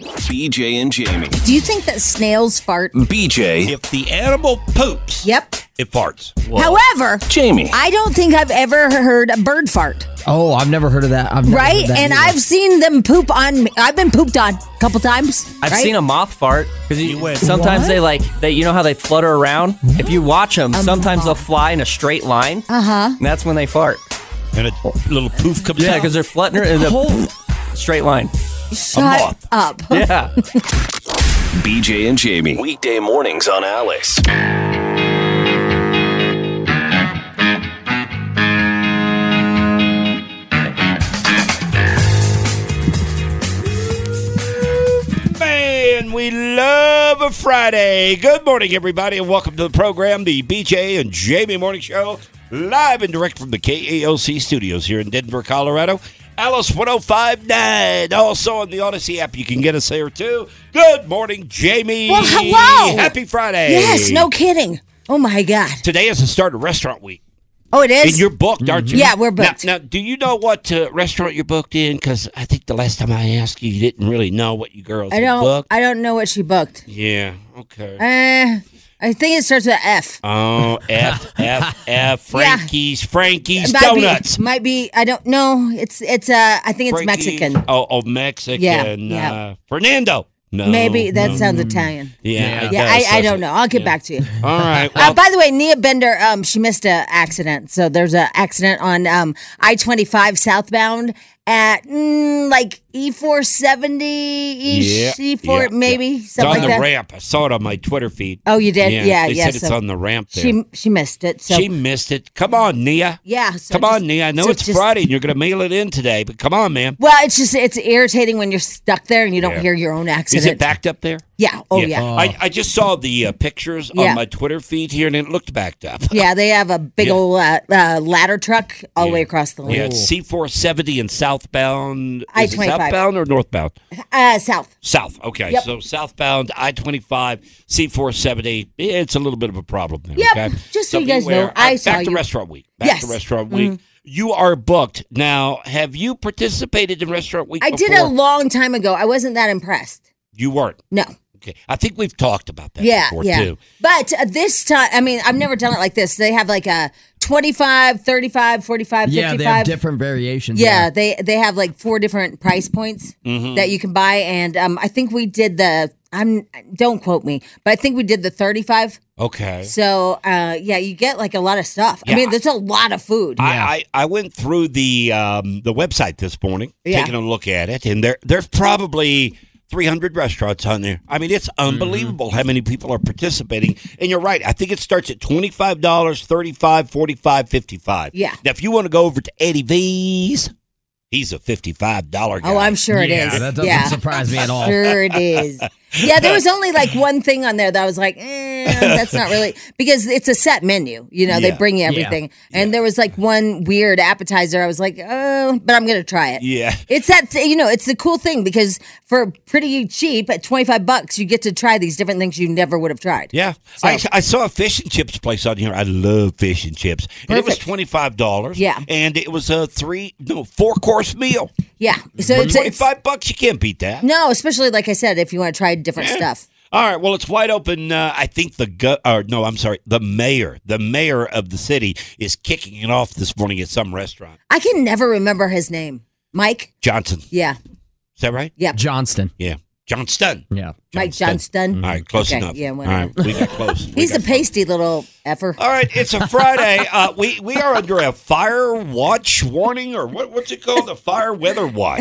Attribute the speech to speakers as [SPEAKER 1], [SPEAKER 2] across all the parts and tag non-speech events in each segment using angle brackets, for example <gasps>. [SPEAKER 1] BJ and Jamie.
[SPEAKER 2] Do you think that snails fart?
[SPEAKER 1] BJ,
[SPEAKER 3] If the animal poops,
[SPEAKER 2] Yep.
[SPEAKER 3] it farts.
[SPEAKER 2] However,
[SPEAKER 1] Jamie,
[SPEAKER 2] I don't think I've ever heard a bird fart,
[SPEAKER 4] Oh, I've never heard of that. I've never
[SPEAKER 2] right?
[SPEAKER 4] Heard that
[SPEAKER 2] And
[SPEAKER 4] either.
[SPEAKER 2] I've seen them poop on me. I've been pooped on a couple times.
[SPEAKER 5] I've
[SPEAKER 2] right?
[SPEAKER 5] seen a moth fart because
[SPEAKER 3] You went,
[SPEAKER 5] sometimes
[SPEAKER 4] "What?"
[SPEAKER 5] they like they you know how they flutter around.
[SPEAKER 2] Mm-hmm.
[SPEAKER 5] If you watch them, sometimes they'll fly in a straight line.
[SPEAKER 2] Uh-huh.
[SPEAKER 5] Uh huh. And that's when they fart.
[SPEAKER 3] and a little poof comes
[SPEAKER 5] Yeah,
[SPEAKER 3] out.
[SPEAKER 5] because they're fluttering in a straight line.
[SPEAKER 2] Shut
[SPEAKER 3] moth.
[SPEAKER 2] up.
[SPEAKER 5] Yeah.
[SPEAKER 1] BJ and Jamie. Weekday mornings on Alice.
[SPEAKER 3] man, we love a Friday. Good morning, everybody, and welcome to the program, the BJ and Jamie Morning Show, live and direct from the KAOC studios here in Denver, Colorado. Alice 1059, also on the Odyssey app. You can get us there too. Good morning, Jamie.
[SPEAKER 2] Well, hello.
[SPEAKER 3] Happy Friday.
[SPEAKER 2] Yes, no kidding. Oh my God.
[SPEAKER 3] Today is the start of restaurant week.
[SPEAKER 2] Oh, it is? Mm-hmm.
[SPEAKER 3] And you're booked, aren't you?
[SPEAKER 2] Yeah, we're booked.
[SPEAKER 3] Now, now, do you know what uh, restaurant you're booked in? Because I think the last time I asked you, you didn't really know what you girls
[SPEAKER 2] I
[SPEAKER 3] had
[SPEAKER 2] don't
[SPEAKER 3] booked.
[SPEAKER 2] I don't know what she booked.
[SPEAKER 3] yeah.
[SPEAKER 2] <laughs>
[SPEAKER 3] Okay.
[SPEAKER 2] Uh, I think it starts with a F.
[SPEAKER 3] Oh, F F F
[SPEAKER 2] <laughs> Yeah.
[SPEAKER 3] Frankie's Frankie's
[SPEAKER 2] Might be-
[SPEAKER 3] Donuts.
[SPEAKER 2] might be I don't know. It's it's uh I think it's
[SPEAKER 3] Frankie's-
[SPEAKER 2] Mexican.
[SPEAKER 3] Oh, oh Mexican.
[SPEAKER 2] Yeah,
[SPEAKER 3] Uh,
[SPEAKER 2] yeah.
[SPEAKER 3] Fernando. No.
[SPEAKER 2] Maybe that
[SPEAKER 3] no.
[SPEAKER 2] sounds Italian.
[SPEAKER 3] Yeah.
[SPEAKER 2] Yeah, I, I don't know. I'll get back
[SPEAKER 3] <laughs>
[SPEAKER 2] to you. <laughs>
[SPEAKER 3] All right.
[SPEAKER 2] Uh,
[SPEAKER 3] Well,
[SPEAKER 2] by the way, Nia Bender, um, she missed a accident. So there's an accident on um, I twenty five southbound at mm, like E four seventy
[SPEAKER 3] Yeah,
[SPEAKER 2] ish, E four
[SPEAKER 3] yeah,
[SPEAKER 2] maybe
[SPEAKER 3] it's on
[SPEAKER 2] something like
[SPEAKER 3] the
[SPEAKER 2] that.
[SPEAKER 3] ramp. I saw it on my Twitter feed.
[SPEAKER 2] Oh, you did? Yeah,
[SPEAKER 3] They
[SPEAKER 2] yeah,
[SPEAKER 3] said it's
[SPEAKER 2] so-
[SPEAKER 3] on the ramp. There.
[SPEAKER 2] She she missed it. So
[SPEAKER 3] she missed it. Come on, Nia.
[SPEAKER 2] yeah, so
[SPEAKER 3] Come
[SPEAKER 2] just-
[SPEAKER 3] on, Nia. I know
[SPEAKER 2] so
[SPEAKER 3] it's
[SPEAKER 2] just-
[SPEAKER 3] Friday and you're going to mail it in today, but come on, man.
[SPEAKER 2] Well, it's just it's irritating when you're stuck there and you don't
[SPEAKER 3] Yeah.
[SPEAKER 2] hear your own
[SPEAKER 3] Is
[SPEAKER 2] accident.
[SPEAKER 3] it backed up there?
[SPEAKER 2] Yeah. Oh yeah. Yeah,
[SPEAKER 3] I, I just saw the uh, pictures
[SPEAKER 2] Yeah.
[SPEAKER 3] on my Twitter feed here and it looked backed up.
[SPEAKER 2] they have a big
[SPEAKER 3] Yeah.
[SPEAKER 2] old uh, uh, ladder truck all the way
[SPEAKER 3] Yeah.
[SPEAKER 2] across the
[SPEAKER 3] Yeah,
[SPEAKER 2] lane.
[SPEAKER 3] it's C four seventy and southbound.
[SPEAKER 2] I
[SPEAKER 3] is it
[SPEAKER 2] 25.
[SPEAKER 3] Southbound or northbound?
[SPEAKER 2] Uh, south.
[SPEAKER 3] South. Okay,
[SPEAKER 2] Yep.
[SPEAKER 3] so southbound I twenty five C four seventy. It's a little bit of a problem there.
[SPEAKER 2] Yep,
[SPEAKER 3] Okay?
[SPEAKER 2] just so you guys know,
[SPEAKER 3] beware.
[SPEAKER 2] I
[SPEAKER 3] Uh,
[SPEAKER 2] saw
[SPEAKER 3] back to
[SPEAKER 2] you.
[SPEAKER 3] restaurant week. Back
[SPEAKER 2] Yes. Mm-hmm.
[SPEAKER 3] to restaurant week. You are booked now. Have you participated in restaurant week?
[SPEAKER 2] I did a
[SPEAKER 3] before?
[SPEAKER 2] long time ago. I wasn't that impressed.
[SPEAKER 3] You weren't.
[SPEAKER 2] No.
[SPEAKER 3] Okay, I think we've talked about that.
[SPEAKER 2] yeah,
[SPEAKER 3] before,
[SPEAKER 2] yeah.
[SPEAKER 3] Too.
[SPEAKER 2] But uh, this time, I mean, I've never done it like this. They have like a 25, 35, 45,
[SPEAKER 4] yeah,
[SPEAKER 2] 55.
[SPEAKER 4] they have different variations.
[SPEAKER 2] yeah, they they have like four different price points
[SPEAKER 3] Mm-hmm.
[SPEAKER 2] that you can buy and um I think we did the I'm don't quote me, but I think we did the 35.
[SPEAKER 3] Okay.
[SPEAKER 2] So, uh yeah, you get like a lot of stuff. I
[SPEAKER 3] Yeah.
[SPEAKER 2] mean, there's a lot of food.
[SPEAKER 3] I, I, I went through the um, the website this morning,
[SPEAKER 2] Yeah.
[SPEAKER 3] taking a look at it, and there there's probably 300 restaurants on there. I mean, it's
[SPEAKER 4] Mm-hmm.
[SPEAKER 3] unbelievable how many people are participating. And you're right. I think it starts at $25, $35, $45, 55
[SPEAKER 2] Yeah.
[SPEAKER 3] Now, if you want to go over to Eddie V's, he's a $55 guy.
[SPEAKER 2] oh, I'm sure it
[SPEAKER 4] yeah,
[SPEAKER 2] is.
[SPEAKER 4] that doesn't
[SPEAKER 2] yeah.
[SPEAKER 4] surprise me at all.
[SPEAKER 2] Sure it is. Yeah, there
[SPEAKER 3] <laughs>
[SPEAKER 2] was only like one thing on there that I was like, eh, that's not
[SPEAKER 3] <laughs>
[SPEAKER 2] really because it's a set menu. You know,
[SPEAKER 3] Yeah.
[SPEAKER 2] they bring you
[SPEAKER 3] Yeah.
[SPEAKER 2] everything, and there was like one weird appetizer. I was like, oh, but I'm gonna try it.
[SPEAKER 3] Yeah.
[SPEAKER 2] It's that th- you know, it's the cool thing because for pretty cheap at 25 bucks, you get to try these different things you never would have tried.
[SPEAKER 3] Yeah, I, I saw a fish and chips place on here. I love fish and chips, and it was twenty five dollars.
[SPEAKER 2] Yeah.
[SPEAKER 3] and it was a three no four course meal.
[SPEAKER 2] Yeah. So
[SPEAKER 3] For
[SPEAKER 2] it's,
[SPEAKER 3] twenty
[SPEAKER 2] it's
[SPEAKER 3] five bucks, you can't beat that.
[SPEAKER 2] no, especially like I said, if you want to try different stuff.
[SPEAKER 3] All right, well, it's wide open. Uh, I think the gu- or no, I'm sorry, the mayor, the mayor of the city is kicking it off this morning at some restaurant.
[SPEAKER 2] I can never remember his name, Mike.
[SPEAKER 3] Johnson, is
[SPEAKER 2] Yeah,
[SPEAKER 3] that right?
[SPEAKER 2] Yep.
[SPEAKER 4] Johnston.
[SPEAKER 3] Yeah, Johnston.
[SPEAKER 4] Yeah.
[SPEAKER 2] Mike Johnston.
[SPEAKER 3] All right, close
[SPEAKER 2] Okay,
[SPEAKER 3] enough.
[SPEAKER 2] yeah,
[SPEAKER 3] All
[SPEAKER 2] whatever.
[SPEAKER 3] right, we got close. We
[SPEAKER 2] He's
[SPEAKER 3] got
[SPEAKER 2] a pasty little effer.
[SPEAKER 3] All right, it's a Friday.
[SPEAKER 2] <laughs>
[SPEAKER 3] Uh, we we are under a fire watch warning, or what, what's it called? A fire weather watch.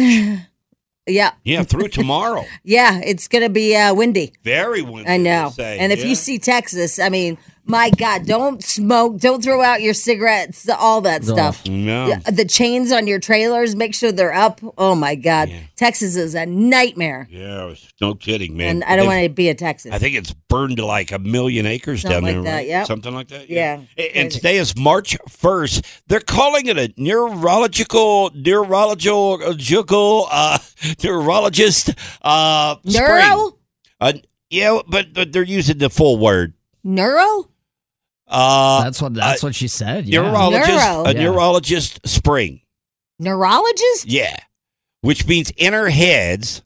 [SPEAKER 2] Yeah,
[SPEAKER 3] Yeah, through tomorrow.
[SPEAKER 2] yeah, it's gonna be uh, windy.
[SPEAKER 3] Very windy.
[SPEAKER 2] I know.
[SPEAKER 3] they say,
[SPEAKER 2] and if
[SPEAKER 3] yeah.
[SPEAKER 2] you see Texas, I mean, my God, don't smoke, don't throw out your cigarettes, all that stuff.
[SPEAKER 3] no,
[SPEAKER 2] Yeah, The chains on your trailers, make sure they're up. Oh my God, Texas is a nightmare,
[SPEAKER 3] yeah, it's no kidding, man.
[SPEAKER 2] and I don't
[SPEAKER 3] They've-
[SPEAKER 2] want to be a Texas.
[SPEAKER 3] I think it's burned to like a million acres
[SPEAKER 2] Something
[SPEAKER 3] down
[SPEAKER 2] like
[SPEAKER 3] there.
[SPEAKER 2] that,
[SPEAKER 3] right?
[SPEAKER 2] yep.
[SPEAKER 3] Something like that.
[SPEAKER 2] Yeah,
[SPEAKER 3] A- And,
[SPEAKER 2] crazy.
[SPEAKER 3] today is March 1st. They're calling it a neurological, neurological, uh, <laughs> neurologist uh, spring.
[SPEAKER 2] Neuro,
[SPEAKER 3] Uh, yeah, but, but they're using the full word.
[SPEAKER 2] neuro,
[SPEAKER 3] Uh,
[SPEAKER 4] That's what that's what she said. Yeah.
[SPEAKER 3] neurologist,
[SPEAKER 2] Neuro.
[SPEAKER 3] a
[SPEAKER 4] Yeah.
[SPEAKER 3] neurologist spring.
[SPEAKER 2] neurologist.
[SPEAKER 3] Yeah. Which means in our heads,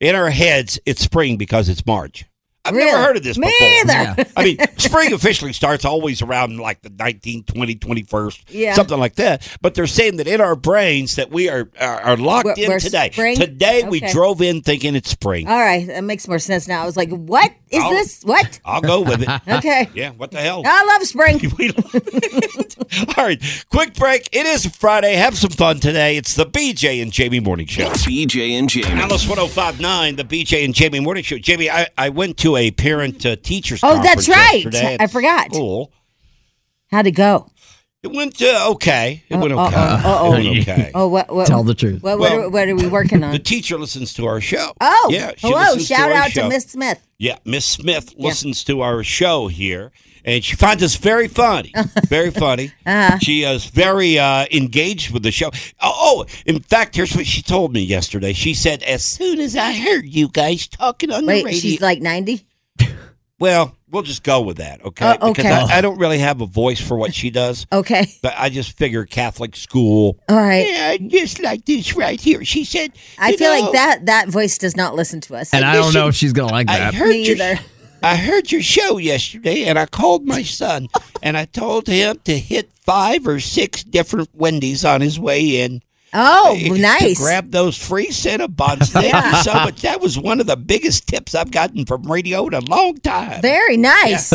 [SPEAKER 3] in our heads, it's spring because it's March. I've never
[SPEAKER 2] Really?
[SPEAKER 3] heard of this
[SPEAKER 2] Me
[SPEAKER 3] before.
[SPEAKER 2] either. Yeah.
[SPEAKER 3] <laughs> I mean, spring officially starts always around like the 19th, 20, 21st,
[SPEAKER 2] Yeah.
[SPEAKER 3] something like that. But they're saying that in our brains that we are are, are locked
[SPEAKER 2] We're-
[SPEAKER 3] in
[SPEAKER 2] we're
[SPEAKER 3] today.
[SPEAKER 2] spring?
[SPEAKER 3] Today we
[SPEAKER 2] Okay.
[SPEAKER 3] drove in thinking it's spring.
[SPEAKER 2] All right, that makes more sense now. I was like, what is
[SPEAKER 3] Oh.
[SPEAKER 2] this? What?
[SPEAKER 3] I'll go with it.
[SPEAKER 2] <laughs> Okay.
[SPEAKER 3] yeah, what the hell?
[SPEAKER 2] I love spring.
[SPEAKER 3] We love it. <laughs> All right, quick break. It is Friday. Have some fun today. It's the BJ and Jamie Morning Show.
[SPEAKER 1] BJ and Jamie.
[SPEAKER 3] Alice 1059, the BJ and Jamie Morning Show. Jamie, I, I went to a parent uh, teachers
[SPEAKER 2] Oh, that's
[SPEAKER 3] conference
[SPEAKER 2] right.
[SPEAKER 3] yesterday at
[SPEAKER 2] I forgot.
[SPEAKER 3] School.
[SPEAKER 2] How'd it go?
[SPEAKER 3] It went uh, okay. It went
[SPEAKER 2] Uh-oh,
[SPEAKER 3] okay. It
[SPEAKER 2] uh-oh.
[SPEAKER 3] went okay.
[SPEAKER 2] Oh, what? what
[SPEAKER 4] Tell the truth.
[SPEAKER 2] What, what,
[SPEAKER 3] Well-
[SPEAKER 2] are, what are we
[SPEAKER 3] <laughs>
[SPEAKER 2] working
[SPEAKER 3] The
[SPEAKER 2] on?
[SPEAKER 3] teacher listens to our show.
[SPEAKER 2] Oh,
[SPEAKER 3] yeah. she
[SPEAKER 2] hello.
[SPEAKER 3] listens
[SPEAKER 2] Shout
[SPEAKER 3] our
[SPEAKER 2] out
[SPEAKER 3] show.
[SPEAKER 2] to Miss Smith.
[SPEAKER 3] Yeah, Miss Smith listens to our show here, and she finds us very
[SPEAKER 2] <laughs>
[SPEAKER 3] funny. Very funny.
[SPEAKER 2] Uh-huh.
[SPEAKER 3] <laughs> She is very uh, engaged with the show. Oh, oh, in fact, here's what she told me yesterday. She said, As soon as I heard you guys talking on the
[SPEAKER 2] Wait,
[SPEAKER 3] radio.
[SPEAKER 2] she's like 90?
[SPEAKER 3] Well, we'll just go with that, okay?
[SPEAKER 2] Uh, okay.
[SPEAKER 3] Because I, I don't really have a voice for what she does,
[SPEAKER 2] <laughs> Okay.
[SPEAKER 3] but I just figure Catholic school.
[SPEAKER 2] All right.
[SPEAKER 3] Yeah, just like this right here. She said,
[SPEAKER 2] I
[SPEAKER 3] you
[SPEAKER 2] feel
[SPEAKER 3] know,
[SPEAKER 2] like that that voice does not listen to us.
[SPEAKER 4] And I don't know if she's gonna like
[SPEAKER 3] I
[SPEAKER 4] that.
[SPEAKER 3] heard
[SPEAKER 4] <laughs>
[SPEAKER 2] Me
[SPEAKER 3] your,
[SPEAKER 2] either.
[SPEAKER 3] I heard your show yesterday, and I called my
[SPEAKER 2] <laughs>
[SPEAKER 3] son, and I told him to hit five or six different Wendy's on his way in.
[SPEAKER 2] oh,
[SPEAKER 3] to
[SPEAKER 2] nice.
[SPEAKER 3] grab those free Cinnabons.
[SPEAKER 2] <laughs>
[SPEAKER 3] Thank you so much. That was one of the biggest tips I've gotten from radio in a long time.
[SPEAKER 2] Very nice.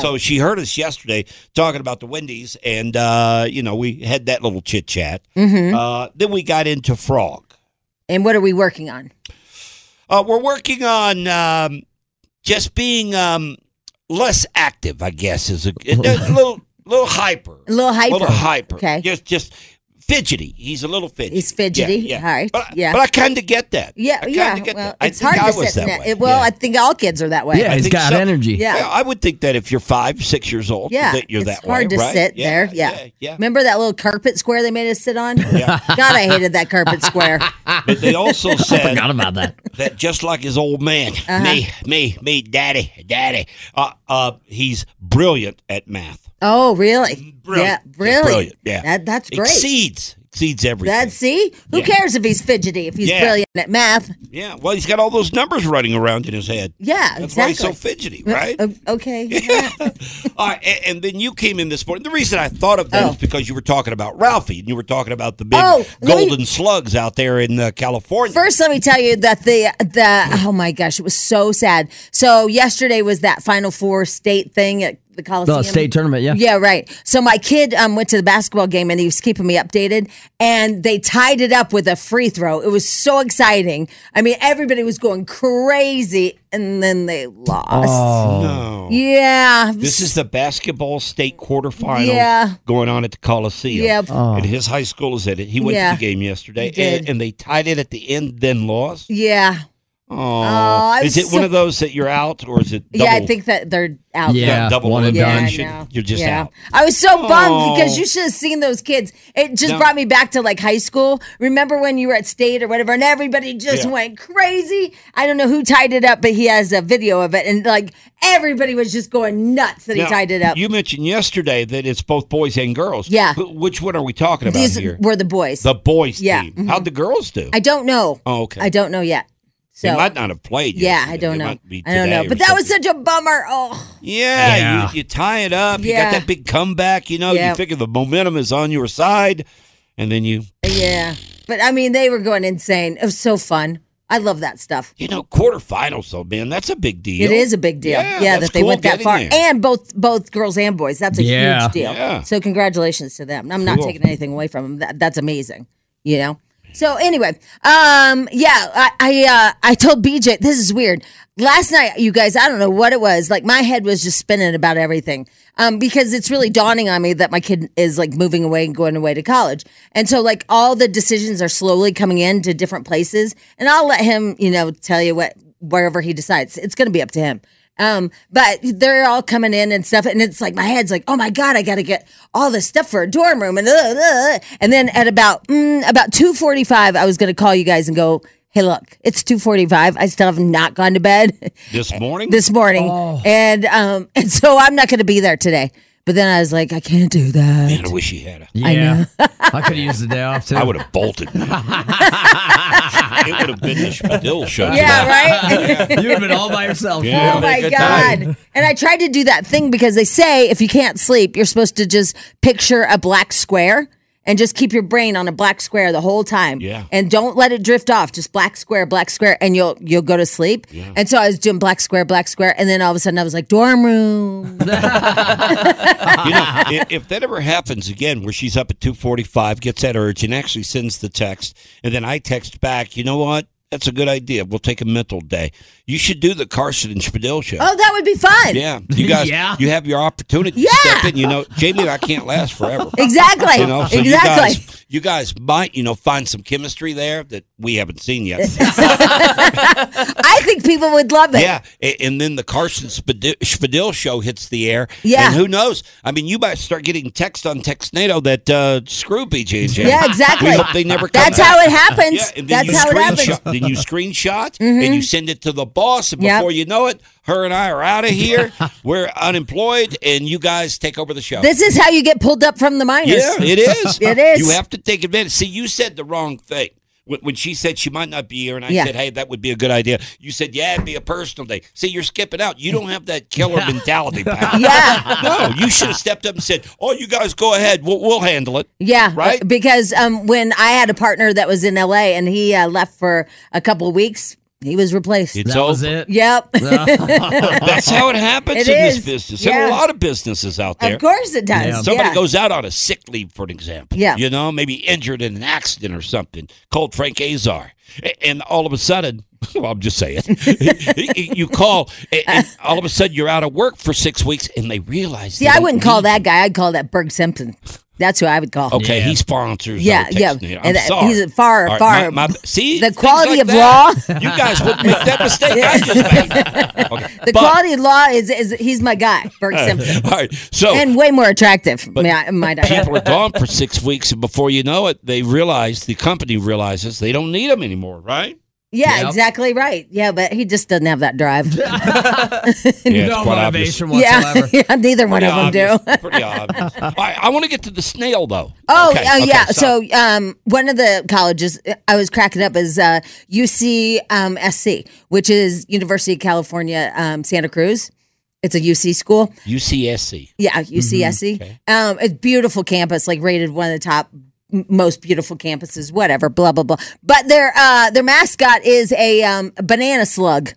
[SPEAKER 3] <laughs> So, so she heard us yesterday talking about the Wendy's, and uh, you know we had that little chit chat.
[SPEAKER 2] Mm-hmm.
[SPEAKER 3] Uh, then we got into Frog.
[SPEAKER 2] and what are we working on?
[SPEAKER 3] Uh, we're working on um, just being um, less active, I guess, is a,
[SPEAKER 4] <laughs>
[SPEAKER 3] a little little hyper,
[SPEAKER 2] A little hyper.
[SPEAKER 3] little hyper.
[SPEAKER 2] Okay.
[SPEAKER 3] just just fidgety. He's a little fidgety.
[SPEAKER 2] He's fidgety.
[SPEAKER 3] Yeah, yeah.
[SPEAKER 2] All right.
[SPEAKER 3] But, I-
[SPEAKER 2] yeah.
[SPEAKER 3] but I kind of get that. I
[SPEAKER 2] yeah.
[SPEAKER 3] kinda
[SPEAKER 2] Yeah.
[SPEAKER 3] get
[SPEAKER 2] Well,
[SPEAKER 3] that. I
[SPEAKER 2] it's
[SPEAKER 3] think
[SPEAKER 2] hard
[SPEAKER 3] I
[SPEAKER 2] to
[SPEAKER 3] was
[SPEAKER 2] sit in
[SPEAKER 3] that
[SPEAKER 2] it.
[SPEAKER 3] way.
[SPEAKER 2] It- Well,
[SPEAKER 3] Yeah.
[SPEAKER 2] I think all kids are that way.
[SPEAKER 4] yeah, he's
[SPEAKER 3] think
[SPEAKER 4] got
[SPEAKER 3] so.
[SPEAKER 4] energy.
[SPEAKER 2] Yeah.
[SPEAKER 3] Yeah, I would think that if you're five, six years old,
[SPEAKER 2] Yeah,
[SPEAKER 3] that you're
[SPEAKER 2] it's
[SPEAKER 3] that
[SPEAKER 2] hard
[SPEAKER 3] way,
[SPEAKER 2] to
[SPEAKER 3] right?
[SPEAKER 2] sit
[SPEAKER 3] Yeah,
[SPEAKER 2] there. Yeah.
[SPEAKER 3] yeah, yeah.
[SPEAKER 2] Remember that little carpet square they made us sit on?
[SPEAKER 3] Yeah.
[SPEAKER 2] <laughs> God, I hated that
[SPEAKER 4] <laughs>
[SPEAKER 2] carpet square.
[SPEAKER 3] <laughs> But they also said
[SPEAKER 4] Forgot about that.
[SPEAKER 3] that just like his old man,
[SPEAKER 2] Uh-huh.
[SPEAKER 3] me, me, me, daddy, daddy, uh, uh, he's brilliant at math.
[SPEAKER 2] Oh, really?
[SPEAKER 3] Mm, Brilliant.
[SPEAKER 2] Yeah, really.
[SPEAKER 3] Brilliant, yeah.
[SPEAKER 2] That, that's great.
[SPEAKER 3] Exceeds, exceeds everything.
[SPEAKER 2] That see, who
[SPEAKER 3] Yeah.
[SPEAKER 2] cares if he's fidgety? If he's
[SPEAKER 3] Yeah.
[SPEAKER 2] brilliant at math,
[SPEAKER 3] yeah. Well, he's got all those numbers running around in his head.
[SPEAKER 2] yeah,
[SPEAKER 3] That's why he's
[SPEAKER 2] exactly. Uh,
[SPEAKER 3] so fidgety, right?
[SPEAKER 2] O- okay. Yeah.
[SPEAKER 3] All right, and, and then you came in this morning. The reason I thought of that is
[SPEAKER 2] Oh.
[SPEAKER 3] because you were talking about Ralphie, and you were talking about the big
[SPEAKER 2] Oh, let me-
[SPEAKER 3] golden slugs out there in uh, California.
[SPEAKER 2] First, let me tell you that the the oh my gosh, it was so sad. So yesterday was that Final Four state thing at the Coliseum.
[SPEAKER 4] The state tournament, yeah.
[SPEAKER 2] Yeah, right. So my kid um, went to the basketball game and he was keeping me updated, and they tied it up with a free throw. It was so exciting. I mean, everybody was going crazy, and then they lost.
[SPEAKER 4] Oh.
[SPEAKER 2] Oh.
[SPEAKER 3] no.
[SPEAKER 2] Yeah,
[SPEAKER 3] This is the basketball state quarterfinals
[SPEAKER 2] Yeah.
[SPEAKER 3] going on at the Coliseum.
[SPEAKER 2] Yep.
[SPEAKER 3] And his high school is in it. He went
[SPEAKER 2] Yeah.
[SPEAKER 3] to the game yesterday
[SPEAKER 2] He did.
[SPEAKER 3] And, and they tied it at the end, then lost.
[SPEAKER 2] yeah.
[SPEAKER 3] Oh,
[SPEAKER 2] I'm
[SPEAKER 3] is it one
[SPEAKER 2] so-
[SPEAKER 3] of those that you're out, or is it? Double?
[SPEAKER 2] Yeah, I think that they're out.
[SPEAKER 3] Yeah, double
[SPEAKER 4] one and
[SPEAKER 3] elimination.
[SPEAKER 4] done.
[SPEAKER 2] I know.
[SPEAKER 3] You're just
[SPEAKER 2] yeah.
[SPEAKER 3] out.
[SPEAKER 2] I was so bummed because
[SPEAKER 3] Oh.
[SPEAKER 2] you should have seen those kids. It just
[SPEAKER 3] No.
[SPEAKER 2] brought me back to like high school. Remember when you were at state or whatever, and everybody just
[SPEAKER 3] Yeah.
[SPEAKER 2] went crazy. I don't know who tied it up, but he has a video of it, and like everybody was just going nuts that
[SPEAKER 3] Now,
[SPEAKER 2] he tied it up.
[SPEAKER 3] You mentioned yesterday that it's both boys and girls.
[SPEAKER 2] Yeah.
[SPEAKER 3] Wh- Which one are we talking about
[SPEAKER 2] These
[SPEAKER 3] here?
[SPEAKER 2] were the boys.
[SPEAKER 3] the boys
[SPEAKER 2] Yeah,
[SPEAKER 3] team.
[SPEAKER 2] mhm.
[SPEAKER 3] How'd the girls do?
[SPEAKER 2] I don't know.
[SPEAKER 3] oh, okay.
[SPEAKER 2] I don't know yet. So
[SPEAKER 3] they might not have played.
[SPEAKER 2] yeah,
[SPEAKER 3] yesterday.
[SPEAKER 2] I don't
[SPEAKER 3] They
[SPEAKER 2] know.
[SPEAKER 3] might be
[SPEAKER 2] I don't
[SPEAKER 3] today
[SPEAKER 2] know.
[SPEAKER 3] or
[SPEAKER 2] But that was
[SPEAKER 3] something.
[SPEAKER 2] such a bummer. Oh,
[SPEAKER 3] Yeah,
[SPEAKER 4] Yeah.
[SPEAKER 3] You, you tie it up. You got
[SPEAKER 2] Yeah.
[SPEAKER 3] that big comeback. You know, you
[SPEAKER 2] Yeah.
[SPEAKER 3] figure the momentum is on your side, and then you,
[SPEAKER 2] yeah. But I mean, they were going insane. It was so fun. I love that stuff.
[SPEAKER 3] you know, quarterfinals. Though, man, that's a big deal.
[SPEAKER 2] It is a big deal.
[SPEAKER 3] Yeah,
[SPEAKER 2] Yeah,
[SPEAKER 3] that's
[SPEAKER 2] that they
[SPEAKER 3] cool
[SPEAKER 2] went that
[SPEAKER 3] getting
[SPEAKER 2] far.
[SPEAKER 3] there.
[SPEAKER 2] And both both girls and boys. That's a
[SPEAKER 4] Yeah.
[SPEAKER 2] huge deal.
[SPEAKER 3] Yeah.
[SPEAKER 2] So congratulations to them. I'm not
[SPEAKER 3] Cool.
[SPEAKER 2] taking anything away from them. That, that's amazing. You know? So anyway, um, yeah, I I, uh, I told BJ this is weird. Last night, you guys, I don't know what it was. Like my head was just spinning about everything, um, because it's really dawning on me that my kid is like moving away and going away to college, and so like all the decisions are slowly coming in to different places, and I'll let him, you know, tell you what wherever he decides. It's going to be up to him. Um, but they're all coming in and stuff, and it's like my head's like, oh my god, I got to get all this stuff for a dorm room, and uh, uh, and then at about mm, about two forty five, I was going to call you guys and go, hey, look, it's two forty five. I still have not gone to bed
[SPEAKER 3] This morning,
[SPEAKER 2] this morning, and um, <laughs> and so I'm not going to be there today. But then I was like, I can't do that.
[SPEAKER 3] man, I wish he had. A,
[SPEAKER 4] Yeah.
[SPEAKER 2] <laughs>
[SPEAKER 4] I, could have used the day off too.
[SPEAKER 3] I would have bolted. it would have been the Spadil show.
[SPEAKER 2] yeah,
[SPEAKER 3] today.
[SPEAKER 2] right.
[SPEAKER 4] <laughs> You would have been all by yourself.
[SPEAKER 3] Yeah.
[SPEAKER 2] Oh my
[SPEAKER 5] good
[SPEAKER 2] god!
[SPEAKER 5] time.
[SPEAKER 2] And I tried to do that thing because they say if you can't sleep, you're supposed to just picture a black square and just keep your brain on a black square the whole time.
[SPEAKER 3] Yeah.
[SPEAKER 2] And don't let it drift off. Just black square, black square, and you'll you'll go to sleep. And so I was doing black square, black square, and then all of a sudden I was like
[SPEAKER 5] <laughs>
[SPEAKER 2] dorm room.
[SPEAKER 3] <laughs>
[SPEAKER 4] <laughs>
[SPEAKER 3] you know, i- if that ever happens again, where she's up at two forty-five, gets that urge, and actually sends the text, and then I text back, you know what? That's a good idea. We'll take a mental day. You should do the Carson and Spadil show.
[SPEAKER 2] oh, that would be
[SPEAKER 3] <laughs>
[SPEAKER 2] fun.
[SPEAKER 3] Yeah, you guys,
[SPEAKER 4] <laughs> Yeah.
[SPEAKER 3] you have your opportunity.
[SPEAKER 2] Yeah.
[SPEAKER 3] to step in. You know, Jamie, I can't last forever.
[SPEAKER 2] <laughs> Exactly.
[SPEAKER 3] You know, so
[SPEAKER 2] exactly.
[SPEAKER 3] you guys, you guys might, you know, find some chemistry there that we haven't seen yet.
[SPEAKER 2] I think people would love it.
[SPEAKER 3] yeah, a- and then the Carson Spadi- Spadil show hits the air.
[SPEAKER 2] Yeah.
[SPEAKER 3] and who knows? I mean, you might start getting text on Textnado that uh, screw BJ and Jamie.
[SPEAKER 2] Yeah, exactly.
[SPEAKER 3] We hope they never. Come
[SPEAKER 2] That's
[SPEAKER 3] back.
[SPEAKER 2] how it happens.
[SPEAKER 3] Yeah, and then
[SPEAKER 2] That's how
[SPEAKER 3] you
[SPEAKER 2] it happens. Mm-hmm.
[SPEAKER 3] screenshot, then you
[SPEAKER 2] <laughs>
[SPEAKER 3] screenshot and you send it to the boss, and
[SPEAKER 2] Yep.
[SPEAKER 3] before you know it, her and I are
[SPEAKER 2] <laughs>
[SPEAKER 3] out of here. We're unemployed, and you guys take over the show.
[SPEAKER 2] This is how you get pulled up from the minors.
[SPEAKER 3] yeah, it is.
[SPEAKER 2] <laughs> It is.
[SPEAKER 3] You have to take advantage. See, you said the wrong thing. When when she said she might not be here, and I
[SPEAKER 2] Yeah.
[SPEAKER 3] said, "Hey, that would be a good idea," you said, "Yeah, it'd be a personal day." See, you're skipping out. You don't have that killer
[SPEAKER 2] <laughs>
[SPEAKER 3] mentality. Pal.
[SPEAKER 2] Yeah.
[SPEAKER 3] No, you should have stepped up and said, "Oh, you guys go ahead. We'll, we'll handle it."
[SPEAKER 2] Yeah,
[SPEAKER 3] Right?
[SPEAKER 2] uh, Because um, when I had a partner that was in LA and he uh, left for a couple of weeks, he was replaced.
[SPEAKER 3] It's
[SPEAKER 4] That was it.
[SPEAKER 2] Yep,
[SPEAKER 3] <laughs> That's how it happens
[SPEAKER 2] It
[SPEAKER 3] in this
[SPEAKER 2] is.
[SPEAKER 3] business.
[SPEAKER 2] Yeah.
[SPEAKER 3] And a lot of businesses out there.
[SPEAKER 2] of course it does.
[SPEAKER 4] Yeah.
[SPEAKER 2] Yeah.
[SPEAKER 3] Somebody goes out on a sick leave, for an example.
[SPEAKER 2] Yeah.
[SPEAKER 3] You know, maybe injured in an accident or something. Called Frank Azar. A- And all of a sudden, <laughs> well, I'm just saying, you call, a- and all of a sudden you're out of work for six weeks, and they realize.
[SPEAKER 2] <laughs> See,
[SPEAKER 3] they
[SPEAKER 2] I
[SPEAKER 3] don't
[SPEAKER 2] wouldn't call
[SPEAKER 3] need you.
[SPEAKER 2] that guy. I'd call that Berg Simpson. That's who I would call.
[SPEAKER 3] Okay, he sponsors.
[SPEAKER 2] Yeah,
[SPEAKER 3] our
[SPEAKER 2] yeah.
[SPEAKER 3] text now. I'm
[SPEAKER 2] And that-
[SPEAKER 3] sorry.
[SPEAKER 2] he's a far,
[SPEAKER 3] All right,
[SPEAKER 2] far-
[SPEAKER 3] my-
[SPEAKER 2] <laughs>
[SPEAKER 3] my- see,
[SPEAKER 2] the
[SPEAKER 3] things
[SPEAKER 2] quality
[SPEAKER 3] like
[SPEAKER 2] of
[SPEAKER 3] that. You guys wouldn't make that mistake I
[SPEAKER 2] <laughs>
[SPEAKER 3] just made. Okay,
[SPEAKER 2] The
[SPEAKER 3] but-
[SPEAKER 2] quality of law is is he's my guy, Berg Simpson,
[SPEAKER 3] All right, so
[SPEAKER 2] and way more attractive. may I- might I add.
[SPEAKER 3] people are gone
[SPEAKER 2] <laughs>
[SPEAKER 3] for six weeks, and before you know it, they realize the company realizes they don't need them anymore,
[SPEAKER 2] <laughs>
[SPEAKER 3] right?
[SPEAKER 2] Yeah,
[SPEAKER 4] Yep.
[SPEAKER 2] exactly right. Yeah, but he just doesn't have that drive.
[SPEAKER 3] Yeah,
[SPEAKER 4] no motivation
[SPEAKER 2] yeah,
[SPEAKER 4] whatsoever.
[SPEAKER 2] yeah, <laughs> neither one of them do.
[SPEAKER 3] Pretty obvious.
[SPEAKER 2] <laughs>
[SPEAKER 3] All right, I want to get to the snail though.
[SPEAKER 2] Oh,
[SPEAKER 3] Okay,
[SPEAKER 2] oh
[SPEAKER 3] okay,
[SPEAKER 2] yeah.
[SPEAKER 3] sorry.
[SPEAKER 2] So um, one of the colleges I was cracking up is uh, UC um, SC, which is University of California um, Santa Cruz. It's a UC school.
[SPEAKER 3] UCSC.
[SPEAKER 2] Yeah,
[SPEAKER 4] Mm-hmm.
[SPEAKER 2] UCSC. Um, it's beautiful campus, like rated one of the top m- most beautiful campuses. Whatever, blah blah blah. But their uh, their mascot is a um, banana slug,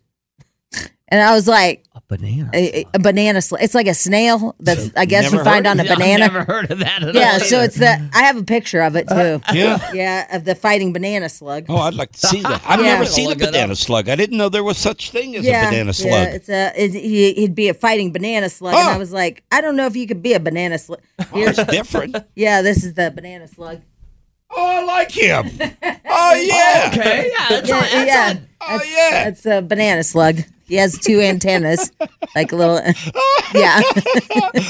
[SPEAKER 2] and I was like,
[SPEAKER 4] A banana.
[SPEAKER 2] a, a banana slug. It's like a snail. That's I guess you
[SPEAKER 3] Never
[SPEAKER 2] find
[SPEAKER 3] heard-
[SPEAKER 2] on a
[SPEAKER 4] <laughs>
[SPEAKER 2] banana.
[SPEAKER 4] I've never heard of that at all.
[SPEAKER 2] Yeah, so
[SPEAKER 4] either.
[SPEAKER 2] it's the I have a picture of
[SPEAKER 3] Uh,
[SPEAKER 2] it too.
[SPEAKER 3] yeah.
[SPEAKER 2] <laughs> yeah, of the fighting banana slug.
[SPEAKER 3] Oh, I'd like to see that. I've
[SPEAKER 2] Yeah.
[SPEAKER 3] never seen a
[SPEAKER 4] Look it up.
[SPEAKER 3] banana slug. I didn't know there was such thing as a banana slug.
[SPEAKER 2] Yeah, it's a it's, he, he'd be a fighting banana slug, and
[SPEAKER 3] Huh.
[SPEAKER 2] I was
[SPEAKER 3] <laughs>
[SPEAKER 2] <laughs> like, I don't know if you could be a banana slug. Here's,
[SPEAKER 3] Different.
[SPEAKER 2] yeah, this is the banana slug.
[SPEAKER 3] Oh, I like him.
[SPEAKER 2] <laughs>
[SPEAKER 3] Oh yeah.
[SPEAKER 4] Okay, yeah, that's not, that's
[SPEAKER 2] yeah.
[SPEAKER 4] not-
[SPEAKER 3] Oh yeah.
[SPEAKER 2] That's a banana slug. He has two
[SPEAKER 3] <laughs>
[SPEAKER 2] antennas, like little. <laughs> Yeah,
[SPEAKER 3] <laughs>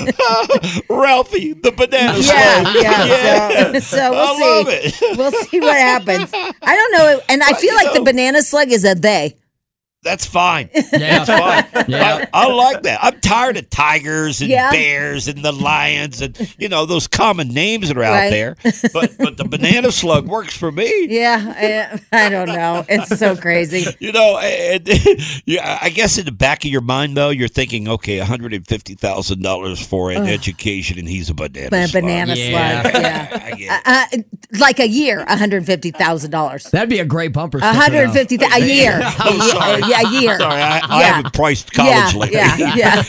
[SPEAKER 3] Ralphie, the banana
[SPEAKER 2] yeah,
[SPEAKER 3] slug.
[SPEAKER 2] yeah. So, <laughs> so we'll
[SPEAKER 3] I
[SPEAKER 2] see.
[SPEAKER 3] love it.
[SPEAKER 2] We'll see what happens. I don't know, and I feel like the banana slug is
[SPEAKER 3] <laughs>
[SPEAKER 2] a they.
[SPEAKER 3] That's
[SPEAKER 2] <laughs>
[SPEAKER 3] fine.
[SPEAKER 4] yeah.
[SPEAKER 3] Fine.
[SPEAKER 4] Yeah.
[SPEAKER 3] I, I like that. I'm tired of tigers and
[SPEAKER 2] Yeah.
[SPEAKER 3] bears and the lions and you know those common names that are out
[SPEAKER 2] Right.
[SPEAKER 3] there. But but the banana slug works for me.
[SPEAKER 2] Yeah, I, I don't know. It's so crazy.
[SPEAKER 3] You know, and, yeah, I guess in the back of your mind though, you're thinking, okay, one hundred and fifty thousand dollars for an education, and he's a banana.
[SPEAKER 2] But a
[SPEAKER 3] slug.
[SPEAKER 2] banana
[SPEAKER 4] Yeah.
[SPEAKER 2] slug. Yeah.
[SPEAKER 3] I get it.
[SPEAKER 2] Uh, like a year, one hundred fifty thousand dollars.
[SPEAKER 4] That'd be a great bumper.
[SPEAKER 2] One
[SPEAKER 4] sticker,
[SPEAKER 2] hundred
[SPEAKER 4] though.
[SPEAKER 2] fifty a year.
[SPEAKER 3] Oh, sorry.
[SPEAKER 2] Yeah, a year.
[SPEAKER 3] Sorry, I, I
[SPEAKER 2] Yeah.
[SPEAKER 3] haven't priced
[SPEAKER 2] Yeah,
[SPEAKER 3] college lately.
[SPEAKER 2] yeah, yeah.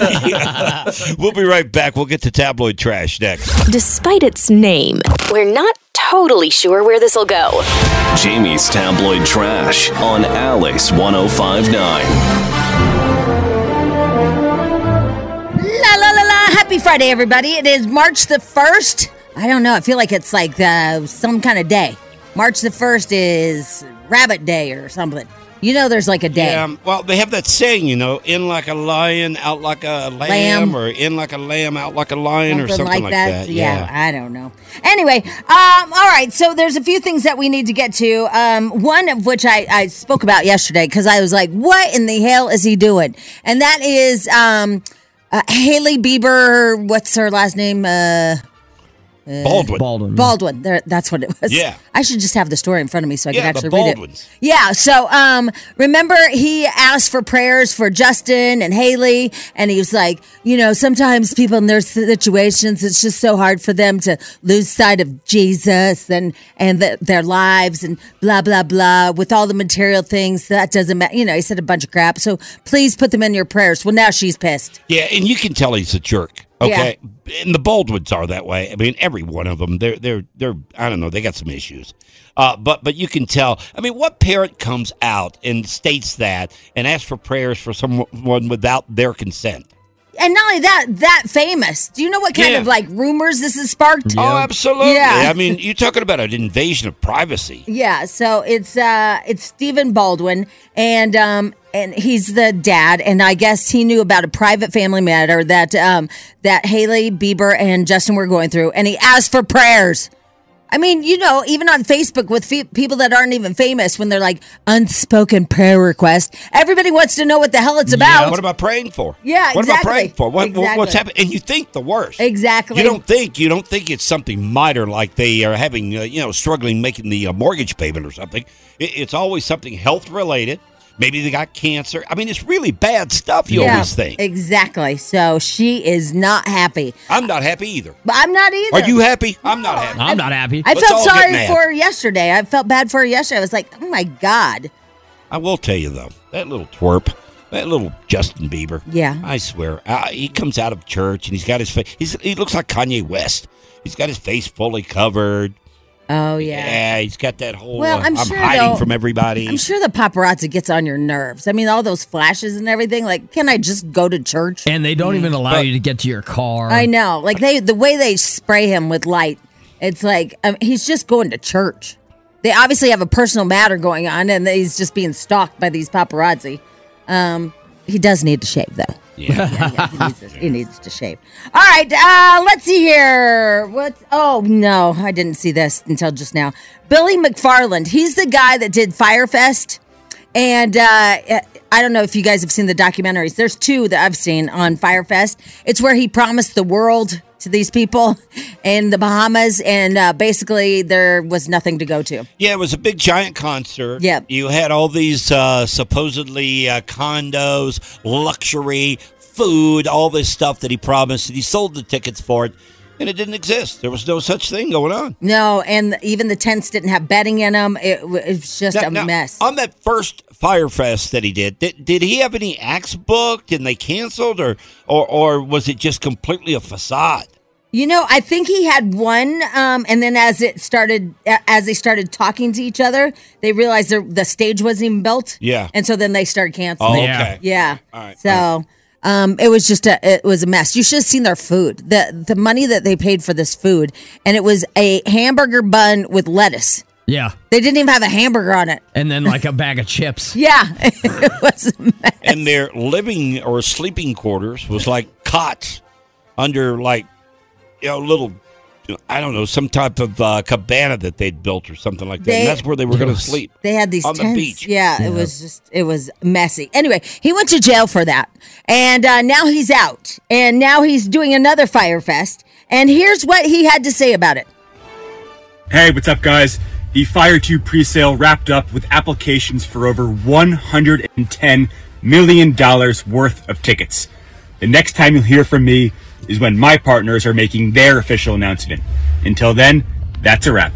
[SPEAKER 3] <laughs> we'll be right back. We'll get to tabloid trash next.
[SPEAKER 6] Despite its name, we're not totally sure where this will go.
[SPEAKER 1] Jamie's Tabloid Trash on Alice 1059.
[SPEAKER 2] La la la la! Happy Friday, everybody! It is March the first. I don't know. I feel like it's like uh, some kind of day. March the first is Rabbit Day or something. You know, there's like a day.
[SPEAKER 3] Yeah, um, well, they have that saying, you know, in like a lion, out like a lamb,
[SPEAKER 2] Lamb.
[SPEAKER 3] or in like a lamb, out like a lion, or something like that.
[SPEAKER 2] Yeah. I don't know. Anyway, um, all right. So there's a few things that we need to get to. Um, one of which I, I spoke about yesterday because I was like, "What in the hell is he doing?" And that is um, uh, Haley Bieber. What's her last name? Uh,
[SPEAKER 3] Baldwin.
[SPEAKER 4] Baldwin.
[SPEAKER 2] Baldwin. There, that's what it was.
[SPEAKER 3] Yeah.
[SPEAKER 2] I should just have the story in front of me so I
[SPEAKER 3] Yeah,
[SPEAKER 2] can
[SPEAKER 3] the
[SPEAKER 2] actually read it.
[SPEAKER 3] Baldwins.
[SPEAKER 2] Yeah. So, um, remember he asked for prayers for Justin and Haley, and he was like, you know, sometimes people in their situations, it's just so hard for them to lose sight of Jesus and and the, their lives and blah blah blah. With all the material things, that doesn't matter. You know, he said a bunch of crap. So please put them in your prayers. Well, now she's pissed.
[SPEAKER 3] Yeah, and you can tell he's a jerk. Okay, and the Baldwins are that way. I mean, every one of them. They're they're they're. I don't know. They got some issues. Uh, but but you can tell. I mean, what parent comes out and states that and asks for prayers for someone without their consent?
[SPEAKER 2] And not only that, that famous. Do you know what kind
[SPEAKER 3] Yeah.
[SPEAKER 2] of like rumors this has sparked?
[SPEAKER 3] Oh, absolutely.
[SPEAKER 2] Yeah.
[SPEAKER 3] I mean, you're talking about an invasion of privacy.
[SPEAKER 2] Yeah, so it's uh it's Stephen Baldwin and um and he's the dad and I guess he knew about a private family matter that um that Haley Bieber and Justin were going through and he asked for prayers. I mean, you know, even on Facebook with fe- people that aren't even famous when they're like unspoken prayer request, everybody wants to know what the hell it's about.
[SPEAKER 3] What am I praying for?
[SPEAKER 2] Yeah,
[SPEAKER 3] What am I
[SPEAKER 2] exactly.
[SPEAKER 3] praying for? What, what- what's
[SPEAKER 2] Exactly.
[SPEAKER 3] happening? And you think the worst.
[SPEAKER 2] Exactly.
[SPEAKER 3] You don't think you don't think it's something minor like they are having uh, you know struggling making the uh, mortgage payment or something. It, it's always something health related. Maybe they got cancer. I mean, it's really bad stuff. You always think.
[SPEAKER 2] Exactly. So she is not happy.
[SPEAKER 3] I'm not happy either.
[SPEAKER 2] But I'm not either.
[SPEAKER 3] Are you happy? I'm not happy.
[SPEAKER 4] I'm not happy.
[SPEAKER 2] I
[SPEAKER 3] Let's all
[SPEAKER 2] felt
[SPEAKER 3] get
[SPEAKER 2] sorry
[SPEAKER 3] mad.
[SPEAKER 2] for her yesterday. I felt bad for her yesterday. I was like, oh my God.
[SPEAKER 3] I will tell you though, that little twerp, that little Justin Bieber.
[SPEAKER 2] Yeah.
[SPEAKER 3] I swear, uh, he comes out of church and he's got his face. He's, he looks like Kanye West. He's got his face fully covered.
[SPEAKER 2] Oh, yeah.
[SPEAKER 3] Yeah, he's got that whole.
[SPEAKER 2] Well,
[SPEAKER 3] uh,
[SPEAKER 2] I'm sure,
[SPEAKER 3] hiding
[SPEAKER 2] though-
[SPEAKER 3] from everybody.
[SPEAKER 2] I'm sure the paparazzi gets on your nerves. I mean, all those flashes and everything. Like, can I just go to church?
[SPEAKER 4] and they don't even allow you to get to your car.
[SPEAKER 2] Mm. I know. Like they, the way they spray him with light, it's like um, he's just going to church. They obviously have a personal matter going on, and he's just being stalked by these paparazzi. Um, he does need to shave, though. Yeah, yeah, he, needs
[SPEAKER 3] <laughs>
[SPEAKER 2] to, he needs to shave. All right, uh, let's see here. What? Oh no, I didn't see this until just now. Billy McFarland. He's the guy that did Firefest. And uh, I don't know if you guys have seen the documentaries. There's two that I've seen on Firefest. It's where he promised the world to these people in the Bahamas, and uh, basically there was nothing to go to.
[SPEAKER 3] Yeah, it was a big giant concert.
[SPEAKER 2] Yep.
[SPEAKER 3] You had all these uh, supposedly uh, condos, luxury, food, all this stuff that he promised, and he sold the tickets for it, and it didn't exist. There was no such thing going on.
[SPEAKER 2] No, and even the tents didn't have bedding in them. It, w- it was just
[SPEAKER 3] Now-
[SPEAKER 2] a
[SPEAKER 3] now,
[SPEAKER 2] mess.
[SPEAKER 3] On that first Firefest that he did, did, did he have any acts booked and they canceled, or, or or was it just completely a facade?
[SPEAKER 2] You know, I think he had one, um, and then as it started, a- as they started talking to each other, they realized there, the stage wasn't even built.
[SPEAKER 3] Yeah.
[SPEAKER 2] and so then they started canceling.
[SPEAKER 3] Oh,
[SPEAKER 4] Yeah.
[SPEAKER 3] okay.
[SPEAKER 2] Yeah.
[SPEAKER 3] All right.
[SPEAKER 2] So, Um, it was just a it was a mess. You should have seen their food. The the money that they paid for this food, and it was a hamburger bun with lettuce.
[SPEAKER 4] Yeah.
[SPEAKER 2] They didn't even have a hamburger on it.
[SPEAKER 4] And then like a bag of chips.
[SPEAKER 2] Yeah, it was a mess.
[SPEAKER 3] and their living or sleeping quarters was like cots under like you know little you know, I don't know some type of uh, cabana that they'd built or something like that.
[SPEAKER 2] They-
[SPEAKER 3] and that's where they were going to sleep.
[SPEAKER 2] They had these
[SPEAKER 3] on the
[SPEAKER 2] tents.
[SPEAKER 3] beach.
[SPEAKER 2] Yeah, it was just it was messy. Anyway, he went to jail for that, and uh, now he's out, and now he's doing another fire fest. And here's what he had to say about it.
[SPEAKER 7] Hey, what's up, guys? The Fire 2 presale wrapped up with applications for over $110 million worth of tickets. The next time you'll hear from me is when my partners are making their official announcement. Until then, that's a wrap.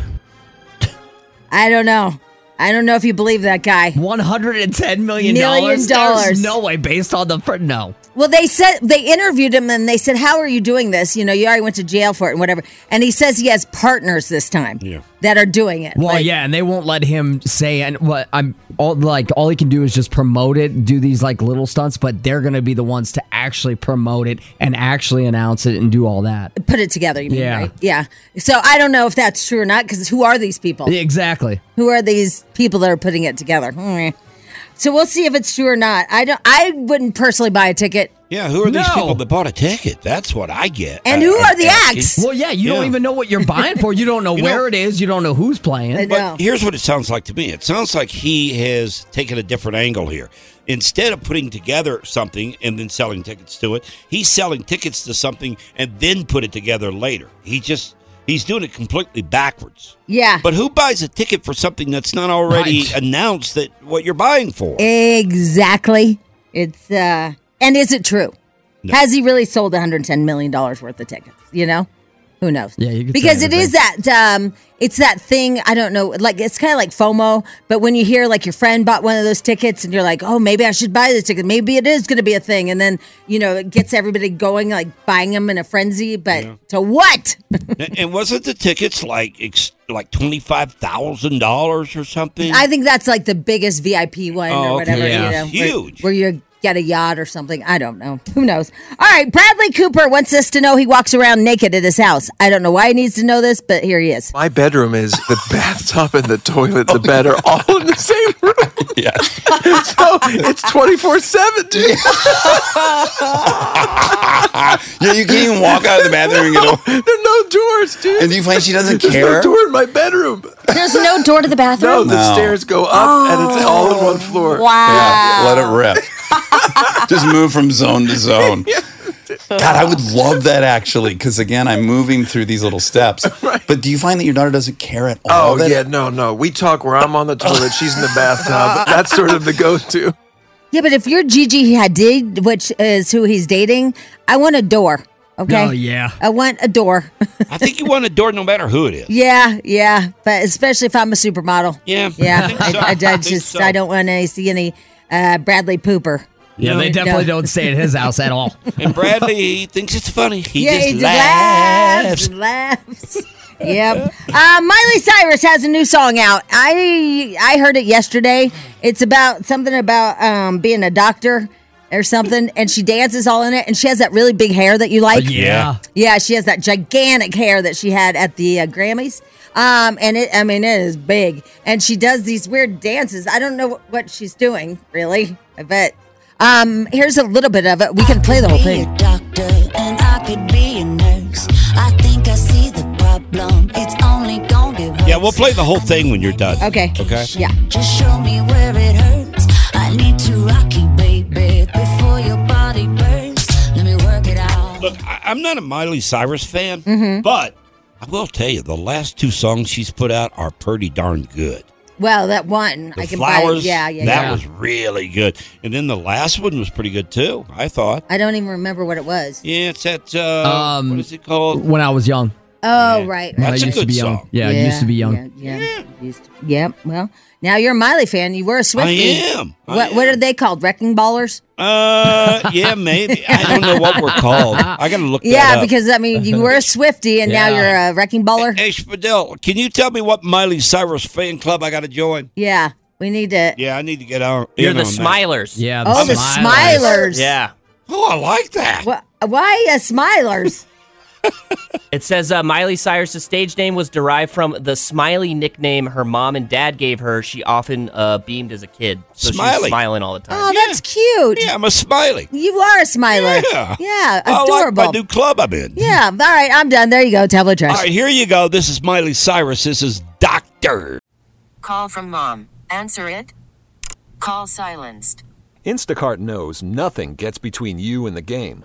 [SPEAKER 2] I don't know. I don't know if you believe that guy.
[SPEAKER 4] One hundred and ten million
[SPEAKER 2] million dollars.
[SPEAKER 4] There's no way based on the fr- no.
[SPEAKER 2] Well, they said they interviewed him and they said, "How are you doing this? You know, you already went to jail for it and whatever." And he says he has partners this time that are doing it.
[SPEAKER 4] Well, yeah, and they won't let him say and what I'm all like. All he can do is just promote it, do these like little stunts, but they're gonna be the ones to actually promote it and actually announce it and do all that.
[SPEAKER 2] Put it together, you mean,
[SPEAKER 4] Yeah.
[SPEAKER 2] right? Yeah. So I don't know if that's true or not because who are these people?
[SPEAKER 4] Yeah, Exactly.
[SPEAKER 2] Who are these people that are putting it together? Hmm. So we'll see if it's true or not. I don't. I wouldn't personally buy a ticket.
[SPEAKER 3] Yeah, who are these
[SPEAKER 2] No.
[SPEAKER 3] people that bought a ticket? That's what I get.
[SPEAKER 2] And
[SPEAKER 3] I-
[SPEAKER 2] who
[SPEAKER 3] I-
[SPEAKER 2] are the
[SPEAKER 3] I-
[SPEAKER 2] acts?
[SPEAKER 4] Well, yeah, you don't
[SPEAKER 3] Yeah.
[SPEAKER 4] even know what you're buying for. You don't
[SPEAKER 3] <laughs>
[SPEAKER 4] know
[SPEAKER 3] You
[SPEAKER 4] where
[SPEAKER 3] know-
[SPEAKER 4] it is. You don't know who's playing.
[SPEAKER 3] But here's what it sounds like to me. It sounds like he has taken a different angle here. Instead of putting together something and then selling tickets to it, he's selling tickets to something and then put it together later. He just he's doing it completely backwards.
[SPEAKER 2] Yeah.
[SPEAKER 3] But who buys a ticket for something that's not already announced that what you're buying for?
[SPEAKER 2] Exactly. It's uh and is it true? Has he really sold 110 million dollars worth of tickets, you know? Who knows?
[SPEAKER 4] Yeah, you could say
[SPEAKER 2] because it is
[SPEAKER 4] anything.
[SPEAKER 2] that um it's that thing, I don't know, like it's kind of like FOMO, but when you hear like your friend bought one of those tickets and you're like, "Oh, maybe I should buy this ticket. Maybe it is going to be a thing." And then, you know, it gets everybody going like buying them in a frenzy, but to what?
[SPEAKER 3] <laughs> and and wasn't the tickets like ex- like twenty five thousand dollars or something?
[SPEAKER 2] I think that's like the biggest VIP one
[SPEAKER 3] Oh,
[SPEAKER 2] or
[SPEAKER 3] okay.
[SPEAKER 2] whatever.
[SPEAKER 3] Yeah.
[SPEAKER 2] You know, where-
[SPEAKER 3] Huge.
[SPEAKER 2] Where, you get a yacht or something. I don't know. Who knows? All right. Bradley Cooper wants us to know he walks around naked at his house. I don't know why he needs to know this, but here he is.
[SPEAKER 8] My bedroom is the bathtub and the toilet, the bed are all in the same
[SPEAKER 9] <laughs>
[SPEAKER 8] room. Yeah. so it's 24 7, dude.
[SPEAKER 9] yeah, <laughs> you can't even walk out of the bathroom and get a.
[SPEAKER 8] There are no doors, dude.
[SPEAKER 9] And do you find she doesn't
[SPEAKER 8] There's
[SPEAKER 9] care?
[SPEAKER 8] no door in my bedroom.
[SPEAKER 2] There's no door to the bathroom. Oh.
[SPEAKER 8] No, the
[SPEAKER 9] No.
[SPEAKER 8] stairs go up and it's all in one floor.
[SPEAKER 9] Yeah, let it rip. Just move from zone to
[SPEAKER 8] <laughs>
[SPEAKER 9] zone. God, I would love that actually, because again, I'm moving through these little steps. But do you find that your daughter doesn't care at all?
[SPEAKER 8] Oh, yeah, no, no. We talk where I'm on the toilet, she's in the
[SPEAKER 9] <laughs>
[SPEAKER 8] bathtub. That's sort of the go to.
[SPEAKER 2] Yeah, but if you're Gigi Hadid, which is who he's dating, I want a door. Okay.
[SPEAKER 3] Oh, yeah.
[SPEAKER 2] I want a door.
[SPEAKER 3] I think you want a door no matter who it is.
[SPEAKER 2] yeah, yeah. But especially if I'm a supermodel.
[SPEAKER 3] Yeah, I
[SPEAKER 2] Yeah.
[SPEAKER 3] think
[SPEAKER 2] I,
[SPEAKER 3] so. <laughs>
[SPEAKER 2] I, I
[SPEAKER 3] I think
[SPEAKER 2] just,
[SPEAKER 3] so.
[SPEAKER 2] I don't want to see any uh, Bradley Pooper.
[SPEAKER 4] Yeah, they
[SPEAKER 2] No.
[SPEAKER 4] definitely don't stay at his house at all.
[SPEAKER 3] <laughs> And Bradley, he thinks it's funny. He
[SPEAKER 2] yeah,
[SPEAKER 3] just
[SPEAKER 2] he
[SPEAKER 3] laughs.
[SPEAKER 2] laughs. laughs. <laughs> yep. Uh, Miley Cyrus has a new song out. I I heard it yesterday. It's about something about um, being a doctor or something, and she dances all in it, and she has that really big hair that you like.
[SPEAKER 4] yeah.
[SPEAKER 2] Yeah, she has that gigantic hair that she had at the uh, Grammys. Um, and it, I mean, it is big. And she does these weird dances. I don't know what, what she's doing, really, but um, here's a little bit of it. We can play the whole thing.
[SPEAKER 10] doctor and I could be a nurse. I think I see the problem. It's only gonna get worse.
[SPEAKER 3] Yeah, we'll play the whole thing when you're done.
[SPEAKER 2] Okay.
[SPEAKER 3] Okay.
[SPEAKER 2] Yeah.
[SPEAKER 10] Just show me where it hurts. I need to rock you, baby, before your body bursts. Let me work it out.
[SPEAKER 3] Look, I, I'm not a Miley Cyrus fan,
[SPEAKER 2] Mm-hmm.
[SPEAKER 3] but I will tell you the last two songs she's put out are pretty darn good.
[SPEAKER 2] Well, that one
[SPEAKER 3] The
[SPEAKER 2] I can buy.
[SPEAKER 3] flowers,
[SPEAKER 2] it. Yeah, yeah,
[SPEAKER 3] that
[SPEAKER 2] yeah.
[SPEAKER 3] was really good. And then the last one was pretty good too. I thought.
[SPEAKER 2] I don't even remember what it was.
[SPEAKER 3] Yeah, it's that. Uh,
[SPEAKER 5] Um,
[SPEAKER 3] what is it called?
[SPEAKER 4] When I was young,
[SPEAKER 2] Oh, right.
[SPEAKER 4] When I
[SPEAKER 2] right.
[SPEAKER 4] used to be young. Yeah, I used to be young.
[SPEAKER 2] Yeah. yeah. Used to- yep. Well, now you're a Miley fan. You were a Swiftie.
[SPEAKER 3] am. I
[SPEAKER 2] what What are they called? Wrecking ballers?
[SPEAKER 3] Uh, yeah, maybe. I don't know what we're called. I gotta look. that
[SPEAKER 2] yeah,
[SPEAKER 3] up.
[SPEAKER 2] because I mean, you
[SPEAKER 4] <laughs>
[SPEAKER 2] were a Swiftie, and now
[SPEAKER 3] Yeah.
[SPEAKER 2] you're a wrecking baller.
[SPEAKER 3] Hey, Spadell, can you tell me what Miley Cyrus fan club I gotta join?
[SPEAKER 2] yeah, we need to.
[SPEAKER 3] Yeah, I need to get on.
[SPEAKER 5] You're
[SPEAKER 3] in
[SPEAKER 5] the
[SPEAKER 3] on that.
[SPEAKER 5] Smilers. Yeah.
[SPEAKER 2] the Oh, the Smilers. Smilers.
[SPEAKER 5] Yeah.
[SPEAKER 3] Oh, I like that.
[SPEAKER 2] Wh- Why
[SPEAKER 3] <laughs>
[SPEAKER 2] uh, Smilers?
[SPEAKER 5] It says uh, Miley Cyrus' stage name was derived from the Smiley nickname her mom and dad gave her. She often uh, beamed as a kid, so she's
[SPEAKER 3] Smiley.
[SPEAKER 5] smiling all the time.
[SPEAKER 2] Oh, that's cute.
[SPEAKER 3] Yeah, I'm a Smiley.
[SPEAKER 2] You are a Smiler.
[SPEAKER 3] Yeah.
[SPEAKER 2] Yeah,
[SPEAKER 3] Uh, I like
[SPEAKER 2] adorable.
[SPEAKER 3] my new club I'm in.
[SPEAKER 2] yeah. All right, I'm done. There you go. Tablet trash.
[SPEAKER 3] All right, here you go. This is Miley Cyrus. This is Doctor.
[SPEAKER 11] Call from mom. Answer it. Call silenced.
[SPEAKER 12] Instacart knows nothing gets between you and the game.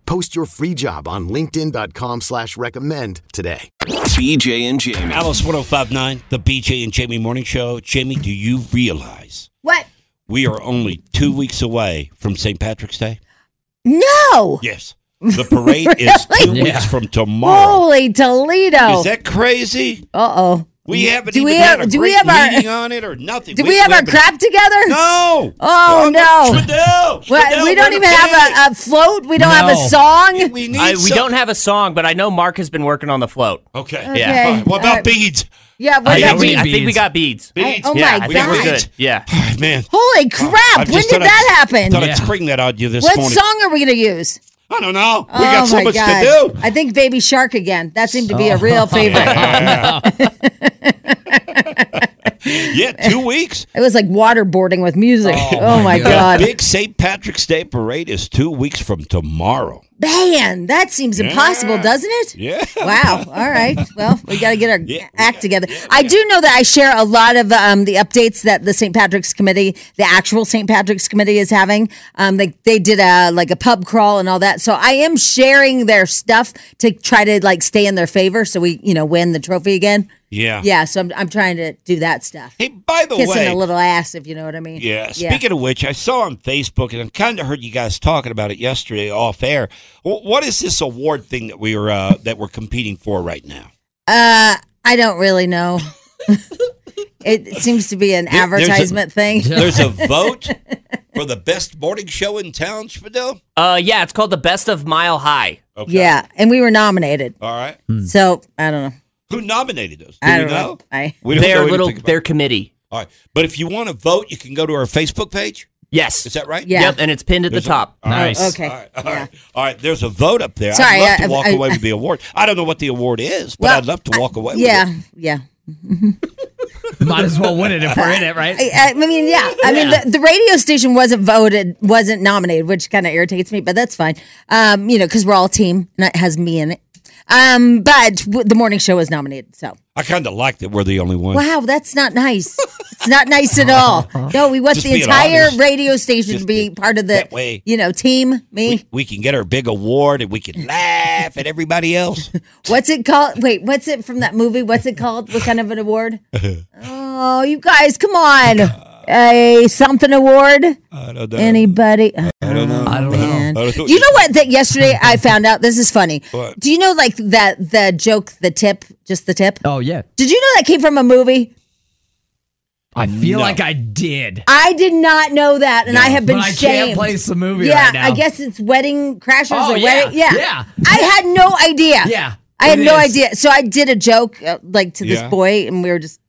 [SPEAKER 13] Post your free job on linkedin.com/recommend slash recommend today.
[SPEAKER 1] BJ and Jamie.
[SPEAKER 3] Alice 1059, the BJ and Jamie Morning Show. Jamie, do you realize
[SPEAKER 2] What?
[SPEAKER 3] we are only two weeks away from St. Patrick's Day?
[SPEAKER 2] No.
[SPEAKER 3] Yes.
[SPEAKER 2] <laughs>
[SPEAKER 3] The parade is two
[SPEAKER 2] Really?
[SPEAKER 3] weeks from tomorrow.
[SPEAKER 2] Holy Toledo.
[SPEAKER 3] Is that crazy?
[SPEAKER 2] Uh oh.
[SPEAKER 3] We haven't
[SPEAKER 2] Do
[SPEAKER 3] even
[SPEAKER 2] we
[SPEAKER 3] had
[SPEAKER 2] have-
[SPEAKER 3] a
[SPEAKER 2] do we
[SPEAKER 3] great
[SPEAKER 2] have our-
[SPEAKER 3] meeting on it or nothing.
[SPEAKER 2] Did we, have our
[SPEAKER 3] haven't-
[SPEAKER 2] crap together?
[SPEAKER 3] No.
[SPEAKER 2] <laughs> Oh no.
[SPEAKER 3] Schmidl,
[SPEAKER 2] Well, we
[SPEAKER 3] Schmidl,
[SPEAKER 2] don't
[SPEAKER 3] we're
[SPEAKER 2] even have a, a float. We don't have a
[SPEAKER 5] No.
[SPEAKER 2] song.
[SPEAKER 3] We
[SPEAKER 5] I, we don't have a song, but I know Mark has been working on the float.
[SPEAKER 3] Okay.
[SPEAKER 5] Yeah.
[SPEAKER 2] Okay. Uh, What about All right.
[SPEAKER 3] beads?
[SPEAKER 2] Yeah. What
[SPEAKER 5] I,
[SPEAKER 2] about
[SPEAKER 5] think we,
[SPEAKER 2] you?
[SPEAKER 5] I think we got beads.
[SPEAKER 2] Beads? Oh,
[SPEAKER 5] yeah,
[SPEAKER 2] my
[SPEAKER 5] I think we're
[SPEAKER 2] God.
[SPEAKER 5] good. Yeah.
[SPEAKER 3] Man.
[SPEAKER 2] Holy
[SPEAKER 5] Oh,
[SPEAKER 2] crap!
[SPEAKER 3] I've
[SPEAKER 2] When
[SPEAKER 3] just thought
[SPEAKER 2] did
[SPEAKER 3] I'd-
[SPEAKER 2] that happen?
[SPEAKER 3] Thought I'd spring that on you this
[SPEAKER 2] What
[SPEAKER 3] morning.
[SPEAKER 2] song are we gonna use?
[SPEAKER 3] I don't know.
[SPEAKER 2] oh
[SPEAKER 3] we got so
[SPEAKER 2] my
[SPEAKER 3] much
[SPEAKER 2] God.
[SPEAKER 3] to do.
[SPEAKER 2] I think Baby Shark again. That seemed to
[SPEAKER 3] Oh.
[SPEAKER 5] Oh.
[SPEAKER 2] be
[SPEAKER 3] <laughs>
[SPEAKER 2] a real favorite.
[SPEAKER 5] <laughs>
[SPEAKER 3] Yeah, two weeks.
[SPEAKER 2] It was like waterboarding with music. Oh, my god.
[SPEAKER 3] The big St. Patrick's Day parade is two weeks from tomorrow.
[SPEAKER 2] Man, that seems impossible, doesn't it?
[SPEAKER 3] Yeah. <laughs>
[SPEAKER 2] Wow. All right. Well, we got to get our act together. I do know that I share a lot of um, the updates that the St. Patrick's Committee, the actual St. Patrick's Committee, is having. Um, they they did a like a pub crawl and all that, so I am sharing their stuff to try to like stay in their favor, so we you know win the trophy again.
[SPEAKER 3] Yeah.
[SPEAKER 2] Yeah. So I'm I'm trying to do that stuff.
[SPEAKER 3] Hey, by the
[SPEAKER 2] kissing
[SPEAKER 3] way-
[SPEAKER 2] a little ass, if you know what I mean.
[SPEAKER 3] Yeah. Speaking of which, I saw on Facebook and I kind of heard you guys talking about it yesterday off air. Wh- What is this award thing that we are uh, that we're competing for right now?
[SPEAKER 2] Uh, I don't
[SPEAKER 3] <laughs>
[SPEAKER 2] really know. <laughs> it seems to be an
[SPEAKER 3] There- there's a-
[SPEAKER 2] advertisement thing.
[SPEAKER 3] There's
[SPEAKER 2] <laughs>
[SPEAKER 3] a vote for the best morning show in town, Spadil.
[SPEAKER 5] Uh, yeah, it's called the Best of Mile High.
[SPEAKER 2] Yeah, and we were nominated.
[SPEAKER 3] All right.
[SPEAKER 4] Hmm.
[SPEAKER 2] So I don't know.
[SPEAKER 3] Who nominated us? Do
[SPEAKER 2] I
[SPEAKER 3] we
[SPEAKER 2] don't
[SPEAKER 3] know?
[SPEAKER 2] know. I
[SPEAKER 3] We don't
[SPEAKER 5] Their
[SPEAKER 3] know anything
[SPEAKER 5] little-
[SPEAKER 3] about
[SPEAKER 5] their
[SPEAKER 3] it.
[SPEAKER 5] committee.
[SPEAKER 3] All right. But if you want to vote, you can go to our Facebook page.
[SPEAKER 5] Yes.
[SPEAKER 3] Is that right?
[SPEAKER 5] Yeah. Yep, and it's pinned at the
[SPEAKER 3] There's a-
[SPEAKER 5] top.
[SPEAKER 3] all right.
[SPEAKER 5] Nice.
[SPEAKER 2] Okay.
[SPEAKER 3] All right. All right. All right. There's a vote up there.
[SPEAKER 2] Sorry,
[SPEAKER 3] I'd love
[SPEAKER 2] I-
[SPEAKER 3] to walk
[SPEAKER 2] I-
[SPEAKER 3] away with the award. I don't know what the award is, but I'd love to walk away
[SPEAKER 2] yeah,
[SPEAKER 3] with it.
[SPEAKER 2] yeah.
[SPEAKER 4] Might as well win it if we're in it, right?
[SPEAKER 2] I, I mean, yeah. I mean, the, the radio station wasn't voted, wasn't nominated, which kind of irritates me, but that's fine. Um, you know, because we're all team and it has me in it. Um, but w- the morning show was nominated, so
[SPEAKER 3] I kind of like that we're the only one.
[SPEAKER 2] wow, that's not nice. it's not nice
[SPEAKER 4] <laughs>
[SPEAKER 2] at all. No, we want
[SPEAKER 3] Just
[SPEAKER 2] the
[SPEAKER 3] being
[SPEAKER 2] entire
[SPEAKER 3] honest.
[SPEAKER 2] radio station to be part of the,
[SPEAKER 3] that way.
[SPEAKER 2] you know, team. Me.
[SPEAKER 3] We can get our big award and we can laugh at everybody
[SPEAKER 2] <laughs>
[SPEAKER 3] else.
[SPEAKER 2] What's it called? Wait, what's it from that movie? What's it called? What kind of an award? Oh, you guys, come on. A something award?
[SPEAKER 3] I don't know.
[SPEAKER 2] Anybody?
[SPEAKER 3] <laughs> I don't know. I don't know. I don't
[SPEAKER 2] You know what?
[SPEAKER 3] <laughs>
[SPEAKER 2] That yesterday I found out. This is funny.
[SPEAKER 3] What?
[SPEAKER 2] Do you know like that the joke, the tip, just the tip?
[SPEAKER 4] Oh yeah.
[SPEAKER 2] Did you know that came from a movie?
[SPEAKER 4] I feel
[SPEAKER 2] No.
[SPEAKER 4] like I did.
[SPEAKER 2] I did not know that, and I have been
[SPEAKER 4] But I can't
[SPEAKER 2] shamed.
[SPEAKER 4] place the movie
[SPEAKER 2] Yeah,
[SPEAKER 4] right now.
[SPEAKER 2] I guess it's Wedding Crashers
[SPEAKER 4] Oh,
[SPEAKER 2] or
[SPEAKER 4] yeah,
[SPEAKER 2] Wedding. Yeah.
[SPEAKER 4] yeah.
[SPEAKER 2] I had no idea.
[SPEAKER 4] Yeah,
[SPEAKER 2] I had
[SPEAKER 4] it
[SPEAKER 2] no
[SPEAKER 4] is.
[SPEAKER 2] idea. So I did a joke uh, like to this
[SPEAKER 4] Yeah.
[SPEAKER 2] boy, and we were just.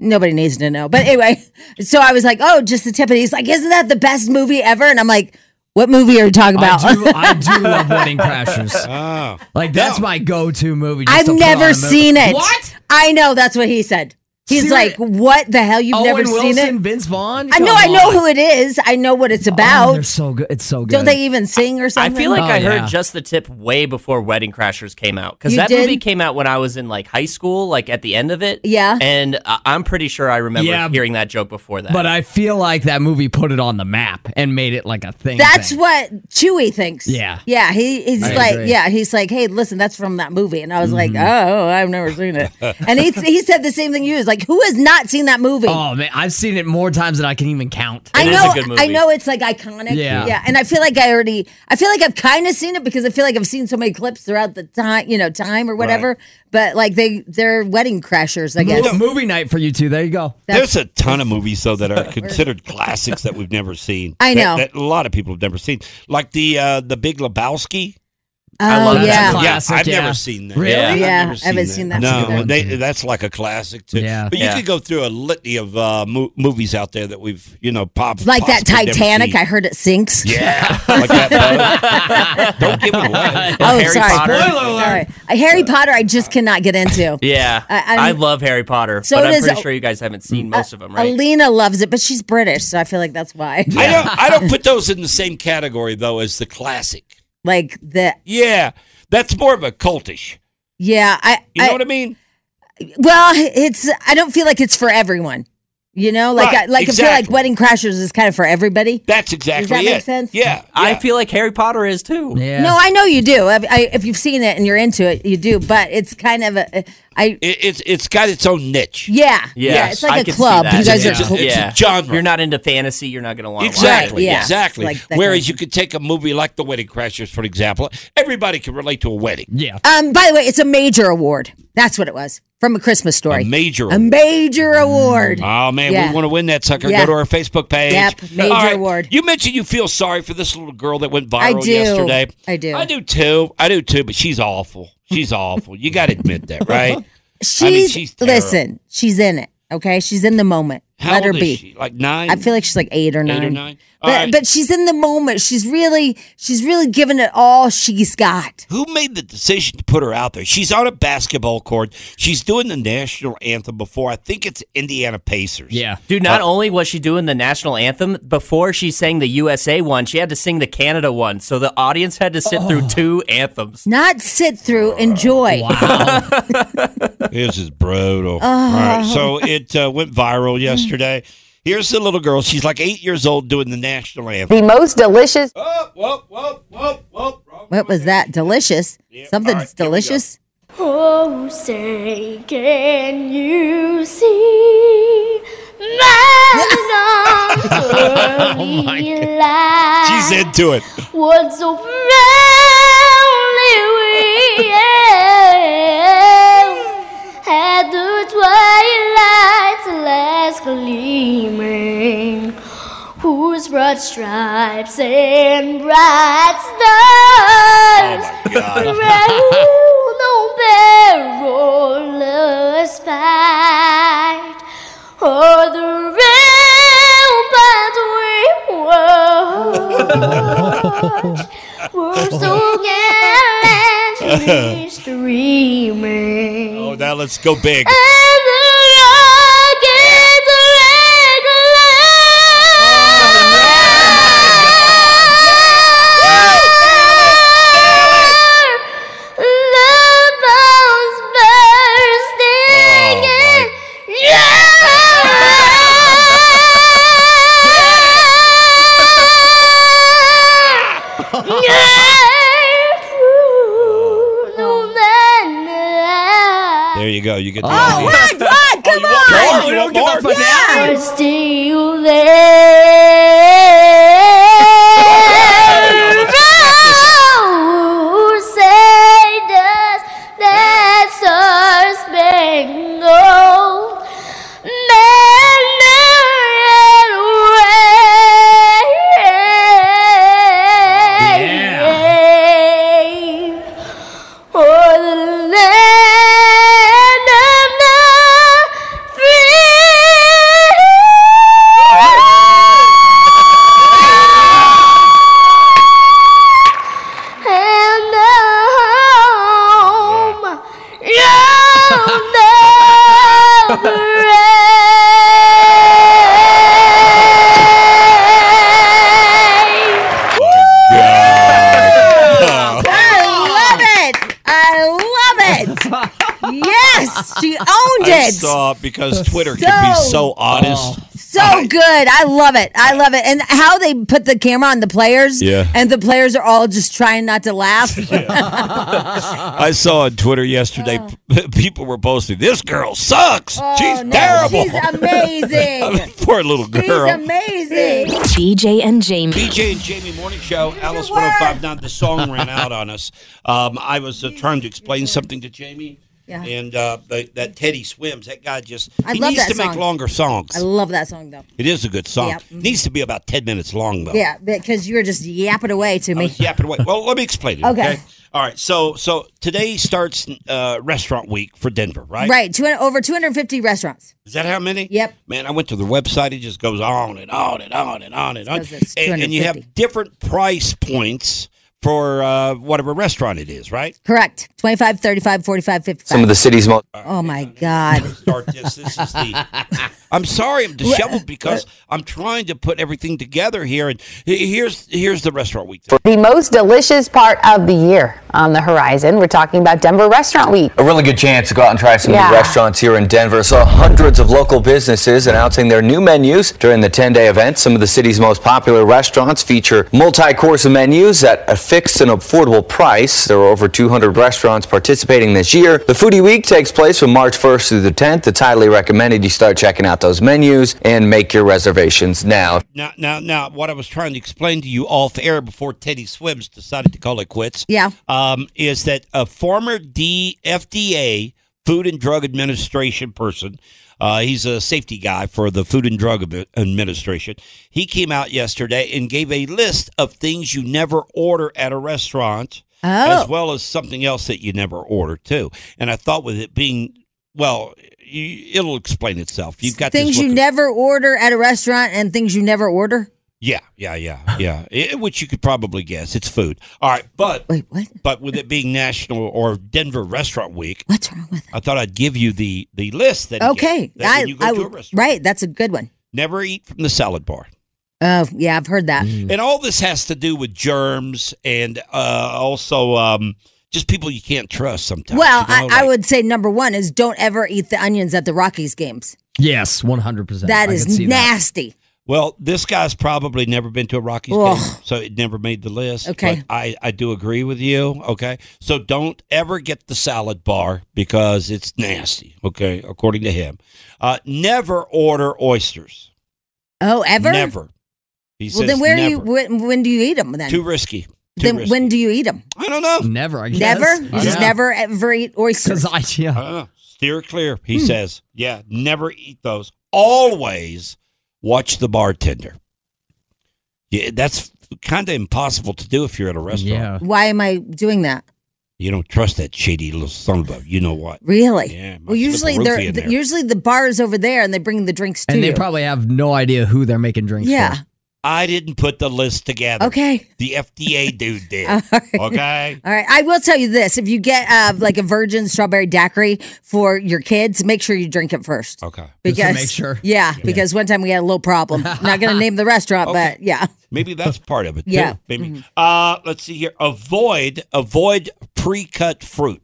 [SPEAKER 2] Nobody needs to know. But anyway, <laughs> so I was like, oh, just the tip. And he's like, isn't that the best movie ever? And I'm like, what movie are you talking about?
[SPEAKER 4] I do,
[SPEAKER 2] <laughs>
[SPEAKER 4] I do love
[SPEAKER 3] <laughs>
[SPEAKER 4] Wedding Crashers.
[SPEAKER 3] Oh.
[SPEAKER 4] Like that's my go-to movie. just
[SPEAKER 2] I've
[SPEAKER 4] to put on a
[SPEAKER 2] never
[SPEAKER 4] movie.
[SPEAKER 2] seen it.
[SPEAKER 4] What?
[SPEAKER 2] I know. That's what he said. He's
[SPEAKER 4] Seri-
[SPEAKER 2] like, what the hell? You've
[SPEAKER 4] Owen
[SPEAKER 2] never
[SPEAKER 4] Wilson,
[SPEAKER 2] seen it?
[SPEAKER 4] Vince Vaughn.
[SPEAKER 2] I know.
[SPEAKER 4] Come
[SPEAKER 2] I know
[SPEAKER 4] on.
[SPEAKER 2] who it is. I know what it's
[SPEAKER 4] Oh,
[SPEAKER 2] about.
[SPEAKER 4] they're so good. It's so good. Oh,
[SPEAKER 2] Don't they even sing or
[SPEAKER 5] I
[SPEAKER 2] something?
[SPEAKER 5] feel like I heard just the tip way before Wedding Crashers came out because
[SPEAKER 2] You
[SPEAKER 5] that
[SPEAKER 2] did?
[SPEAKER 5] movie came out when I was in like high school, like at the end of it.
[SPEAKER 2] Yeah.
[SPEAKER 5] and I- I'm pretty sure I remember
[SPEAKER 4] Yeah.
[SPEAKER 5] hearing that joke before <laughs> that.
[SPEAKER 4] But I feel like that movie put it on the map and made it like a thing.
[SPEAKER 2] That's
[SPEAKER 4] thing.
[SPEAKER 2] what Chewy thinks.
[SPEAKER 4] Yeah.
[SPEAKER 2] Yeah. He, he's
[SPEAKER 4] I
[SPEAKER 2] like,
[SPEAKER 4] agree.
[SPEAKER 2] yeah. He's like, hey, listen, that's from that movie. And I was like,
[SPEAKER 4] Mhm.
[SPEAKER 2] oh, I've never seen it. and he, he said the same thing you was like, who has not seen that movie?
[SPEAKER 4] Oh man, I've seen it more times than I can even count.
[SPEAKER 2] I know, I know it's like iconic.
[SPEAKER 4] Yeah.
[SPEAKER 2] yeah, and I feel like I already, I feel like I've kind of seen it because I feel like I've seen so many clips throughout the time, you know, time or whatever. But like they, they're wedding crashers, I guess.
[SPEAKER 4] Movie, movie night for you two. There you
[SPEAKER 2] Oh.
[SPEAKER 4] go.
[SPEAKER 3] There's a ton
[SPEAKER 2] <laughs>
[SPEAKER 3] of movies though that are considered classics that we've never seen.
[SPEAKER 2] I
[SPEAKER 3] That-
[SPEAKER 2] know.
[SPEAKER 3] that, a lot of people have never seen, like the uh, the Big Lebowski.
[SPEAKER 2] Oh,
[SPEAKER 3] that.
[SPEAKER 2] yeah.
[SPEAKER 3] Yeah,
[SPEAKER 2] Classic,
[SPEAKER 3] I've
[SPEAKER 2] yeah.
[SPEAKER 3] never seen that.
[SPEAKER 2] Really?
[SPEAKER 3] I've
[SPEAKER 2] Yeah,
[SPEAKER 3] never
[SPEAKER 2] I haven't seen that. That's a good
[SPEAKER 3] No,
[SPEAKER 2] one.
[SPEAKER 3] they, that's like a classic too. Yeah, but you
[SPEAKER 2] Yeah.
[SPEAKER 3] could go through a litany of uh, mo- movies out there that we've you know popped
[SPEAKER 2] like that Titanic. I heard it sinks. <laughs>
[SPEAKER 3] Yeah, like that. bug. Don't give it away.
[SPEAKER 2] Oh, sorry. Sorry. Uh, Harry Potter, I just cannot get into.
[SPEAKER 5] Yeah,
[SPEAKER 2] I-
[SPEAKER 5] I,
[SPEAKER 2] I'm-
[SPEAKER 5] love Harry Potter,
[SPEAKER 2] So
[SPEAKER 5] but I'm
[SPEAKER 2] does-
[SPEAKER 5] pretty sure you guys haven't seen most of them, right?
[SPEAKER 2] Alina loves it, but she's British, so I feel like that's why.
[SPEAKER 3] I don't. I don't put those in the same category though as the classic.
[SPEAKER 2] <laughs> like the
[SPEAKER 3] Yeah, that's more of a cultish.
[SPEAKER 2] yeah. I
[SPEAKER 3] You know what I mean?
[SPEAKER 2] Well, it's I don't feel like it's for everyone. You know, like
[SPEAKER 5] Right,
[SPEAKER 2] I, like I feel
[SPEAKER 5] exactly.
[SPEAKER 2] like Wedding Crashers is kind of for everybody.
[SPEAKER 3] That's
[SPEAKER 2] Does that make sense?
[SPEAKER 5] I feel like Harry Potter is too. Yeah.
[SPEAKER 2] No, I know you do. I, I, if you've seen it and you're into it, you do. But it's kind of a I
[SPEAKER 3] It, it's it's got its own niche.
[SPEAKER 2] yeah yeah. It's like
[SPEAKER 5] a
[SPEAKER 2] a club. You guys are cl-
[SPEAKER 3] genre.
[SPEAKER 5] You're not into fantasy. You're not going to want
[SPEAKER 3] Exactly.
[SPEAKER 5] To watch it.
[SPEAKER 3] Exactly. Whereas you could take a movie like The Wedding Crashers, for example. Everybody can relate to a wedding.
[SPEAKER 4] Yeah.
[SPEAKER 2] Um, by the way, it's a major award. That's what it was from a Christmas story.
[SPEAKER 3] A major
[SPEAKER 2] a major award. Mm.
[SPEAKER 3] Oh man,
[SPEAKER 2] Yeah.
[SPEAKER 3] we want to win that sucker.
[SPEAKER 2] Yeah.
[SPEAKER 3] Go to our Facebook page.
[SPEAKER 2] Yep, major
[SPEAKER 3] award. You mentioned you feel sorry for this little girl that went viral
[SPEAKER 2] I do.
[SPEAKER 3] yesterday.
[SPEAKER 2] I do.
[SPEAKER 3] I do too. I do too. But she's awful.
[SPEAKER 2] <laughs>
[SPEAKER 3] She's awful. You got to admit that, right? I mean,
[SPEAKER 2] She's,
[SPEAKER 3] terrible.
[SPEAKER 2] listen. She's in it. Okay, she's in the moment.
[SPEAKER 3] How
[SPEAKER 2] Let her
[SPEAKER 3] old is
[SPEAKER 2] be.
[SPEAKER 3] she? Like nine.
[SPEAKER 2] I feel like she's like eight or
[SPEAKER 3] Eight or
[SPEAKER 2] nine.
[SPEAKER 3] nine? All
[SPEAKER 2] But
[SPEAKER 3] right.
[SPEAKER 2] but she's in the moment. She's really she's really giving it all she's got.
[SPEAKER 3] Who made the decision to put her out there? She's on a basketball court. She's doing the national anthem before. I think it's Indiana Pacers.
[SPEAKER 4] Yeah.
[SPEAKER 5] Dude, not
[SPEAKER 3] Uh,
[SPEAKER 5] only was she doing the national anthem, before she sang the USA one, she had to sing the Canada one. So the audience had to sit
[SPEAKER 3] Oh.
[SPEAKER 5] through two anthems.
[SPEAKER 2] Not sit through, enjoy.
[SPEAKER 3] This is brutal.
[SPEAKER 2] Oh.
[SPEAKER 3] All right. So it uh, went viral yesterday. Here's the little girl. She's like eight years old doing the national anthem.
[SPEAKER 2] <laughs> The most delicious.
[SPEAKER 3] Oh, whoa, whoa, whoa, whoa.
[SPEAKER 2] What was that? Delicious. Something's delicious.
[SPEAKER 14] Oh, say, can you see man in arms
[SPEAKER 3] <laughs> Oh, my
[SPEAKER 14] early light?
[SPEAKER 3] She's into it.
[SPEAKER 14] What's so proudly we hailed at the twilight's last gleaming, whose broad stripes and bright
[SPEAKER 4] Oh,
[SPEAKER 14] stars round the perilous fight, o'er the ramparts we
[SPEAKER 3] Oh,
[SPEAKER 14] watched were so gallantly streaming.
[SPEAKER 3] Oh, now let's go big.
[SPEAKER 14] And the rocket's red glare, the bombs
[SPEAKER 3] Oh,
[SPEAKER 14] bursting and <laughs>
[SPEAKER 3] There you go. You get the
[SPEAKER 14] Oh,
[SPEAKER 3] idea.
[SPEAKER 14] what? What? Come
[SPEAKER 3] more?
[SPEAKER 14] on!
[SPEAKER 3] You don't get the
[SPEAKER 14] more?
[SPEAKER 3] finale?
[SPEAKER 14] You're still <laughs> there. Oh, say does that star-spangled banner wave? For the land of the free.
[SPEAKER 3] Oh. <laughs> saw it because Twitter can be
[SPEAKER 2] So-
[SPEAKER 3] so honest.
[SPEAKER 2] So good. I love it. I love it. And how they put the camera on the players.
[SPEAKER 3] Yeah.
[SPEAKER 2] And the players are all just trying not to laugh. <laughs>
[SPEAKER 3] <laughs> I saw on Twitter yesterday,
[SPEAKER 2] Uh.
[SPEAKER 3] <laughs> p- people were posting, "This girl sucks. she's
[SPEAKER 2] Oh, no,
[SPEAKER 3] terrible.
[SPEAKER 2] she's
[SPEAKER 3] <laughs>
[SPEAKER 2] amazing.
[SPEAKER 3] I mean, poor little girl."
[SPEAKER 2] amazing.
[SPEAKER 6] BJ and Jamie.
[SPEAKER 3] BJ and Jamie Morning Show, Alice 1059. The song ran out on us. Um, I was uh, trying to explain something to Jamie.
[SPEAKER 2] Yeah.
[SPEAKER 3] And uh, the, that Teddy Swims, that guy just
[SPEAKER 2] I
[SPEAKER 3] he
[SPEAKER 2] love
[SPEAKER 3] needs
[SPEAKER 2] that
[SPEAKER 3] to make
[SPEAKER 2] song.
[SPEAKER 3] longer songs.
[SPEAKER 2] I love that song though.
[SPEAKER 3] it is a good song.
[SPEAKER 2] Yeah. mm-hmm.
[SPEAKER 3] Needs to be about 10 minutes long, though.
[SPEAKER 2] Yeah, because you were just yapping away to me.
[SPEAKER 3] yapping away. Well, let me explain it. Okay.
[SPEAKER 2] Okay.
[SPEAKER 3] All right. So so today starts uh, restaurant week for Denver, right?
[SPEAKER 2] Right. Two, over 250 restaurants.
[SPEAKER 3] Is that how many?
[SPEAKER 2] Yep.
[SPEAKER 3] Man, I went to the website. It just goes on and on and on and on and on.
[SPEAKER 2] Because it's
[SPEAKER 3] And, and you have different price points for uh, whatever restaurant it is, right?
[SPEAKER 2] Correct. 25, 35, 45, 55.
[SPEAKER 3] Some of the city's most-
[SPEAKER 2] Oh my God.
[SPEAKER 3] <laughs> Start this. This is
[SPEAKER 2] <laughs>
[SPEAKER 3] the. I'm sorry, I'm disheveled
[SPEAKER 2] uh,
[SPEAKER 3] because I'm trying to put everything together here. And he- here's here's the restaurant week.
[SPEAKER 15] The most delicious part of the year on the horizon. We're talking about Denver Restaurant Week.
[SPEAKER 16] A really good chance to go out and try some
[SPEAKER 15] Yeah.
[SPEAKER 16] new restaurants here in Denver. Saw hundreds of local businesses announcing their new menus during the 10 day event. Some of the city's most popular restaurants feature multi course menus at a fixed and affordable price. There are over 200 restaurants participating this year. The Foodie Week takes place from March 1st through the 10th. It's highly recommended you start checking out those menus and make your reservations now.
[SPEAKER 3] Now, now, now, what I was trying to explain to you off air before Teddy Swims decided to call it quits.
[SPEAKER 2] Yeah.
[SPEAKER 3] Um, is that a former D FDA Food and Drug Administration person? Uh, he's a safety guy for the Food and Drug Admi- Administration. He came out yesterday and gave a list of things you never order at a restaurant,
[SPEAKER 2] Oh.
[SPEAKER 3] as well as something else that you never order too. And I thought with it being well, you, it'll explain itself. You've got this
[SPEAKER 2] Things
[SPEAKER 3] look
[SPEAKER 2] you
[SPEAKER 3] of-
[SPEAKER 2] never order at a restaurant and things you never order.
[SPEAKER 3] yeah, yeah, yeah, yeah. It- which you could probably guess. It's food. All right, but
[SPEAKER 2] wait, what?
[SPEAKER 3] But with it being National or Denver Restaurant Week,
[SPEAKER 2] what's wrong with it?
[SPEAKER 3] I thought I'd give you the the list that he
[SPEAKER 2] Okay.
[SPEAKER 3] gave, that when you go to a
[SPEAKER 2] would-
[SPEAKER 3] restaurant,
[SPEAKER 2] right. That's a good one.
[SPEAKER 3] never eat from the salad bar.
[SPEAKER 2] Oh, yeah. I've heard that.
[SPEAKER 3] And all this has to do with germs and uh, also um, just people you can't trust sometimes.
[SPEAKER 2] Well,
[SPEAKER 3] you know,
[SPEAKER 2] I, I
[SPEAKER 3] like-
[SPEAKER 2] would say number one is don't ever eat the onions at the Rockies games.
[SPEAKER 4] Yes, 100%.
[SPEAKER 2] That is nasty.
[SPEAKER 3] Well, this guy's probably never been to a Rockies
[SPEAKER 2] Ugh.
[SPEAKER 3] game, so it never made the list.
[SPEAKER 2] Okay.
[SPEAKER 3] But I, I do agree with you. Okay. So don't ever get the salad bar because it's nasty. Okay. According to him. Uh, never order oysters.
[SPEAKER 2] Oh, ever?
[SPEAKER 3] Never. He
[SPEAKER 2] well,
[SPEAKER 3] says
[SPEAKER 2] then where
[SPEAKER 3] never.
[SPEAKER 2] do you when, when do you eat them then?
[SPEAKER 3] Too risky. Too
[SPEAKER 2] then
[SPEAKER 3] risky.
[SPEAKER 2] when do you eat them?
[SPEAKER 3] I don't know.
[SPEAKER 4] Never, I guess.
[SPEAKER 2] Never. You just
[SPEAKER 3] Yeah.
[SPEAKER 2] never ever eat oysters.
[SPEAKER 4] I,
[SPEAKER 3] Uh, steer clear, he
[SPEAKER 2] Hmm.
[SPEAKER 3] says. Yeah. Never eat those. Always watch the bartender. Yeah, that's kind of impossible to do if you're at a restaurant. Yeah.
[SPEAKER 2] Why am I doing that?
[SPEAKER 3] You don't trust that shady little son of a. You know what?
[SPEAKER 2] Really?
[SPEAKER 3] Yeah.
[SPEAKER 2] well, usually
[SPEAKER 3] slip a
[SPEAKER 2] they're
[SPEAKER 3] roofie in
[SPEAKER 2] th-
[SPEAKER 3] there.
[SPEAKER 2] usually the bar is over there and they bring the drinks to
[SPEAKER 4] And they
[SPEAKER 2] you.
[SPEAKER 4] probably have no idea who they're making drinks
[SPEAKER 2] yeah.
[SPEAKER 4] for.
[SPEAKER 3] I didn't put the list together.
[SPEAKER 2] Okay.
[SPEAKER 3] The
[SPEAKER 2] <laughs>
[SPEAKER 3] FDA dude did.
[SPEAKER 2] All right.
[SPEAKER 3] Okay.
[SPEAKER 2] All right. I will tell you this: if you get uh, like a virgin strawberry daiquiri for your kids, make sure you drink it first.
[SPEAKER 3] Okay.
[SPEAKER 2] Because Yeah, because one time we had a little problem. Not
[SPEAKER 4] <laughs>
[SPEAKER 2] going to name the restaurant, but yeah.
[SPEAKER 3] Maybe that's part of it.
[SPEAKER 2] Yeah. Mm-hmm.
[SPEAKER 3] Too, maybe. Uh, let's see here. Avoid avoid pre cut fruit.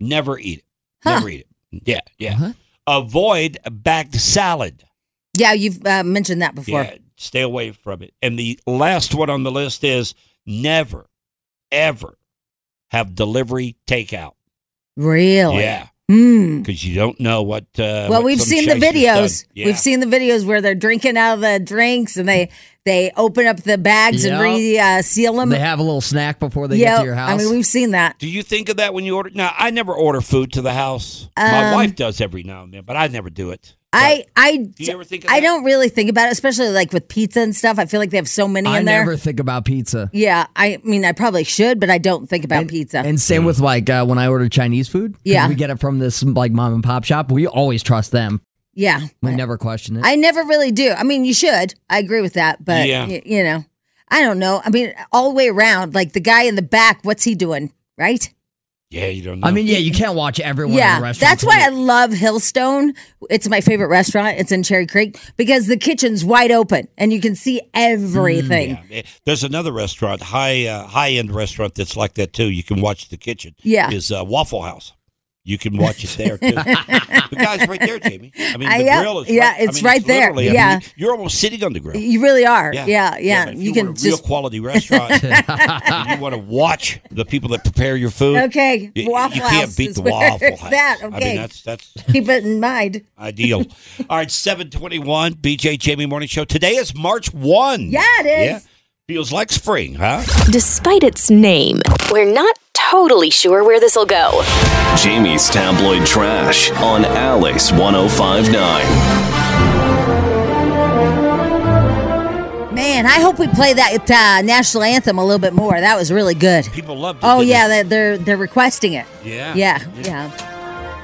[SPEAKER 3] Never eat it. Never eat it. Yeah. Yeah. Avoid bagged salad.
[SPEAKER 2] Yeah, you've uh, mentioned that before.
[SPEAKER 3] Yeah, stay away from it. And the last one on the list is never, ever have delivery takeout.
[SPEAKER 2] Really?
[SPEAKER 3] Yeah.
[SPEAKER 2] Hmm.
[SPEAKER 3] Because you don't know what. Uh,
[SPEAKER 2] well,
[SPEAKER 3] what
[SPEAKER 2] we've
[SPEAKER 3] some
[SPEAKER 2] seen
[SPEAKER 3] shaker's
[SPEAKER 2] the
[SPEAKER 3] done.
[SPEAKER 2] videos.
[SPEAKER 3] Yeah.
[SPEAKER 2] We've seen the videos where they're drinking out of the drinks and they they open up the bags and
[SPEAKER 4] Yep.
[SPEAKER 2] re uh, seal them.
[SPEAKER 4] They have a little snack before they get
[SPEAKER 2] Yeah,
[SPEAKER 4] to your house.
[SPEAKER 2] I mean, we've seen that.
[SPEAKER 3] Do you think of that when you order? Now, I never order food to the house. My
[SPEAKER 2] Um,
[SPEAKER 3] wife does every now and then, but I never do it.
[SPEAKER 2] I I
[SPEAKER 3] you ever think of
[SPEAKER 2] I
[SPEAKER 3] that?
[SPEAKER 2] don't really think about it, especially like with pizza and stuff. I feel like they have so many
[SPEAKER 4] I
[SPEAKER 2] in there.
[SPEAKER 4] never think about pizza.
[SPEAKER 2] yeah, I mean, I probably should, but I don't think about pizza.
[SPEAKER 4] And same
[SPEAKER 3] Mm.
[SPEAKER 4] with like uh, when I order Chinese food. 'cause
[SPEAKER 2] Yeah.
[SPEAKER 4] we get it from this like mom and pop shop. We always trust them.
[SPEAKER 2] yeah,
[SPEAKER 4] We never question it.
[SPEAKER 2] I never really do. I mean, you should. I agree with that, but
[SPEAKER 4] Yeah.
[SPEAKER 2] y- you know, I don't know. I mean, all the way around, like the guy in the back, what's he doing? Right?
[SPEAKER 3] Yeah, you don't.
[SPEAKER 4] I mean, yeah, you can't watch everyone. in a
[SPEAKER 2] yeah,
[SPEAKER 4] restaurant
[SPEAKER 2] that's why I love Hillstone. It's my favorite restaurant. It's in Cherry Creek because the kitchen's wide open and you can see everything.
[SPEAKER 3] Mm, Yeah. Eh, There's another restaurant, high uh, high end restaurant that's like that too. You can watch the kitchen.
[SPEAKER 2] Yeah.
[SPEAKER 3] is uh, Waffle House. You can watch it there
[SPEAKER 2] <laughs>
[SPEAKER 3] too. the guy's right there, Jamie. I mean,
[SPEAKER 2] Uh,
[SPEAKER 3] the
[SPEAKER 2] yeah,
[SPEAKER 3] grill is
[SPEAKER 2] yeah,
[SPEAKER 3] right, I
[SPEAKER 2] it's
[SPEAKER 3] mean,
[SPEAKER 2] right there,
[SPEAKER 3] literally- I mean,
[SPEAKER 2] yeah.
[SPEAKER 3] you're almost sitting on the grill.
[SPEAKER 2] You really are.
[SPEAKER 3] Yeah.
[SPEAKER 2] Yeah, yeah.
[SPEAKER 3] but if
[SPEAKER 2] you,
[SPEAKER 3] you,
[SPEAKER 2] can
[SPEAKER 3] want a real
[SPEAKER 2] just
[SPEAKER 3] quality
[SPEAKER 2] <laughs>
[SPEAKER 3] restaurant. and you want to watch the people that prepare your food.
[SPEAKER 2] okay.
[SPEAKER 3] You,
[SPEAKER 2] waffle
[SPEAKER 3] you
[SPEAKER 2] House
[SPEAKER 3] can't beat
[SPEAKER 2] is
[SPEAKER 3] the
[SPEAKER 2] where
[SPEAKER 3] waffle
[SPEAKER 2] it's
[SPEAKER 3] house.
[SPEAKER 2] That
[SPEAKER 3] I mean,
[SPEAKER 2] okay?
[SPEAKER 3] that's that's
[SPEAKER 2] Keep it in mind. <laughs>
[SPEAKER 3] ideal. All right, seven twenty one. BJ Jamie Morning Show. Today is March one.
[SPEAKER 6] Yeah, it is.
[SPEAKER 3] Feels like spring, huh?
[SPEAKER 6] Despite its name, we're not totally sure where this will
[SPEAKER 2] <laughs>
[SPEAKER 6] go.
[SPEAKER 1] Jamie's tabloid trash on Alice 1059.
[SPEAKER 2] Man, I hope we play that uh, national anthem a little bit more. That was really good.
[SPEAKER 3] People loved it,
[SPEAKER 2] Oh
[SPEAKER 3] didn't
[SPEAKER 2] yeah, they- they're they're requesting it.
[SPEAKER 3] Yeah.
[SPEAKER 2] Yeah, yeah.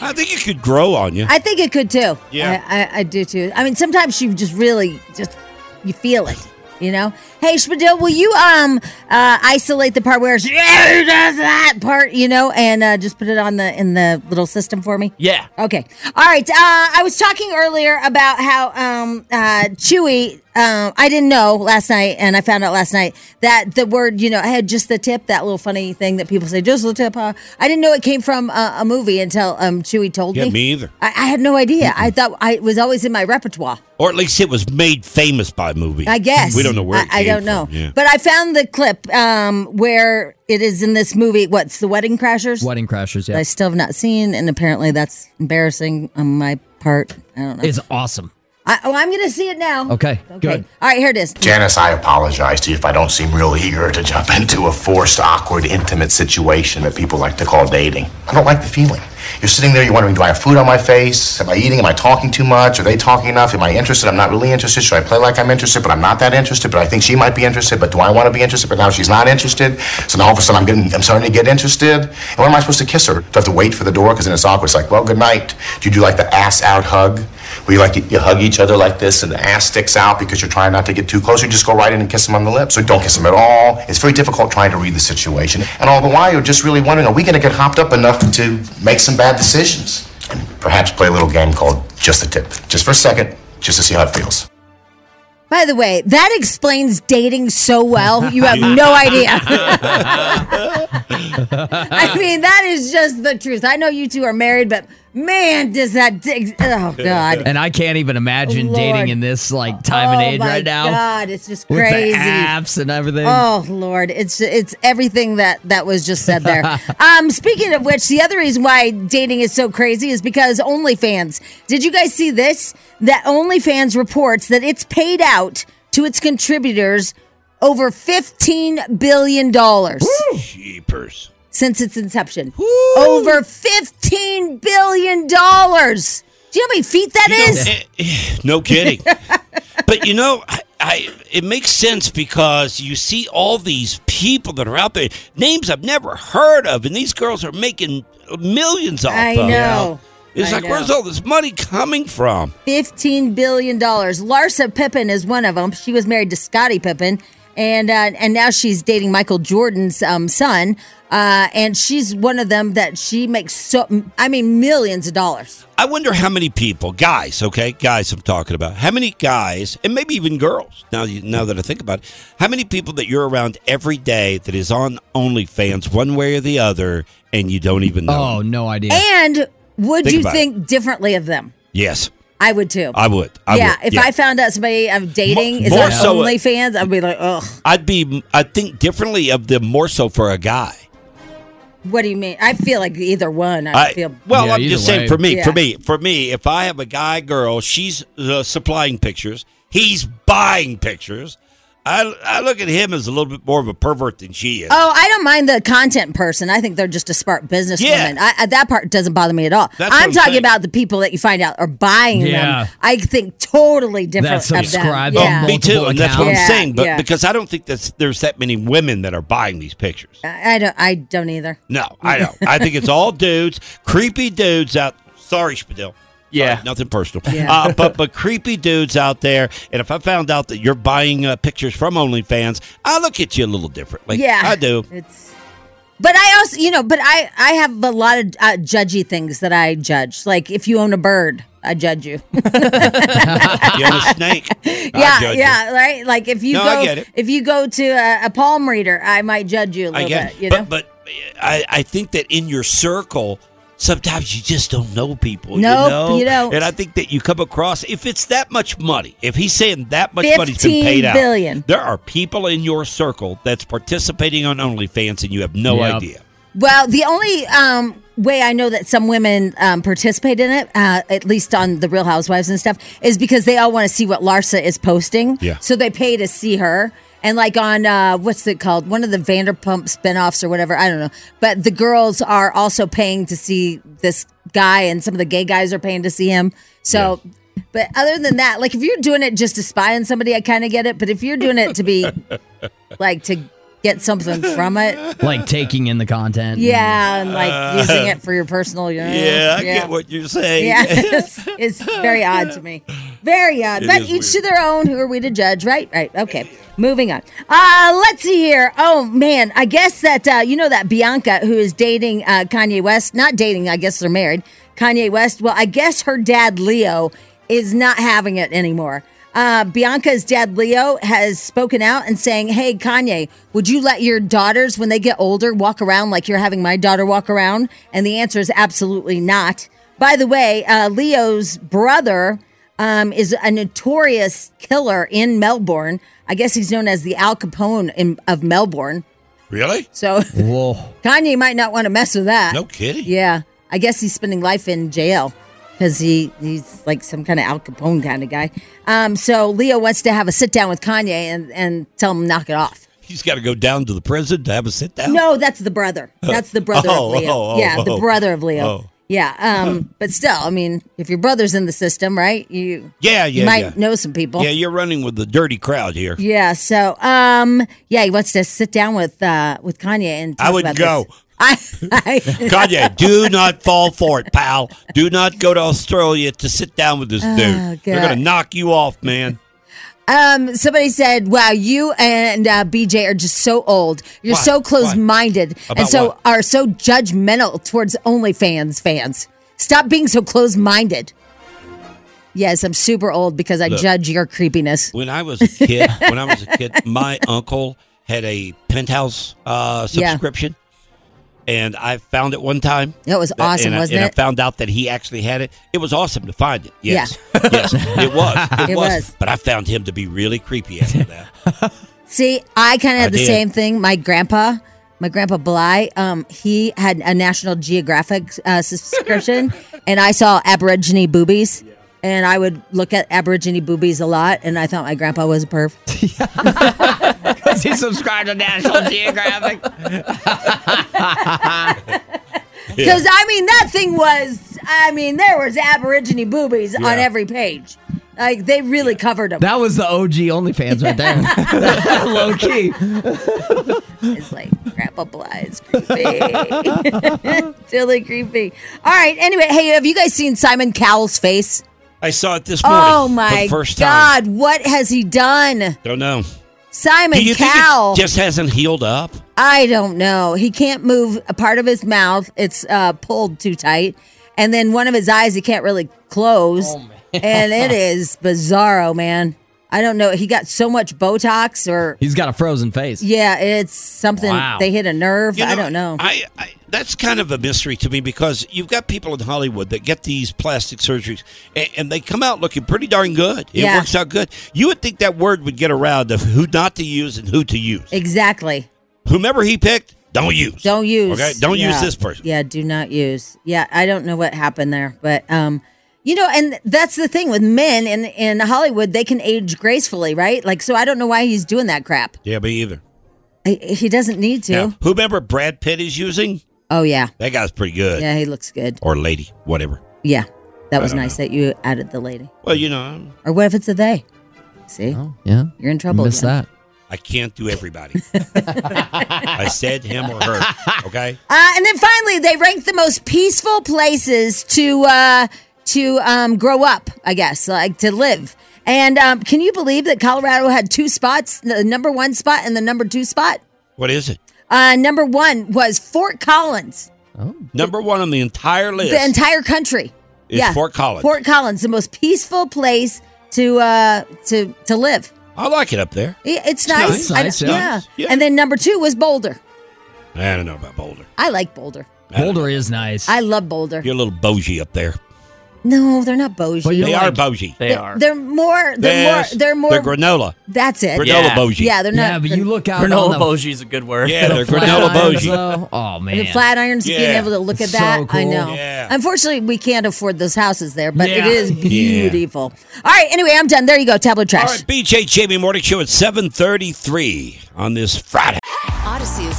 [SPEAKER 3] I think it could grow on you.
[SPEAKER 2] I think it could too.
[SPEAKER 3] Yeah.
[SPEAKER 2] I, I, I do too. I mean, sometimes you just really just you feel it, you know. Hey, Spadil, will you um uh, isolate the part where it's, yeah, who does that part, you know, and uh, just put it on the in the little system for me?
[SPEAKER 5] Yeah.
[SPEAKER 2] Okay. All right. Uh, I was talking earlier about how um, uh, Chewy. Um, I didn't know last night, and I found out last night that the word, you know, I had just the tip, that little funny thing that people say, just the tip. Huh? I didn't know it came from uh, a movie until um, Chewy told
[SPEAKER 3] Yeah,
[SPEAKER 2] me.
[SPEAKER 3] me either.
[SPEAKER 2] I, I had no idea. I thought I it was always in my repertoire.
[SPEAKER 3] Or at least it was made famous by a movie.
[SPEAKER 2] I guess
[SPEAKER 3] we don't know where. it
[SPEAKER 2] I, I
[SPEAKER 3] came
[SPEAKER 2] don't know,
[SPEAKER 3] from, yeah.
[SPEAKER 2] but I found the clip um, where it is in this movie. What's the Wedding Crashers?
[SPEAKER 4] Wedding Crashers, yeah.
[SPEAKER 2] I still have not seen, and apparently that's embarrassing on my part. I don't know.
[SPEAKER 4] It's awesome.
[SPEAKER 2] I, oh, I'm gonna see it now.
[SPEAKER 4] Okay, good.
[SPEAKER 2] All right, here it is.
[SPEAKER 17] Janice, I apologize to you if I don't seem real eager to jump <laughs> into a forced, awkward, intimate situation that people like to call dating. I don't like the feeling. You're sitting there, you're wondering, do I have food on my face? Am I eating? Am I talking too much? Are they talking enough? Am I interested? I'm not really interested. Should I play like I'm interested, but I'm not that interested, but I think she might be interested, but do I want to be interested? But now she's not interested. So now all of a sudden I'm getting, I'm starting to get interested. And when am I supposed to kiss her? Do I have to wait for the door? Because then it's awkward. It's like, well, good night. Do you do like the ass out hug? where you like you hug each other like this and the ass sticks out because you're trying not to get too close. You just go right in and kiss them on the lips, or don't kiss them at all. It's very difficult trying to read the situation, and all the while you're just really wondering: Are we going to get hopped up enough to make some bad decisions? And perhaps play a little game called Just the Tip, just for a second, just to see how it feels.
[SPEAKER 2] By the way, that explains dating so well.
[SPEAKER 4] <laughs>
[SPEAKER 2] You have no idea. <laughs> I mean, that is just the truth. I know you two are married, but man, does that dig-
[SPEAKER 4] <laughs>
[SPEAKER 2] oh god.
[SPEAKER 4] And I can't even imagine
[SPEAKER 2] Lord.
[SPEAKER 4] dating in this like time
[SPEAKER 2] oh
[SPEAKER 4] and age
[SPEAKER 2] my
[SPEAKER 4] right now.
[SPEAKER 2] God, it's just
[SPEAKER 4] With
[SPEAKER 2] crazy.
[SPEAKER 4] the apps and everything.
[SPEAKER 2] Oh Lord, it's it's everything that that was just said <laughs> there. um, speaking of which, the other reason why dating is so crazy is because OnlyFans. Did you guys see this? That OnlyFans reports that it's paid out to its contributors over fifteen billion dollars
[SPEAKER 3] Jeepers.
[SPEAKER 2] since its inception. Over fifteen billion dollars. Do you know how many feet that is?
[SPEAKER 3] No
[SPEAKER 2] <laughs>
[SPEAKER 3] kidding. but you know, I, I it makes sense because you see all these people that are out there, names I've never heard of, and these girls are making millions off
[SPEAKER 2] I
[SPEAKER 3] of.
[SPEAKER 2] know.
[SPEAKER 3] It's
[SPEAKER 2] I
[SPEAKER 3] like,
[SPEAKER 2] know.
[SPEAKER 3] where's all this money coming from?
[SPEAKER 2] Fifteen billion dollars. Larsa Pippen is one of them. She was married to Scottie Pippen, and uh, and now she's dating Michael Jordan's um, son. Uh, and she's one of them that she makes so I mean millions of dollars.
[SPEAKER 3] I wonder how many people, guys, okay, guys, I'm talking about, how many guys, and maybe even girls. Now, you, now that I think about it, how many people that you're around every day that is on OnlyFans, one way or the other, and you don't even know?
[SPEAKER 4] Oh, no idea.
[SPEAKER 2] And would
[SPEAKER 3] Think
[SPEAKER 2] you
[SPEAKER 3] about
[SPEAKER 2] think differently of them?
[SPEAKER 3] Yes,
[SPEAKER 2] I would too.
[SPEAKER 3] I would. I
[SPEAKER 2] yeah,
[SPEAKER 3] would.
[SPEAKER 2] if I found out somebody I'm dating is
[SPEAKER 3] more
[SPEAKER 2] on
[SPEAKER 3] so-
[SPEAKER 2] OnlyFans, I'd be like, ugh.
[SPEAKER 3] I'd be. I think differently of them more so for a guy.
[SPEAKER 2] What do you mean? I feel like either one. I, feel
[SPEAKER 3] well. I'm just saying for me,
[SPEAKER 2] Yeah.
[SPEAKER 3] for me, for me. If I have a guy, girl, she's uh, supplying pictures. He's buying pictures. I I look at him as a little bit more of a pervert than she is.
[SPEAKER 2] Oh, I don't mind the content person. I think they're just a smart businesswoman.
[SPEAKER 3] Yeah.
[SPEAKER 2] I, I, that part doesn't bother me at all.
[SPEAKER 3] That's what
[SPEAKER 2] I'm
[SPEAKER 3] I'm
[SPEAKER 2] talking
[SPEAKER 3] saying.
[SPEAKER 2] about the people that you find out are buying
[SPEAKER 3] Yeah.
[SPEAKER 2] them. I think totally different
[SPEAKER 4] That
[SPEAKER 2] of them.
[SPEAKER 4] subscribe
[SPEAKER 2] Yeah.
[SPEAKER 3] Oh, me too, and that's what I'm
[SPEAKER 2] Yeah,
[SPEAKER 3] saying. But
[SPEAKER 2] yeah.
[SPEAKER 3] because I don't think that's there's that many women that are buying these pictures.
[SPEAKER 2] I I don't. I don't either.
[SPEAKER 3] No, I don't. I think it's all dudes, creepy dudes out. Sorry, Spadil. Yeah, nothing personal.
[SPEAKER 2] Yeah.
[SPEAKER 3] Uh, but but creepy dudes out there. And if I found out that you're buying uh, pictures from OnlyFans, I look at you a little differently.
[SPEAKER 2] Yeah.
[SPEAKER 3] I do.
[SPEAKER 2] It's. But I also, you know, but I I have a lot of uh, judgy things that I judge. Like if you own a bird, I judge you. <laughs>
[SPEAKER 3] you own a snake. I
[SPEAKER 2] yeah,
[SPEAKER 3] judge
[SPEAKER 2] yeah, right. Like if you
[SPEAKER 3] No, I
[SPEAKER 2] go,
[SPEAKER 3] get it.
[SPEAKER 2] if you go to a, a palm reader, I might judge you a
[SPEAKER 3] You. I
[SPEAKER 2] little
[SPEAKER 3] get.
[SPEAKER 2] bit. You
[SPEAKER 3] but
[SPEAKER 2] know.
[SPEAKER 3] but I I think that in your circle. sometimes you just don't know people.
[SPEAKER 2] Nope,
[SPEAKER 3] you, know?
[SPEAKER 2] you don't.
[SPEAKER 3] And I think that you come across if it's that much money. If he's saying that much money's been
[SPEAKER 2] 15
[SPEAKER 3] paid out,
[SPEAKER 2] billion.
[SPEAKER 3] there are people in your circle that's participating on OnlyFans, and you have no
[SPEAKER 2] Yep.
[SPEAKER 3] idea.
[SPEAKER 2] Well, the only um, way I know that some women um, participate in it, uh, at least on the Real Housewives and stuff, is because they all want to see what Larsa is posting.
[SPEAKER 10] Yeah.
[SPEAKER 2] So they pay to see her. And like on uh, what's it called? One of the Vanderpump spinoffs or whatever. I don't know. But the girls are also paying to see this guy, and some of the gay guys are paying to see him. So. But other than that, like if you're doing it just to spy on somebody, I kind of get it. But if you're doing it to be like to get something from it,
[SPEAKER 4] like taking in the content.
[SPEAKER 2] yeah, and like
[SPEAKER 4] Uh,
[SPEAKER 2] using it for your personal. You know,
[SPEAKER 4] yeah, I get
[SPEAKER 3] what you're saying.
[SPEAKER 2] Yeah,
[SPEAKER 4] <laughs>
[SPEAKER 2] it's, it's very odd to me. Very odd.
[SPEAKER 10] It
[SPEAKER 2] but
[SPEAKER 10] is
[SPEAKER 2] each to their own. Who are we to judge? Right. Right. Okay. Moving on. Uh, let's see here. Oh man, I guess that uh, you know that Bianca who is dating uh, Kanye West. Not dating. I guess they're married. Kanye West. Well, I guess her dad Leo is not having it anymore. Uh, Bianca's dad Leo has spoken out and saying, "Hey Kanye, would you let your daughters, when they get older, walk around like you're having my daughter walk around?" And the answer is absolutely not. By the way, uh, Leo's brother um, is a notorious killer in Melbourne. I guess he's known as the Al Capone in, of Melbourne.
[SPEAKER 3] <laughs> Really?
[SPEAKER 2] So <laughs>
[SPEAKER 4] Whoa.
[SPEAKER 3] <laughs>
[SPEAKER 2] Kanye might not want to mess with that.
[SPEAKER 3] No kidding.
[SPEAKER 2] Yeah, I guess he's spending life in jail because he he's like some kind of Al Capone kind of guy. Um, so Leo wants to have a sit down with Kanye and and tell him to knock it off.
[SPEAKER 3] He's got to go down to the prison to have a sit down.
[SPEAKER 2] No, that's the brother. That's the brother
[SPEAKER 3] Oh,
[SPEAKER 2] of Leo.
[SPEAKER 3] oh, oh,
[SPEAKER 2] yeah, the
[SPEAKER 3] oh.
[SPEAKER 2] brother of Leo.
[SPEAKER 3] Oh.
[SPEAKER 2] Yeah, um, but still, I mean, if your brother's in the system, right? You
[SPEAKER 3] Yeah, yeah,
[SPEAKER 2] you might
[SPEAKER 3] yeah.
[SPEAKER 2] know some people.
[SPEAKER 3] Yeah, you're running with the dirty crowd here.
[SPEAKER 2] Yeah. So, um, yeah, he wants to sit down with uh with Kanye and talk
[SPEAKER 3] I would
[SPEAKER 2] about
[SPEAKER 3] go.
[SPEAKER 2] this. I, <laughs>
[SPEAKER 3] Kanye, do not fall for it, pal. Do not go to Australia to sit down with this
[SPEAKER 2] Oh,
[SPEAKER 3] dude. They're
[SPEAKER 2] God.
[SPEAKER 3] going to knock you off, man.
[SPEAKER 2] I, um, somebody said, "Wow, you and uh, BJ are just so old. You're
[SPEAKER 3] Why?
[SPEAKER 2] so close-minded,
[SPEAKER 3] About
[SPEAKER 2] and so
[SPEAKER 3] what?
[SPEAKER 2] are so judgmental towards OnlyFans fans. Stop being so close-minded." Yes, I'm super old because I
[SPEAKER 3] Look.
[SPEAKER 2] judge your creepiness.
[SPEAKER 3] When I was a kid, when I was a
[SPEAKER 2] <laughs>
[SPEAKER 3] kid, my uncle had a penthouse uh,
[SPEAKER 2] Yeah.
[SPEAKER 3] subscription, and I found it one time.
[SPEAKER 2] It was awesome,
[SPEAKER 3] and I,
[SPEAKER 2] wasn't
[SPEAKER 3] and
[SPEAKER 2] it?
[SPEAKER 3] I found out that he actually had it. It was awesome to find it. Yes, yes, it
[SPEAKER 2] <laughs>
[SPEAKER 3] was. It,
[SPEAKER 2] It
[SPEAKER 3] was.
[SPEAKER 2] was.
[SPEAKER 3] But I found him to be really creepy after that.
[SPEAKER 2] See, I kind of
[SPEAKER 3] I
[SPEAKER 2] had the
[SPEAKER 3] did.
[SPEAKER 2] same thing. My grandpa, my grandpa Bly, um, he had a National Geographic uh,
[SPEAKER 4] <laughs>
[SPEAKER 2] subscription, and I saw Aborigine boobies. And I would look at Aborigine boobies a lot, and I thought my grandpa was a
[SPEAKER 4] <laughs>
[SPEAKER 2] perv.
[SPEAKER 4] Because he subscribed to National Geographic.
[SPEAKER 2] Because, I mean, that thing was, I mean, there was Aborigine boobies
[SPEAKER 4] Yeah.
[SPEAKER 2] on every page. Like, they really covered them.
[SPEAKER 4] That was the OG OnlyFans right <laughs> there. Low key.
[SPEAKER 2] It's like Grandpa Bly is creepy. <laughs> Totally creepy. All right. Anyway, hey, have you guys seen Simon Cowell's face?
[SPEAKER 3] <laughs> I saw it this morning.
[SPEAKER 2] Oh
[SPEAKER 3] for
[SPEAKER 2] my
[SPEAKER 3] the first time.
[SPEAKER 2] God! What has he done,
[SPEAKER 3] Don't know.
[SPEAKER 2] Simon
[SPEAKER 3] Do you think it
[SPEAKER 2] Cowell?
[SPEAKER 3] just hasn't healed up?
[SPEAKER 2] I don't know. He can't move a part of his mouth; it's uh, pulled too tight, and then one of his eyes he can't really close.
[SPEAKER 3] Oh, <laughs>
[SPEAKER 2] and it is bizarro, man. I don't know. He got so much Botox, or
[SPEAKER 4] He's got a frozen face.
[SPEAKER 2] yeah, it's something
[SPEAKER 3] Wow.
[SPEAKER 2] they hit a nerve.
[SPEAKER 3] You
[SPEAKER 2] I don't know.
[SPEAKER 3] I, I that's kind of a mystery to me because you've got people in Hollywood that get these plastic surgeries and, and they come out looking pretty darn good. It
[SPEAKER 2] Yeah.
[SPEAKER 3] works out good. You would think that word would get around of who not to use and who to use.
[SPEAKER 2] exactly.
[SPEAKER 3] Whomever he picked, don't use.
[SPEAKER 2] Don't use.
[SPEAKER 3] Okay, don't use
[SPEAKER 2] Yeah.
[SPEAKER 3] this person.
[SPEAKER 2] Yeah, do not use. Yeah, I don't know what happened there, but um, you know, and that's the thing with men in in Hollywood, they can age gracefully, right? Like, so I don't know why he's doing that crap.
[SPEAKER 3] Yeah, me either.
[SPEAKER 2] He, he doesn't need to.
[SPEAKER 3] Now, whomever Brad Pitt is using,
[SPEAKER 2] Oh yeah,
[SPEAKER 3] that guy's pretty good.
[SPEAKER 2] yeah, he looks good.
[SPEAKER 3] Or lady, whatever.
[SPEAKER 2] Yeah, that
[SPEAKER 3] I
[SPEAKER 2] was
[SPEAKER 3] don't
[SPEAKER 2] nice that you added the lady.
[SPEAKER 3] Well, you know, I'm-
[SPEAKER 2] Or what if it's a they? See,
[SPEAKER 3] Oh.
[SPEAKER 4] yeah,
[SPEAKER 2] you're in trouble.
[SPEAKER 4] Missed
[SPEAKER 2] again.
[SPEAKER 4] that.
[SPEAKER 3] I can't do
[SPEAKER 2] <laughs>
[SPEAKER 3] everybody. I said him or her. Okay.
[SPEAKER 2] Uh, and then finally, they ranked the most peaceful places to uh, to um, grow up, I guess, like to live. And um, can you believe that Colorado had two spots, the number one spot and the number two spot?
[SPEAKER 3] What is it?
[SPEAKER 2] Uh, number one was Fort Collins,
[SPEAKER 3] Number one on the entire list.
[SPEAKER 2] the entire country.
[SPEAKER 3] Is Oh, Fort Collins.
[SPEAKER 2] Fort Collins, the most peaceful place to uh, to to live.
[SPEAKER 3] I like it up there.
[SPEAKER 2] Yeah, It's
[SPEAKER 3] It's nice.
[SPEAKER 2] nice. I-
[SPEAKER 3] Nice, yeah.
[SPEAKER 2] yeah. And then number two was Boulder.
[SPEAKER 3] I don't know about Boulder.
[SPEAKER 2] I like Boulder.
[SPEAKER 4] Boulder is nice.
[SPEAKER 2] I love Boulder.
[SPEAKER 3] You're a little bougie up there.
[SPEAKER 2] No, they're not bougie.
[SPEAKER 3] they are bougie.
[SPEAKER 2] They're- They're more. They're
[SPEAKER 3] Yes,
[SPEAKER 2] more. They're more.
[SPEAKER 3] they're granola.
[SPEAKER 2] That's it.
[SPEAKER 3] Granola Yeah. bougie.
[SPEAKER 2] Yeah, they're not.
[SPEAKER 4] Yeah, but you look out
[SPEAKER 5] <laughs>
[SPEAKER 4] on
[SPEAKER 5] Granola
[SPEAKER 4] the-
[SPEAKER 5] bougie is a good word.
[SPEAKER 3] Yeah,
[SPEAKER 2] <laughs>
[SPEAKER 3] they're granola bougie.
[SPEAKER 4] Oh
[SPEAKER 2] and the flatirons being able to look at
[SPEAKER 4] So
[SPEAKER 2] that. I
[SPEAKER 4] cool.
[SPEAKER 2] know. Unfortunately, we can't afford those houses there, but it
[SPEAKER 3] Yeah.
[SPEAKER 2] is
[SPEAKER 3] Yeah.
[SPEAKER 2] beautiful. All right. Anyway, I'm done. There you go. Tablet trash.
[SPEAKER 3] BJ Jamie Morning Show at 7:33 on this Friday.
[SPEAKER 18] Odyssey is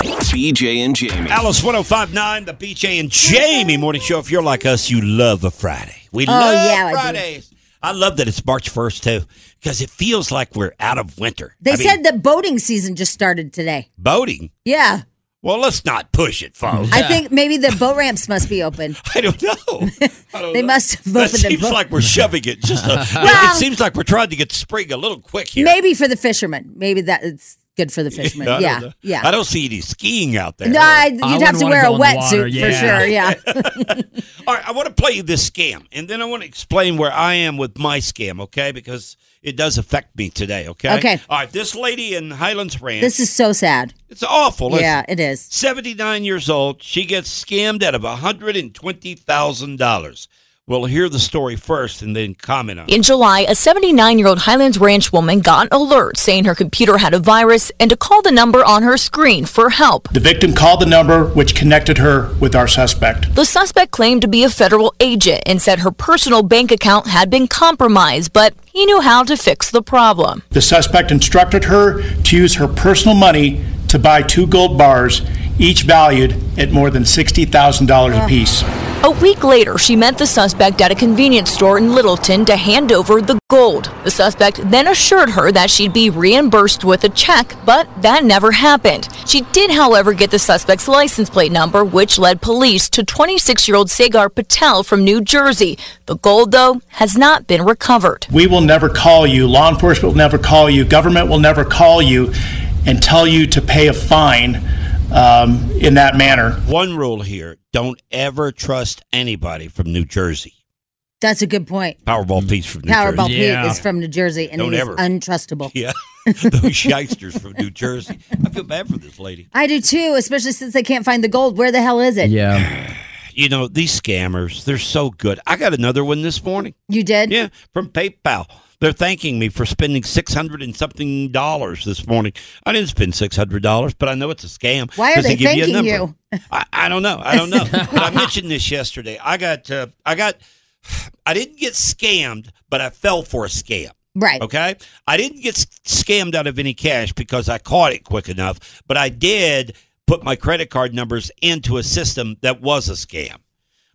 [SPEAKER 1] BJ and Jamie.
[SPEAKER 3] Alice 1059, the BJ and Jamie Morning Show. If you're like us, you love a Friday. We
[SPEAKER 2] oh
[SPEAKER 3] love
[SPEAKER 2] yeah, I do.
[SPEAKER 3] Fridays. I, love that it's March 1st, too, because it feels like we're out of winter.
[SPEAKER 2] They
[SPEAKER 3] I mean,
[SPEAKER 2] said that boating season just started today.
[SPEAKER 3] boating.
[SPEAKER 2] Yeah.
[SPEAKER 3] Well, let's not push it, folks.
[SPEAKER 2] I
[SPEAKER 3] <laughs>
[SPEAKER 2] think maybe the boat ramps must be open.
[SPEAKER 3] I don't
[SPEAKER 2] <laughs>
[SPEAKER 3] know.
[SPEAKER 2] they must have
[SPEAKER 3] That
[SPEAKER 2] opened the
[SPEAKER 3] seems
[SPEAKER 2] boat.
[SPEAKER 3] like we're shoving it. Just
[SPEAKER 2] <laughs>
[SPEAKER 3] a,
[SPEAKER 2] Well-
[SPEAKER 3] it seems like we're trying to get spring a little quick
[SPEAKER 2] <laughs>
[SPEAKER 3] here. <laughs>
[SPEAKER 2] Maybe for the fishermen. Maybe that it's good for the fishermen.
[SPEAKER 3] I don't
[SPEAKER 2] Yeah.
[SPEAKER 3] know.
[SPEAKER 2] Yeah.
[SPEAKER 3] I don't see any skiing out there.
[SPEAKER 2] No, I, you'd have to wear a wetsuit for
[SPEAKER 3] <laughs>
[SPEAKER 2] sure. Yeah.
[SPEAKER 3] All right, I want to play you this scam, and then I want to explain where I am with my scam, okay? Because it does affect me today, okay?
[SPEAKER 2] Okay.
[SPEAKER 3] All right, this lady in Highlands Ranch.
[SPEAKER 2] This is so sad.
[SPEAKER 3] It's awful. Isn't
[SPEAKER 2] yeah,
[SPEAKER 3] it?
[SPEAKER 2] it is.
[SPEAKER 3] 79 years old. She gets scammed out of $120,000. We'll hear the story first and then comment on it.
[SPEAKER 19] In July, a 79 year old Highlands Ranch woman got an alert saying her computer had a virus and to call the number on her screen for help.
[SPEAKER 20] The victim called the number which connected her with our suspect.
[SPEAKER 19] The suspect claimed to be a federal agent and said her personal bank account had been compromised, but he knew how to fix the problem.
[SPEAKER 20] The suspect instructed her to use her personal money to buy two gold bars, each valued at more than $60,000 apiece.
[SPEAKER 19] A week later, she met the suspect at a convenience store in Littleton to hand over the gold. The suspect then assured her that she'd be reimbursed with a check, but that never happened. She did, however, get the suspect's license plate number, which led police to 26 year old Sagar Patel from New Jersey. The gold, though, has not been recovered.
[SPEAKER 20] We will never call you, law enforcement will never call you, government will never call you and tell you to pay a fine um, in that manner.
[SPEAKER 3] One rule here don't ever trust anybody from New Jersey.
[SPEAKER 2] That's a good point.
[SPEAKER 3] Powerball piece from New
[SPEAKER 2] Powerball
[SPEAKER 3] Jersey.
[SPEAKER 2] Pete is from New Jersey and
[SPEAKER 3] Don't
[SPEAKER 2] it is
[SPEAKER 3] ever.
[SPEAKER 2] untrustable.
[SPEAKER 3] Yeah. <laughs> Those yikesters from New Jersey. I feel bad for this lady.
[SPEAKER 2] I do too, especially since they can't find the gold. Where the hell is it?
[SPEAKER 3] Yeah. You know, these scammers, they're so good. I got another one this morning.
[SPEAKER 2] You did?
[SPEAKER 3] Yeah, from PayPal. They're thanking me for spending 600 and something dollars this morning. I didn't spend $600, but I know it's a scam.
[SPEAKER 2] Why are
[SPEAKER 3] 'cause
[SPEAKER 2] they
[SPEAKER 3] give a
[SPEAKER 2] thanking
[SPEAKER 3] number.
[SPEAKER 2] you?
[SPEAKER 3] I, I don't know. I don't know. But I mentioned this yesterday. I got, uh, I got, <sighs> I didn't get scammed, but I fell for a scam.
[SPEAKER 2] Right.
[SPEAKER 3] Okay. I didn't get s- scammed out of any cash because I caught it quick enough, but I did put my credit card numbers into a system that was a scam.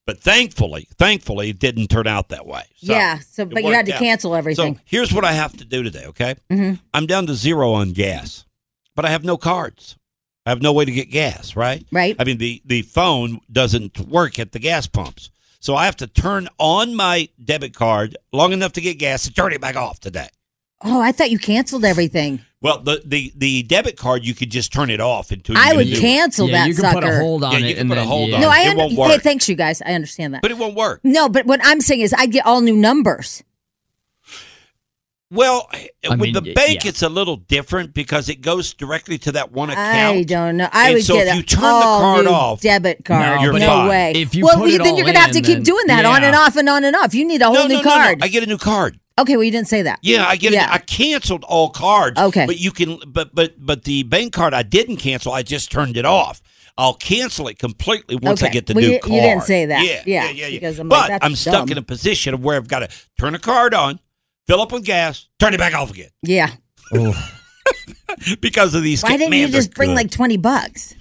[SPEAKER 3] But thankfully, thankfully, it didn't turn out that way. So,
[SPEAKER 2] yeah. So,
[SPEAKER 3] it
[SPEAKER 2] but you had
[SPEAKER 3] worked
[SPEAKER 2] to
[SPEAKER 3] out.
[SPEAKER 2] cancel everything.
[SPEAKER 3] So here's what I have to do today. Okay.
[SPEAKER 2] hmm
[SPEAKER 3] I'm down to zero on gas, but I have no cards. I have no way to get gas, right?
[SPEAKER 2] Right.
[SPEAKER 3] I mean, the, the phone doesn't work at the gas pumps. So I have to turn on my debit card long enough to get gas and turn it back off today.
[SPEAKER 2] Oh, I thought you canceled everything.
[SPEAKER 3] Well, the, the, the debit card, you could just turn it off until you
[SPEAKER 2] I
[SPEAKER 3] get a
[SPEAKER 2] would
[SPEAKER 3] new one.
[SPEAKER 2] cancel that sucker.
[SPEAKER 3] Yeah, you can put a hold on
[SPEAKER 2] No,
[SPEAKER 3] it.
[SPEAKER 2] I
[SPEAKER 3] it
[SPEAKER 2] under-
[SPEAKER 3] won't work.
[SPEAKER 2] Hey, thanks you guys. I understand that.
[SPEAKER 3] but it won't work.
[SPEAKER 2] no, but what I'm saying is I get all new numbers.
[SPEAKER 3] Well, with
[SPEAKER 2] mean,
[SPEAKER 3] the
[SPEAKER 2] y-
[SPEAKER 3] bank, it's a little different because it goes directly to that one account.
[SPEAKER 2] I don't know. I
[SPEAKER 3] And
[SPEAKER 2] would
[SPEAKER 3] so
[SPEAKER 2] get
[SPEAKER 3] if
[SPEAKER 2] a
[SPEAKER 3] you turn the
[SPEAKER 2] all
[SPEAKER 3] card
[SPEAKER 2] new
[SPEAKER 3] off,
[SPEAKER 2] debit card.
[SPEAKER 3] No,
[SPEAKER 2] No,
[SPEAKER 3] you're fine.
[SPEAKER 2] way.
[SPEAKER 3] If you
[SPEAKER 2] well,
[SPEAKER 3] put it
[SPEAKER 2] then you're
[SPEAKER 3] all
[SPEAKER 2] gonna have to
[SPEAKER 3] in,
[SPEAKER 2] keep
[SPEAKER 3] then-
[SPEAKER 2] doing that on
[SPEAKER 3] Yeah.
[SPEAKER 2] and off and on and off. You need a whole
[SPEAKER 3] No,
[SPEAKER 2] new
[SPEAKER 3] no, no, no.
[SPEAKER 2] card.
[SPEAKER 3] I get a new card.
[SPEAKER 2] Okay, well you didn't say that.
[SPEAKER 3] Yeah, I get it. I canceled all cards.
[SPEAKER 2] Okay.
[SPEAKER 3] but you can, but but but the bank card I didn't cancel. I just turned it off. I'll cancel it completely once I
[SPEAKER 2] Okay.
[SPEAKER 3] get the
[SPEAKER 2] Well,
[SPEAKER 3] new
[SPEAKER 2] you-
[SPEAKER 3] card.
[SPEAKER 2] you didn't say that.
[SPEAKER 3] Yeah,
[SPEAKER 2] Yeah,
[SPEAKER 3] yeah, yeah. yeah.
[SPEAKER 2] because I'm like,
[SPEAKER 3] but
[SPEAKER 2] that's
[SPEAKER 3] I'm stuck
[SPEAKER 2] dumb.
[SPEAKER 3] in a position of where I've got to turn a card on, fill up with gas, turn it back off again
[SPEAKER 2] Yeah.
[SPEAKER 3] <laughs> because of these.
[SPEAKER 2] Why
[SPEAKER 3] ca-
[SPEAKER 2] didn't
[SPEAKER 3] man,
[SPEAKER 2] you just
[SPEAKER 3] they're
[SPEAKER 2] bring
[SPEAKER 3] good.
[SPEAKER 2] like twenty bucks?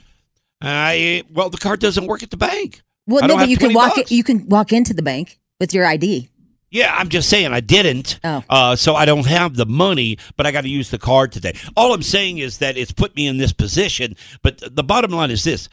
[SPEAKER 3] I well, the card doesn't work at the bank.
[SPEAKER 2] Well,
[SPEAKER 3] I
[SPEAKER 2] no,
[SPEAKER 3] don't have
[SPEAKER 2] but you can
[SPEAKER 3] 20
[SPEAKER 2] walk.
[SPEAKER 3] bucks.
[SPEAKER 2] You can walk into the bank with your ID.
[SPEAKER 3] Yeah, I'm just saying I didn't.
[SPEAKER 2] Oh.
[SPEAKER 3] Uh, so I don't have the money, but I got to use the card today. All I'm saying is that it's put me in this position. But th- the bottom line is this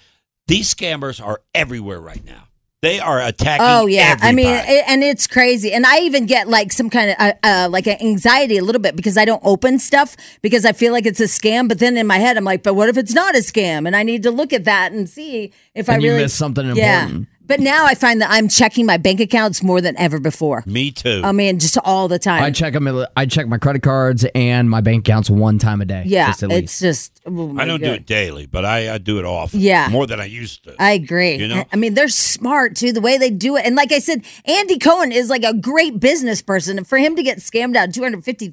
[SPEAKER 3] These scammers are everywhere right now. They are attacking.
[SPEAKER 2] Oh yeah, I mean,
[SPEAKER 3] everybody.
[SPEAKER 2] it, and it's crazy. And I even get like some kind of uh, uh, like an anxiety a little bit because I don't open stuff because I feel like it's a scam. But then in my head, I'm like, but what if it's not a scam? And I need to look at that and see if I
[SPEAKER 4] And you
[SPEAKER 2] really
[SPEAKER 4] missed something
[SPEAKER 2] Yeah.
[SPEAKER 4] important.
[SPEAKER 2] But now I find that I'm checking my bank accounts more than ever before.
[SPEAKER 3] Me too.
[SPEAKER 2] I mean, just all the time.
[SPEAKER 4] I check them. I check my credit cards and my bank accounts one time a day.
[SPEAKER 2] yeah,
[SPEAKER 4] just at least.
[SPEAKER 2] it's just. oh my
[SPEAKER 3] I don't do
[SPEAKER 2] God.
[SPEAKER 3] it daily, but I, I do it often.
[SPEAKER 2] Yeah.
[SPEAKER 3] more than I used to.
[SPEAKER 2] I agree.
[SPEAKER 3] You know?
[SPEAKER 2] I mean, they're smart too, the way they do it. And like I said, Andy Cohen is like a great business person. And for him to get scammed out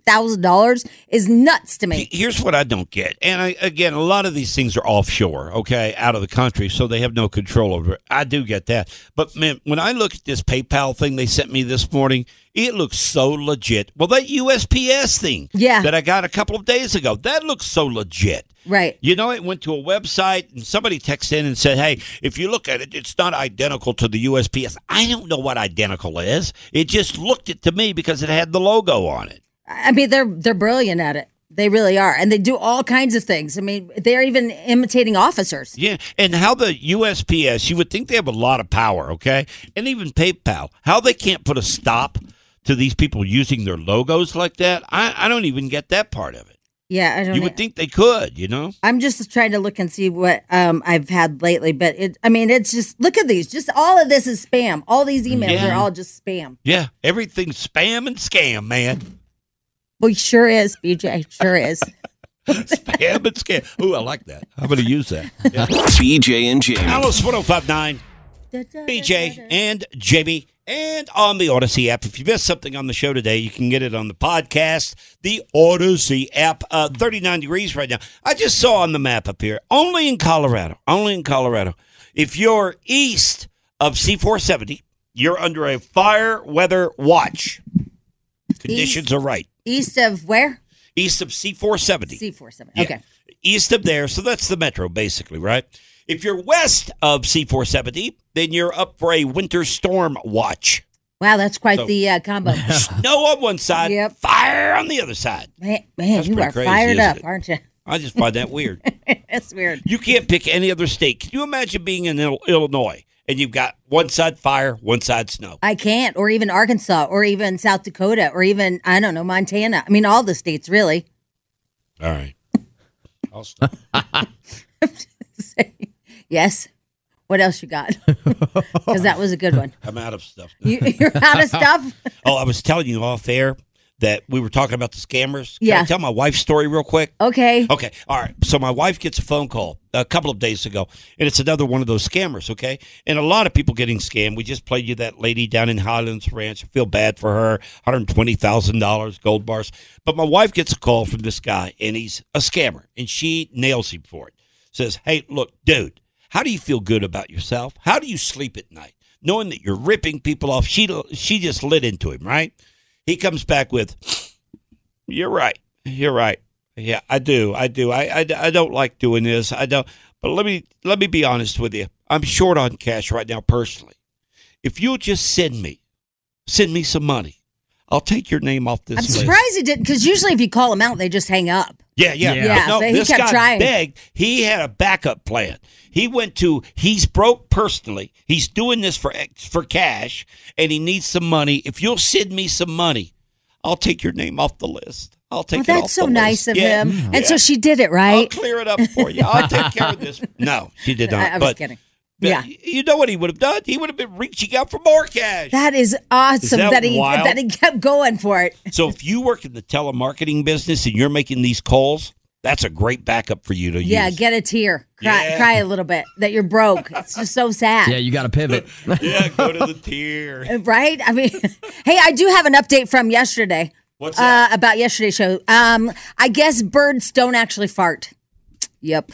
[SPEAKER 2] $250,000 is nuts to me.
[SPEAKER 3] Here's what I don't get, and I, again, a lot of these things are offshore, okay, out of the country, so they have no control over it. I do get that, but man, when I look at this PayPal thing they sent me this morning, it looks so legit. Well, that USPS thing,
[SPEAKER 2] Yeah.
[SPEAKER 3] that I got a couple of days ago, that looks so legit.
[SPEAKER 2] Right.
[SPEAKER 3] You know, it went to a website and somebody texted in and said, Hey, if you look at it, it's not identical to the USPS. I don't know what identical is. It just looked it to me because it had the logo on it.
[SPEAKER 2] I mean, they're they're brilliant at it. They really are. And they do all kinds of things. I mean, they're even imitating officers.
[SPEAKER 3] Yeah, and how the USPS, you would think they have a lot of power, okay? And even PayPal, how they can't put a stop to these people using their logos like that, I, I don't even get that part of it.
[SPEAKER 2] Yeah, I don't
[SPEAKER 3] You
[SPEAKER 2] know.
[SPEAKER 3] would think they could, you know?
[SPEAKER 2] I'm just trying to look and see what um, I've had lately, but it, I mean, it's just look at these. Just all of this is spam. All these emails
[SPEAKER 3] Yeah.
[SPEAKER 2] are all just spam.
[SPEAKER 3] Yeah, everything's spam and scam, man.
[SPEAKER 2] Well, Oh, sure is, BJ. Sure is.
[SPEAKER 3] Spam and scam. Ooh, I like that. I'm going to use <laughs> that. Yeah.
[SPEAKER 1] BJ and Jamie.
[SPEAKER 3] Alice 1059, BJ and Jamie, and on the Odyssey app. If you missed something on the show today, you can get it on the podcast, the Odyssey app. Uh, 39 degrees right now. I just saw on the map up here, only in Colorado, only in Colorado. If you're east of C470, you're under a fire weather watch. Conditions are right.
[SPEAKER 2] East of where?
[SPEAKER 3] East of C470.
[SPEAKER 2] C47.
[SPEAKER 3] Yeah.
[SPEAKER 2] Okay.
[SPEAKER 3] east of there. So that's the metro, basically, right? If you're west of C470, then you're up for a winter storm
[SPEAKER 2] <laughs>
[SPEAKER 3] watch.
[SPEAKER 2] Wow, that's quite
[SPEAKER 3] So-
[SPEAKER 2] the
[SPEAKER 3] <laughs>
[SPEAKER 2] uh, combo.
[SPEAKER 3] Snow on one side, fire on the other side.
[SPEAKER 2] man, man you
[SPEAKER 3] pretty
[SPEAKER 2] are
[SPEAKER 3] crazy,
[SPEAKER 2] fired
[SPEAKER 3] isn't
[SPEAKER 2] up,
[SPEAKER 3] it?
[SPEAKER 2] aren't you? <laughs>
[SPEAKER 3] I just find that weird.
[SPEAKER 2] That's weird.
[SPEAKER 3] You can't pick any other state. Can you imagine being in Il- Illinois and you've got one side fire, one side snow?
[SPEAKER 2] I can't, or even Arkansas, or even South Dakota, or even I don't know Montana. I mean, all the states really. <laughs>
[SPEAKER 3] All right. I'll <laughs>
[SPEAKER 2] Yes. What else you got? <laughs> Because that was a good one.
[SPEAKER 3] I'm out of stuff.
[SPEAKER 2] You, <laughs> you're out
[SPEAKER 3] <laughs>
[SPEAKER 2] of stuff.
[SPEAKER 3] Oh, I was telling you off air that we were talking about the scammers. Can
[SPEAKER 2] Yeah.
[SPEAKER 3] I tell my wife's story real quick?
[SPEAKER 2] Okay.
[SPEAKER 3] Okay. All right. So my wife gets a phone call a couple of days ago, and it's another one of those scammers. Okay. And a lot of people getting scammed. We just played you that lady down in Highlands Ranch. I feel bad for her. One hundred twenty thousand dollars gold bars. But my wife gets a call from this guy, and he's a scammer, and she nails him for it. Says, "Hey, look, dude, how do you feel good about yourself? How do you sleep at night?" Knowing that you're ripping people off, she she just lit into him, right? He comes back with, you're right. You're right. Yeah, I do. I do. I, I, I don't like doing this. I don't. But let me let me be honest with you. I'm short on cash right now personally. If you'll just send me, send me some money. I'll take your name off this
[SPEAKER 2] I'm
[SPEAKER 3] list.
[SPEAKER 2] surprised he didn't, because usually if you call them out, they just hang up.
[SPEAKER 3] Yeah, yeah,
[SPEAKER 2] Yeah, but he
[SPEAKER 3] this
[SPEAKER 2] kept
[SPEAKER 3] guy
[SPEAKER 2] trying.
[SPEAKER 3] begged. He had a backup plan. He went to. He's broke personally. He's doing this for ex- for cash, and he needs some money. If you'll send me some money, I'll take your name off the list. I'll take.
[SPEAKER 2] Well,
[SPEAKER 3] it off
[SPEAKER 2] that's so
[SPEAKER 3] the
[SPEAKER 2] nice
[SPEAKER 3] list.
[SPEAKER 2] of
[SPEAKER 3] Yeah,
[SPEAKER 2] him. And
[SPEAKER 3] yeah.
[SPEAKER 2] so she did it right.
[SPEAKER 3] I'll clear it up for you. I'll take care of <laughs> this. No, she did not.
[SPEAKER 2] I, I was
[SPEAKER 3] but
[SPEAKER 2] kidding.
[SPEAKER 3] but
[SPEAKER 2] Yeah.
[SPEAKER 3] you know what he would have done? He would have been reaching out for more cash.
[SPEAKER 2] That is awesome
[SPEAKER 3] that
[SPEAKER 2] that, he
[SPEAKER 3] wild?
[SPEAKER 2] that he kept going for it.
[SPEAKER 3] so if you work in the telemarketing business and you're making these calls, that's a great backup for you to
[SPEAKER 2] Yeah,
[SPEAKER 3] use.
[SPEAKER 2] get a tear, cry,
[SPEAKER 3] Yeah.
[SPEAKER 2] cry a little bit that you're broke. It's just so sad. uh,
[SPEAKER 4] yeah, you got to pivot.
[SPEAKER 3] yeah, go
[SPEAKER 4] <laughs>
[SPEAKER 3] to the tier.
[SPEAKER 2] Right? I mean, <laughs> hey, I do have an update from yesterday.
[SPEAKER 3] What's
[SPEAKER 2] Uh, about yesterday's show. Um, I guess birds don't actually fart. Yep.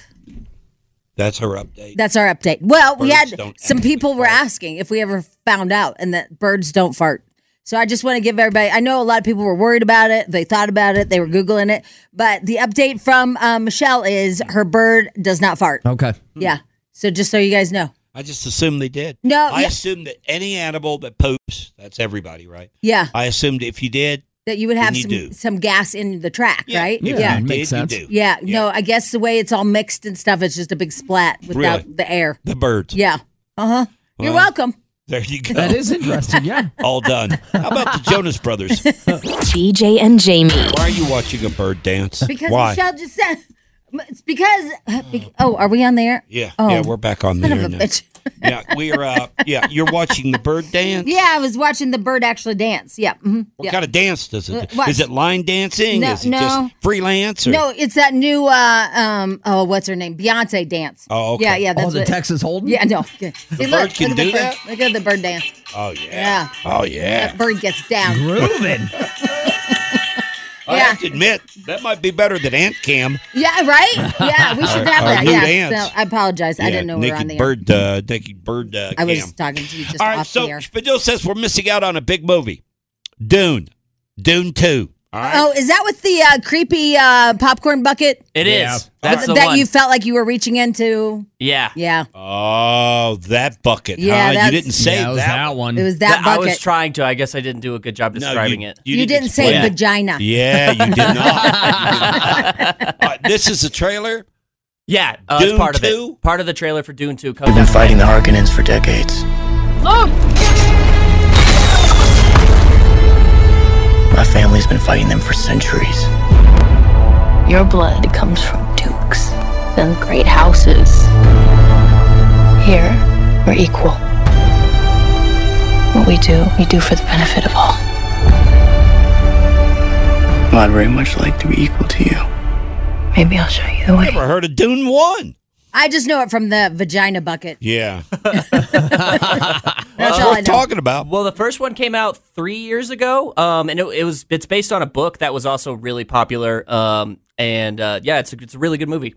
[SPEAKER 3] That's her update.
[SPEAKER 2] That's our update. Well, we
[SPEAKER 3] Birds
[SPEAKER 2] had
[SPEAKER 3] don't
[SPEAKER 2] some people were asking if we ever found out and that birds don't fart. So I just want to give everybody, I know a lot of people were worried about it. They thought about it. They were Googling it. But the update from um, Michelle is her bird does not fart.
[SPEAKER 4] Okay.
[SPEAKER 3] Hmm.
[SPEAKER 2] Yeah. So just so you guys know.
[SPEAKER 3] I just assumed they did.
[SPEAKER 2] No,
[SPEAKER 3] I
[SPEAKER 2] yeah.
[SPEAKER 3] assumed that any animal that poops, that's everybody, right?
[SPEAKER 2] Yeah.
[SPEAKER 3] I assumed if you did,
[SPEAKER 2] that you would have
[SPEAKER 3] you
[SPEAKER 2] some,
[SPEAKER 3] do.
[SPEAKER 2] some gas in the track, right?
[SPEAKER 3] yeah, you did, you do.
[SPEAKER 2] Yeah, no, I guess the way it's all mixed and stuff, it's just a big splat without
[SPEAKER 3] Really?
[SPEAKER 2] the air.
[SPEAKER 3] The birds.
[SPEAKER 2] Yeah. Uh huh. You're
[SPEAKER 3] Well,
[SPEAKER 2] welcome.
[SPEAKER 3] There you go.
[SPEAKER 2] That is interesting, yeah.
[SPEAKER 3] <laughs> All done. How about
[SPEAKER 2] <laughs>
[SPEAKER 3] the Jonas Brothers?
[SPEAKER 6] BJ and Jamie.
[SPEAKER 3] Why are you watching a bird dance?
[SPEAKER 2] Because
[SPEAKER 3] Why?
[SPEAKER 2] Michelle just said, it's because, be- oh, are we on the air?
[SPEAKER 3] Yeah,
[SPEAKER 2] Oh,
[SPEAKER 3] yeah, we're back on the
[SPEAKER 2] son
[SPEAKER 3] air
[SPEAKER 2] of a
[SPEAKER 3] now.
[SPEAKER 2] bitch.
[SPEAKER 3] Yeah, we're uh, yeah, you're watching the bird dance.
[SPEAKER 2] <laughs> Yeah, I was watching the bird actually dance. Yeah. Mm-hmm.
[SPEAKER 3] What kind of dance does
[SPEAKER 2] Uh,
[SPEAKER 3] it? do?
[SPEAKER 2] what?
[SPEAKER 3] Is it line dancing?
[SPEAKER 2] No,
[SPEAKER 3] is it
[SPEAKER 2] no.
[SPEAKER 3] just freelance? Or?
[SPEAKER 2] No, it's that new uh um oh what's her name? Beyonce dance.
[SPEAKER 3] Oh, okay.
[SPEAKER 2] Yeah, yeah, that's
[SPEAKER 3] Oh, the
[SPEAKER 2] what-
[SPEAKER 3] Texas Hold'em?
[SPEAKER 2] Yeah, no. The
[SPEAKER 3] bird can do
[SPEAKER 2] bird.
[SPEAKER 3] that?
[SPEAKER 2] Look at the bird dance.
[SPEAKER 3] Oh yeah.
[SPEAKER 2] Yeah.
[SPEAKER 3] Oh yeah.
[SPEAKER 2] That bird gets down. <laughs>
[SPEAKER 3] Grooving. I have to admit that might be better than Ant Cam.
[SPEAKER 2] Yeah,
[SPEAKER 3] <laughs>
[SPEAKER 2] right? Yeah, we should
[SPEAKER 3] Our-
[SPEAKER 2] have
[SPEAKER 3] our
[SPEAKER 2] that.
[SPEAKER 3] new
[SPEAKER 2] Yeah.
[SPEAKER 3] dance.
[SPEAKER 2] So I apologize. I
[SPEAKER 3] Yeah,
[SPEAKER 2] didn't know we were on the
[SPEAKER 3] Naked
[SPEAKER 2] air.
[SPEAKER 3] Bird. Uh, naked Bird. Uh,
[SPEAKER 2] I was
[SPEAKER 3] Cam.
[SPEAKER 2] just talking to you just
[SPEAKER 3] All right,
[SPEAKER 2] off
[SPEAKER 3] so
[SPEAKER 2] the air.
[SPEAKER 3] Spadil says we're missing out on a big movie, Dune, Dune Two. All right.
[SPEAKER 2] Oh, is that with the uh, creepy uh, popcorn bucket?
[SPEAKER 5] It
[SPEAKER 3] It
[SPEAKER 5] is.
[SPEAKER 3] is.
[SPEAKER 5] That's the
[SPEAKER 2] Oh, that
[SPEAKER 5] one.
[SPEAKER 2] you felt like you were reaching into.
[SPEAKER 5] yeah.
[SPEAKER 2] Yeah.
[SPEAKER 3] Oh, that bucket.
[SPEAKER 2] Yeah,
[SPEAKER 3] huh?
[SPEAKER 2] that's-
[SPEAKER 3] You didn't say
[SPEAKER 2] Yeah, it was
[SPEAKER 3] that,
[SPEAKER 2] that one. It was that
[SPEAKER 5] I was
[SPEAKER 2] bucket.
[SPEAKER 5] trying to. I guess I didn't do a good job describing it.
[SPEAKER 2] You, didn't say
[SPEAKER 5] explain it.
[SPEAKER 2] vagina.
[SPEAKER 3] Yeah, you did
[SPEAKER 5] <laughs>
[SPEAKER 3] not. All right, this is a trailer.
[SPEAKER 5] Yeah, uh,
[SPEAKER 3] Dune
[SPEAKER 5] it's part of
[SPEAKER 3] 2?
[SPEAKER 5] it. Part of the trailer for Dune 2
[SPEAKER 21] We've
[SPEAKER 5] coming
[SPEAKER 21] been
[SPEAKER 5] out.
[SPEAKER 21] fighting the Harkonnens for decades. My family's been fighting them for centuries.
[SPEAKER 15] Your blood comes from dukes and great houses. Here, we're equal. What we do, we do for the benefit of all.
[SPEAKER 21] I'd very much like to be equal to you.
[SPEAKER 15] Maybe I'll show you the way.
[SPEAKER 3] Never heard of Dune 1.
[SPEAKER 2] I just know it from the vagina bucket.
[SPEAKER 5] <laughs>
[SPEAKER 3] Yeah.
[SPEAKER 2] That's all I know.
[SPEAKER 3] about.
[SPEAKER 5] Well, the first one came out three years ago, um, and it, it was it's based on a book that was also really popular. Um, and uh, yeah, it's a, it's a really good movie.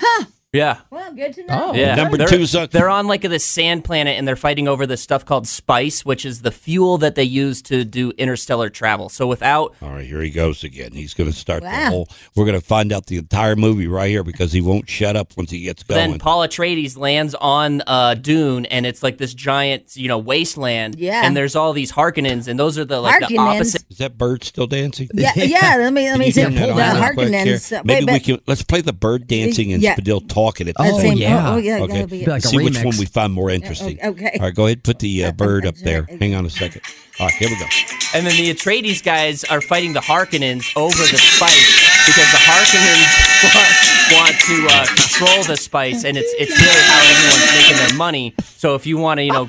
[SPEAKER 5] Huh? Yeah.
[SPEAKER 2] Well, good to know.
[SPEAKER 5] yeah.
[SPEAKER 3] Oh, number
[SPEAKER 5] Oh, they're,
[SPEAKER 3] two's up.
[SPEAKER 5] They're on like this sand planet, and they're fighting over this stuff called spice, which is the fuel that they use to do interstellar travel. So without
[SPEAKER 3] All right, here he goes again. He's going to start the
[SPEAKER 5] Wow.
[SPEAKER 3] whole. We're going to find out the entire movie right here because he won't shut up once he gets <laughs>
[SPEAKER 5] But
[SPEAKER 3] going.
[SPEAKER 5] Then Paul Atreides lands on uh, Dune, and it's like this giant, you know, wasteland.
[SPEAKER 2] Yeah.
[SPEAKER 5] And there's all these Harkonnens, and those are the like the
[SPEAKER 2] Harkonnens.
[SPEAKER 5] opposite.
[SPEAKER 3] Is that bird still dancing? <laughs>
[SPEAKER 2] Yeah, yeah. Let me let
[SPEAKER 3] Can
[SPEAKER 2] me
[SPEAKER 3] you
[SPEAKER 2] see the
[SPEAKER 3] turn that on real quick here?
[SPEAKER 2] Harkonnens. uh, Wait,
[SPEAKER 3] Maybe we
[SPEAKER 2] but-
[SPEAKER 3] can let's play the bird dancing and
[SPEAKER 2] Yeah.
[SPEAKER 3] Spadil talking at the
[SPEAKER 2] That
[SPEAKER 3] same
[SPEAKER 2] same-
[SPEAKER 3] time.
[SPEAKER 2] Yeah. oh, oh, yeah, that'll be
[SPEAKER 3] Okay.
[SPEAKER 2] it. Be like a
[SPEAKER 3] See which
[SPEAKER 2] remix.
[SPEAKER 3] one we find more interesting.
[SPEAKER 2] Yeah, okay.
[SPEAKER 3] All right, go ahead. Put
[SPEAKER 2] <laughs>
[SPEAKER 3] the uh, bird up there. Hang on a second. All right, here we go.
[SPEAKER 5] And then the Atreides guys are fighting the Harkonnens over the spice because the Harkonnens <laughs> want, want to uh, control the spice, and it's it's really how everyone's making their money. So if you want to, you know,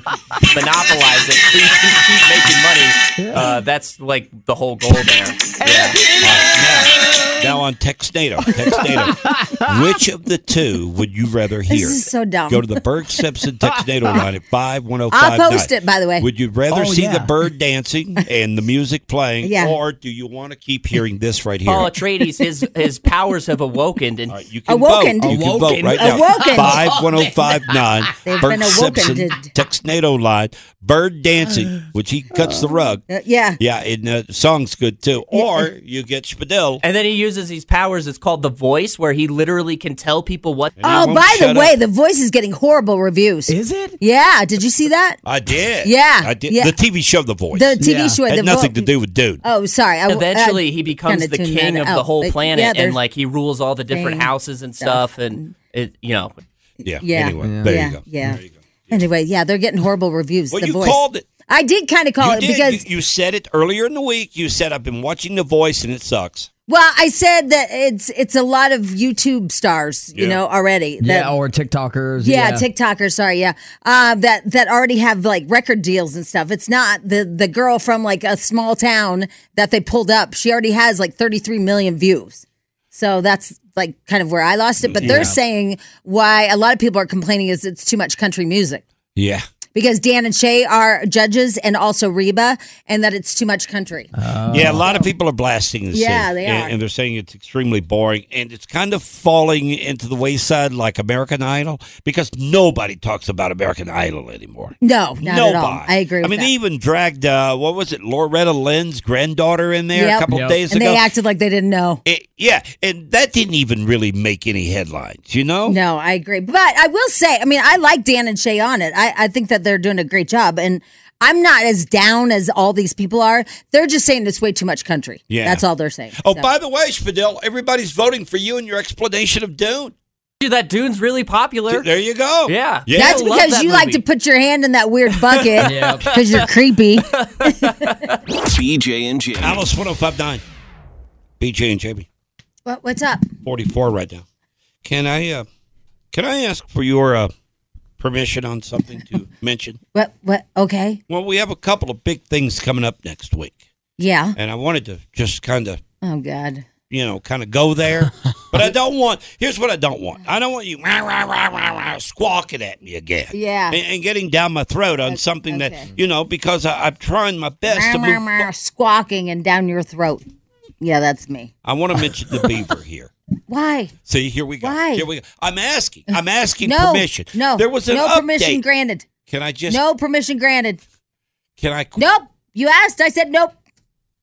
[SPEAKER 5] monopolize it, keep, keep making money. Uh, that's like the whole goal there. Yeah.
[SPEAKER 3] Now on Textnado.
[SPEAKER 2] <laughs>
[SPEAKER 3] Textnado. Which of the two would you rather hear?
[SPEAKER 2] is so dumb.
[SPEAKER 3] Go to the Berg Simpson
[SPEAKER 2] <laughs>
[SPEAKER 3] Textnado line at 51059.
[SPEAKER 2] I'll post it, by the way.
[SPEAKER 3] Would you rather
[SPEAKER 2] Oh,
[SPEAKER 3] see the
[SPEAKER 2] yeah.
[SPEAKER 3] bird dancing and the music playing,
[SPEAKER 2] Yeah.
[SPEAKER 3] or do you want to keep hearing this right here?
[SPEAKER 5] Paul Atreides, his his powers have awoken, and
[SPEAKER 3] you can vote. You can vote right now.
[SPEAKER 2] Awoken.
[SPEAKER 3] Five one zero five
[SPEAKER 2] <laughs> They've
[SPEAKER 3] nine.
[SPEAKER 2] been
[SPEAKER 3] Bert
[SPEAKER 2] awoken.
[SPEAKER 3] Simpson, Texnado line, bird
[SPEAKER 2] <sighs>
[SPEAKER 3] dancing, which he cuts the rug.
[SPEAKER 2] Uh, yeah.
[SPEAKER 3] Yeah, and the song's good too. Oh, Or you get Spadil.
[SPEAKER 5] And then he uses these powers. It's called the voice, where he literally can tell people what.
[SPEAKER 2] Oh, by the way, the voice is getting horrible reviews. Is
[SPEAKER 4] it?
[SPEAKER 2] Yeah. Did you see that?
[SPEAKER 3] I did.
[SPEAKER 2] Yeah,
[SPEAKER 3] I did.
[SPEAKER 2] yeah.
[SPEAKER 3] The TV show, The Voice.
[SPEAKER 2] The TV Yeah. show,
[SPEAKER 3] had
[SPEAKER 2] The
[SPEAKER 3] nothing
[SPEAKER 2] Vo-
[SPEAKER 3] to do with Dude.
[SPEAKER 2] Oh, sorry. I,
[SPEAKER 5] Eventually,
[SPEAKER 2] I
[SPEAKER 5] he becomes
[SPEAKER 2] kinda
[SPEAKER 5] the
[SPEAKER 2] tuned
[SPEAKER 5] king
[SPEAKER 2] that
[SPEAKER 5] of
[SPEAKER 2] out,
[SPEAKER 5] the whole
[SPEAKER 2] but
[SPEAKER 5] planet,
[SPEAKER 2] yeah,
[SPEAKER 5] and
[SPEAKER 2] there's-
[SPEAKER 5] like he rules all the different
[SPEAKER 2] Dang.
[SPEAKER 5] houses and stuff, and it, you know.
[SPEAKER 3] Yeah.
[SPEAKER 2] yeah.
[SPEAKER 5] Anyway,
[SPEAKER 3] there you
[SPEAKER 2] yeah,
[SPEAKER 3] go.
[SPEAKER 2] Yeah. Anyway, yeah, they're getting horrible reviews.
[SPEAKER 3] Well,
[SPEAKER 2] the
[SPEAKER 3] you
[SPEAKER 2] voice.
[SPEAKER 3] called it.
[SPEAKER 2] I did kind of call
[SPEAKER 3] you
[SPEAKER 2] it
[SPEAKER 3] did.
[SPEAKER 2] because
[SPEAKER 3] you, you said it earlier in the week. You said I've been watching The Voice and it sucks.
[SPEAKER 2] well, I said that it's it's a lot of YouTube stars, you
[SPEAKER 4] Yeah.
[SPEAKER 2] know, already. That,
[SPEAKER 4] yeah, or TikTokers.
[SPEAKER 2] yeah, TikTokers. Sorry, yeah, uh, that that already have like record deals and stuff. It's not the the girl from like a small town that they pulled up. She already has like 33 million views. So that's like kind of where I lost it. But
[SPEAKER 3] Yeah.
[SPEAKER 2] they're saying why a lot of people are complaining is it's too much country music
[SPEAKER 3] Yeah.
[SPEAKER 2] because Dan and Shay are judges and also Reba, and that it's too much country.
[SPEAKER 3] Yeah, a lot of people are blasting this.
[SPEAKER 2] Yeah,
[SPEAKER 3] thing,
[SPEAKER 2] they
[SPEAKER 3] and,
[SPEAKER 2] are.
[SPEAKER 3] and they're saying it's extremely boring, and it's kind of falling into the wayside like American Idol because nobody talks about American Idol anymore.
[SPEAKER 2] No, not
[SPEAKER 3] nobody.
[SPEAKER 2] at all. I agree.
[SPEAKER 3] I
[SPEAKER 2] With
[SPEAKER 3] mean,
[SPEAKER 2] that.
[SPEAKER 3] they even dragged uh, what was it, Loretta Lynn's granddaughter in there
[SPEAKER 2] Yep.
[SPEAKER 3] a couple days
[SPEAKER 2] and
[SPEAKER 3] ago.
[SPEAKER 2] they acted like they didn't know.
[SPEAKER 3] It- yeah, and that didn't even really make any headlines, you know?
[SPEAKER 2] No, I agree. But I will say, I mean, I like Dan and Shay on it. I, I think that they're doing a great job. And I'm not as down as all these people are. They're just saying it's way too much country.
[SPEAKER 3] Yeah.
[SPEAKER 2] That's all they're saying.
[SPEAKER 3] Oh, by the way, Spadil, everybody's voting for you and your explanation of Dune.
[SPEAKER 5] Dude, that Dune's really popular.
[SPEAKER 3] There you go.
[SPEAKER 5] Yeah.
[SPEAKER 2] That's because you like to put your hand in that weird bucket
[SPEAKER 5] Yep.
[SPEAKER 2] because you're
[SPEAKER 3] <laughs>
[SPEAKER 2] creepy.
[SPEAKER 1] BJ and Jamie.
[SPEAKER 3] Alice 1059. BJ and Jamie.
[SPEAKER 2] What, what's up?
[SPEAKER 3] 44 right now. Can I uh can I ask for your uh permission on something
[SPEAKER 2] <laughs>
[SPEAKER 3] to mention?
[SPEAKER 2] What? What? Okay.
[SPEAKER 3] Well, we have a couple of big things coming up next week.
[SPEAKER 2] Yeah.
[SPEAKER 3] And I wanted to just kind of
[SPEAKER 2] Oh God.
[SPEAKER 3] you know, kind of go there. But I don't want. Here's what I don't want. I don't want you rah, rah, rah, rah, rah, squawking at me again.
[SPEAKER 2] Yeah.
[SPEAKER 3] And, and getting down my throat on something
[SPEAKER 2] okay.
[SPEAKER 3] that you know because I, I'm trying my best
[SPEAKER 2] Meow,
[SPEAKER 3] to
[SPEAKER 2] meow,
[SPEAKER 3] move.
[SPEAKER 2] meow, squawking and down your throat. Yeah, that's me.
[SPEAKER 3] I want to mention the beaver here.
[SPEAKER 2] Why?
[SPEAKER 3] See, here we go.
[SPEAKER 2] Why?
[SPEAKER 3] Here we go. I'm asking. I'm asking
[SPEAKER 2] No.
[SPEAKER 3] permission.
[SPEAKER 2] No.
[SPEAKER 3] There was an
[SPEAKER 2] no permission
[SPEAKER 3] update.
[SPEAKER 2] granted.
[SPEAKER 3] Can I just?
[SPEAKER 2] no permission granted.
[SPEAKER 3] Can I?
[SPEAKER 2] Nope. You asked. I said nope.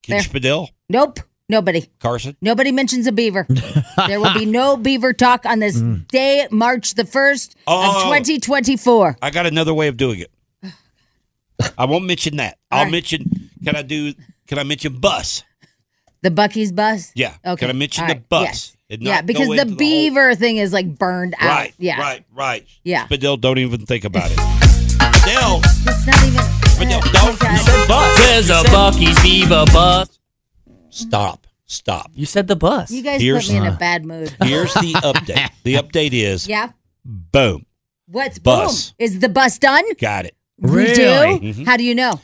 [SPEAKER 3] Can Spadil
[SPEAKER 2] Nope. Nobody.
[SPEAKER 3] Carson?
[SPEAKER 2] Nobody mentions
[SPEAKER 3] <laughs>
[SPEAKER 2] a beaver. there will be no beaver talk on this day, March the 1st
[SPEAKER 3] Mm. Oh.
[SPEAKER 2] of 2024.
[SPEAKER 3] I got another way of doing
[SPEAKER 2] <sighs>
[SPEAKER 3] it. I won't mention that. I'll mention. Can I do? Can I mention bus?
[SPEAKER 2] The Bucky's bus?
[SPEAKER 3] Yeah.
[SPEAKER 2] Okay.
[SPEAKER 3] Can I mention
[SPEAKER 2] All
[SPEAKER 3] the
[SPEAKER 2] right.
[SPEAKER 3] bus?
[SPEAKER 2] Yes.
[SPEAKER 3] and
[SPEAKER 2] Yeah,
[SPEAKER 3] not go
[SPEAKER 2] because the
[SPEAKER 3] into whole-
[SPEAKER 2] beaver thing is like burned out.
[SPEAKER 3] Right.
[SPEAKER 2] Yeah.
[SPEAKER 3] Right. Right.
[SPEAKER 2] Yeah.
[SPEAKER 3] Spadil, don't even think about
[SPEAKER 2] <laughs>
[SPEAKER 3] it. Spadil,
[SPEAKER 2] It's not even.
[SPEAKER 3] Spadil, don't. You said bus.
[SPEAKER 5] There's a Bucky's Beaver bus.
[SPEAKER 3] Stop. Stop.
[SPEAKER 5] You said the bus.
[SPEAKER 2] You guys
[SPEAKER 3] Here's-
[SPEAKER 2] put me in a bad mood.
[SPEAKER 3] Here's the update. The update is
[SPEAKER 2] yeah.
[SPEAKER 3] boom.
[SPEAKER 2] What's
[SPEAKER 3] Bus.
[SPEAKER 2] boom? Is the bus done?
[SPEAKER 3] Got it.
[SPEAKER 2] We do?
[SPEAKER 3] Mhm.
[SPEAKER 2] How do you know?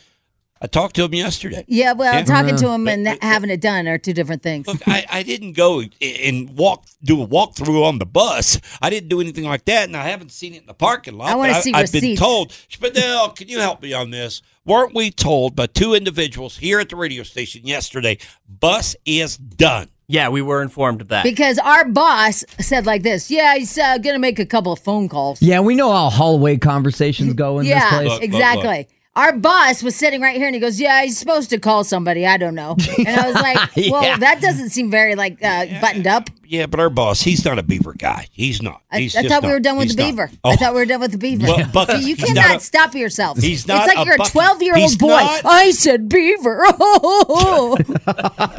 [SPEAKER 3] I talked to him yesterday.
[SPEAKER 2] Yeah, well,
[SPEAKER 3] Yeah.
[SPEAKER 2] talking to
[SPEAKER 3] Uh,
[SPEAKER 2] him and having it done are two different things.
[SPEAKER 3] Look, I, I didn't go a- and walk do a walkthrough on the bus. I didn't do anything like that, and I haven't seen it in the parking lot.
[SPEAKER 2] I wanna
[SPEAKER 3] but
[SPEAKER 2] see
[SPEAKER 3] I've been
[SPEAKER 2] receipts.
[SPEAKER 3] told, Spadell, can you help me on this? Weren't we told by two individuals here at the radio station yesterday, bus is done?
[SPEAKER 5] Yeah, we were informed of that.
[SPEAKER 2] Because our boss said like this, yeah, he's uh, going to make a couple of phone calls.
[SPEAKER 4] Yeah, we know how hallway conversations go in this
[SPEAKER 2] yeah,
[SPEAKER 4] place.
[SPEAKER 2] exactly. Our boss was sitting right here and he goes, yeah, he's supposed to call somebody. I don't know. And I
[SPEAKER 4] <laughs>
[SPEAKER 2] was like, well,
[SPEAKER 3] Yeah.
[SPEAKER 2] that doesn't seem very like uh, buttoned up.
[SPEAKER 3] Yeah, but our boss, he's not a beaver guy. He's not.
[SPEAKER 2] I,
[SPEAKER 3] He's
[SPEAKER 2] I
[SPEAKER 3] just
[SPEAKER 2] thought we
[SPEAKER 3] not.
[SPEAKER 2] were done with
[SPEAKER 3] He's
[SPEAKER 2] the
[SPEAKER 3] not.
[SPEAKER 2] beaver.
[SPEAKER 3] Oh,
[SPEAKER 2] I thought we were done with the beaver.
[SPEAKER 3] Well, Bucky,
[SPEAKER 2] See, you
[SPEAKER 3] he's
[SPEAKER 2] cannot
[SPEAKER 3] not a-
[SPEAKER 2] stop yourself.
[SPEAKER 3] He's not
[SPEAKER 2] it's like
[SPEAKER 3] a
[SPEAKER 2] you're
[SPEAKER 3] Bucky.
[SPEAKER 2] a 12 year
[SPEAKER 3] He's
[SPEAKER 2] old boy.
[SPEAKER 3] not-
[SPEAKER 2] I
[SPEAKER 3] <laughs>
[SPEAKER 2] said beaver. <laughs> Oh,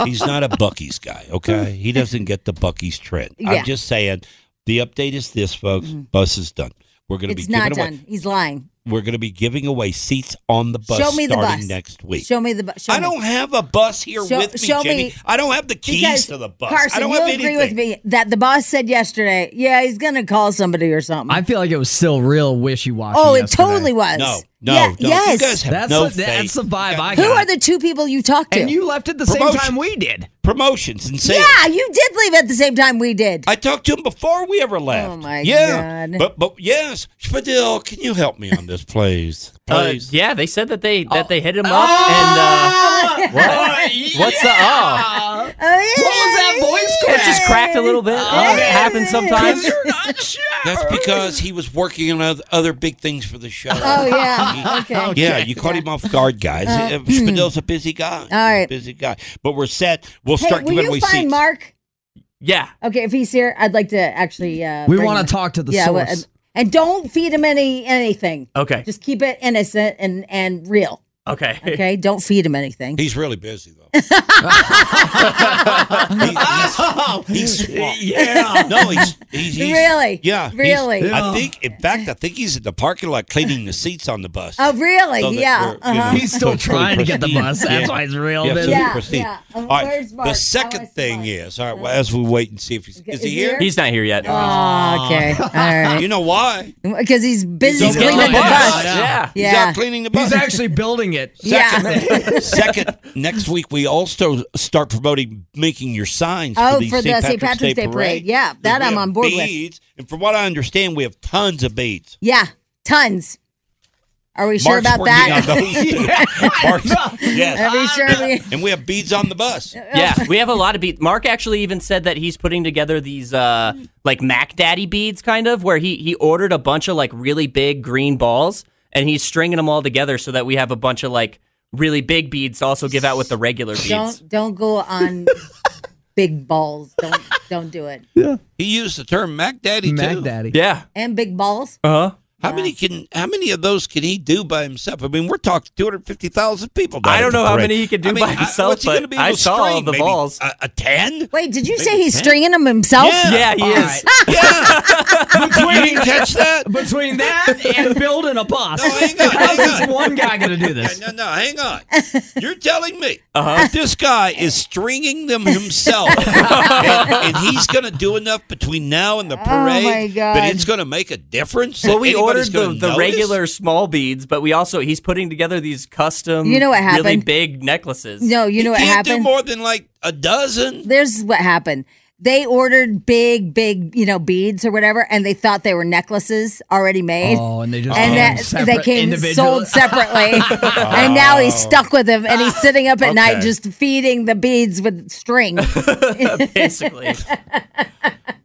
[SPEAKER 3] He's not a Bucky's guy,
[SPEAKER 2] <laughs>
[SPEAKER 3] okay? He doesn't get the Bucky's trend.
[SPEAKER 2] Yeah. Mm-hmm.
[SPEAKER 3] I'm just saying the update is this, folks. Bus is done. We're going to be
[SPEAKER 2] it's
[SPEAKER 3] giving
[SPEAKER 2] not
[SPEAKER 3] away.
[SPEAKER 2] done. He's lying.
[SPEAKER 3] We're going to be giving away seats on the bus
[SPEAKER 2] Show me the
[SPEAKER 3] starting
[SPEAKER 2] bus.
[SPEAKER 3] next week.
[SPEAKER 2] Show me the bu- show
[SPEAKER 3] I
[SPEAKER 2] me.
[SPEAKER 3] don't have a bus here
[SPEAKER 2] Show-
[SPEAKER 3] with me,
[SPEAKER 2] show
[SPEAKER 3] Jamie.
[SPEAKER 2] me-
[SPEAKER 3] I don't have the keys
[SPEAKER 2] Because,
[SPEAKER 3] to the bus.
[SPEAKER 2] Carson,
[SPEAKER 3] I don't
[SPEAKER 2] you'll
[SPEAKER 3] have
[SPEAKER 2] agree
[SPEAKER 3] anything.
[SPEAKER 2] with me that the boss said yesterday, yeah, he's going to call somebody or something.
[SPEAKER 4] I feel like it was still real wishy-washy.
[SPEAKER 2] oh, it
[SPEAKER 4] yesterday.
[SPEAKER 2] totally was.
[SPEAKER 3] No, no,
[SPEAKER 2] Yeah,
[SPEAKER 3] no. You
[SPEAKER 2] Yes.
[SPEAKER 3] guys have
[SPEAKER 4] That's
[SPEAKER 3] no
[SPEAKER 4] the- that's
[SPEAKER 3] faith.
[SPEAKER 4] the vibe I
[SPEAKER 2] Who
[SPEAKER 4] got.
[SPEAKER 2] are the two people you talked to?
[SPEAKER 4] and you left at the same
[SPEAKER 3] Promotion.
[SPEAKER 4] time we did.
[SPEAKER 3] Promotions and sales.
[SPEAKER 2] yeah, you did leave at the same time we did.
[SPEAKER 3] I talked to him before we ever left.
[SPEAKER 2] Oh my
[SPEAKER 3] yeah.
[SPEAKER 2] God.
[SPEAKER 3] But but yes, Spadil, can you help me on this, please?
[SPEAKER 5] Uh,
[SPEAKER 3] Please.
[SPEAKER 5] yeah, they said that they
[SPEAKER 2] Oh.
[SPEAKER 5] that they hit him
[SPEAKER 14] Ah!
[SPEAKER 5] up
[SPEAKER 14] <laughs>
[SPEAKER 5] and uh, what? What's the oh?
[SPEAKER 4] voice
[SPEAKER 5] It just cracked a little bit. Oh, it happens sometimes.
[SPEAKER 3] That's because he was working on oth- other big things for the show.
[SPEAKER 2] Oh, yeah. Okay. Uh-huh.
[SPEAKER 3] Yeah, you caught him off guard, guys. Uh, Spadel's a busy guy. All
[SPEAKER 2] right.
[SPEAKER 3] busy guy. But we're set. We'll
[SPEAKER 2] Hey,
[SPEAKER 3] start
[SPEAKER 2] will
[SPEAKER 3] giving
[SPEAKER 2] you
[SPEAKER 3] away
[SPEAKER 2] find
[SPEAKER 3] seats.
[SPEAKER 2] Mark?
[SPEAKER 5] Yeah,
[SPEAKER 2] Okay, if he's here, I'd like to actually. Uh,
[SPEAKER 4] We
[SPEAKER 2] bring
[SPEAKER 4] wanna
[SPEAKER 2] him.
[SPEAKER 4] talk to the
[SPEAKER 2] yeah, well,
[SPEAKER 4] source.
[SPEAKER 2] and- and don't feed him any anything.
[SPEAKER 5] Okay.
[SPEAKER 2] Just keep it innocent and and
[SPEAKER 4] <laughs>
[SPEAKER 2] real.
[SPEAKER 5] okay.
[SPEAKER 2] uh, Okay, don't feed him anything.
[SPEAKER 3] <laughs> He's really busy
[SPEAKER 2] <laughs>
[SPEAKER 3] though. He- he's, he's
[SPEAKER 4] <laughs>
[SPEAKER 3] swamped. Yeah. No, he's, he's, he's
[SPEAKER 2] Oh. Really?
[SPEAKER 3] Yeah. he's-
[SPEAKER 2] Really?
[SPEAKER 3] I think. In fact, I think he's in the parking lot cleaning the seats on the bus.
[SPEAKER 2] Oh, really?
[SPEAKER 3] So that
[SPEAKER 2] yeah.
[SPEAKER 3] we're, you know,
[SPEAKER 2] uh-huh.
[SPEAKER 4] He's still
[SPEAKER 3] so it's really
[SPEAKER 4] trying to get the
[SPEAKER 3] pristine.
[SPEAKER 4] bus. That's why he's real
[SPEAKER 3] Yeah, so
[SPEAKER 4] busy.
[SPEAKER 3] it's
[SPEAKER 2] Yeah,
[SPEAKER 3] pristine.
[SPEAKER 2] yeah. Um,
[SPEAKER 3] All right.
[SPEAKER 2] where's
[SPEAKER 3] The
[SPEAKER 2] Mark? I
[SPEAKER 3] second
[SPEAKER 2] wanna see
[SPEAKER 3] thing
[SPEAKER 2] Mark.
[SPEAKER 3] is, all right, well, as we wait and see if he's, is
[SPEAKER 2] Uh-huh. is
[SPEAKER 3] he
[SPEAKER 2] he
[SPEAKER 3] here?
[SPEAKER 5] He's not here yet.
[SPEAKER 2] Oh, <laughs>
[SPEAKER 3] <laughs>
[SPEAKER 2] okay. All right.
[SPEAKER 3] You know why?
[SPEAKER 2] Because he's busy
[SPEAKER 3] He's
[SPEAKER 2] cleaning the
[SPEAKER 3] getting the
[SPEAKER 2] bus.
[SPEAKER 3] bus.
[SPEAKER 5] Yeah.
[SPEAKER 3] He's
[SPEAKER 2] Yeah.
[SPEAKER 3] out cleaning the bus.
[SPEAKER 4] He's actually
[SPEAKER 3] <laughs>
[SPEAKER 4] building it.
[SPEAKER 2] Yeah. <laughs>
[SPEAKER 3] Second, next week we also start promoting making your signs.
[SPEAKER 2] Oh,
[SPEAKER 3] for the,
[SPEAKER 2] for
[SPEAKER 3] St.
[SPEAKER 2] the
[SPEAKER 3] Patrick's,
[SPEAKER 2] St. Patrick's
[SPEAKER 3] Day
[SPEAKER 2] Day
[SPEAKER 3] parade.
[SPEAKER 2] parade. Yeah, that
[SPEAKER 3] We
[SPEAKER 2] I'm
[SPEAKER 3] have
[SPEAKER 2] on board with.
[SPEAKER 3] beads, And from what I understand, we have tons of beads.
[SPEAKER 2] Yeah. Tons. Are we sure
[SPEAKER 3] Mark's
[SPEAKER 2] about
[SPEAKER 3] working
[SPEAKER 2] that?
[SPEAKER 3] on those, too.
[SPEAKER 2] <laughs>
[SPEAKER 3] <laughs> Mark's-
[SPEAKER 2] Are we
[SPEAKER 3] yes.
[SPEAKER 2] sure we?
[SPEAKER 3] Ah, And we have beads on the
[SPEAKER 2] <laughs>
[SPEAKER 3] bus.
[SPEAKER 5] Yeah, we have a lot of beads. Mark actually even said that he's putting together these uh like Mac Daddy beads, kind of, where he he ordered a bunch of like really big green balls and he's stringing them all together so that we have a bunch of like really big beads to also give out with the regular beads.
[SPEAKER 2] Don't don't go on big balls. Don't don't do it.
[SPEAKER 3] He used the term Mac Daddy
[SPEAKER 4] Mac
[SPEAKER 3] too.
[SPEAKER 4] Daddy.
[SPEAKER 5] Yeah.
[SPEAKER 2] And big balls.
[SPEAKER 5] Uh huh.
[SPEAKER 3] How many can? How many of those can he do by himself? I mean, we're talking 250,000 people. down
[SPEAKER 5] I don't
[SPEAKER 3] at the
[SPEAKER 5] know how
[SPEAKER 3] parade.
[SPEAKER 5] many he could do
[SPEAKER 3] I mean,
[SPEAKER 5] by
[SPEAKER 3] I-
[SPEAKER 5] himself,
[SPEAKER 3] what's he
[SPEAKER 5] but
[SPEAKER 3] gonna be able
[SPEAKER 5] I
[SPEAKER 3] to
[SPEAKER 5] saw
[SPEAKER 3] string?
[SPEAKER 5] the
[SPEAKER 3] Maybe uh,
[SPEAKER 5] balls.
[SPEAKER 3] A, a
[SPEAKER 5] <laughs>
[SPEAKER 3] ten?
[SPEAKER 2] Wait, did you say he's stringing them himself?
[SPEAKER 5] Yeah, he
[SPEAKER 2] All
[SPEAKER 5] is.
[SPEAKER 2] <laughs> right.
[SPEAKER 4] <laughs>
[SPEAKER 3] You didn't catch
[SPEAKER 5] <laughs>
[SPEAKER 3] that?
[SPEAKER 4] Between that and building a bus, how's this one guy going to do this?
[SPEAKER 3] No, no, hang on. <laughs> You're telling me
[SPEAKER 5] Uh-huh.
[SPEAKER 3] that this guy is stringing them
[SPEAKER 5] <laughs>
[SPEAKER 3] himself, and, and he's going to do enough between now and the parade
[SPEAKER 2] Oh my God.
[SPEAKER 3] that it's going to make a difference.
[SPEAKER 5] Well,
[SPEAKER 3] that
[SPEAKER 5] we ordered
[SPEAKER 3] anybody's
[SPEAKER 5] the,
[SPEAKER 3] gonna
[SPEAKER 5] the
[SPEAKER 3] notice?
[SPEAKER 5] regular small beads, but we also he's putting together these custom,
[SPEAKER 2] You know what
[SPEAKER 5] really
[SPEAKER 2] happened?
[SPEAKER 5] big necklaces.
[SPEAKER 2] No, you know what
[SPEAKER 3] Can't do
[SPEAKER 2] happened?
[SPEAKER 3] more than like a dozen.
[SPEAKER 2] There's what happened. They ordered big, big, you know, beads or whatever, and they thought they were necklaces already made.
[SPEAKER 4] Oh, and they just
[SPEAKER 2] and
[SPEAKER 4] came
[SPEAKER 2] that
[SPEAKER 4] separate
[SPEAKER 2] they came
[SPEAKER 4] individual- Oh.
[SPEAKER 2] sold separately,
[SPEAKER 4] <laughs>
[SPEAKER 2] and now he's stuck with them, and he's sitting up at night
[SPEAKER 5] Okay.
[SPEAKER 2] just feeding the beads with
[SPEAKER 4] <laughs>
[SPEAKER 2] string.
[SPEAKER 5] basically.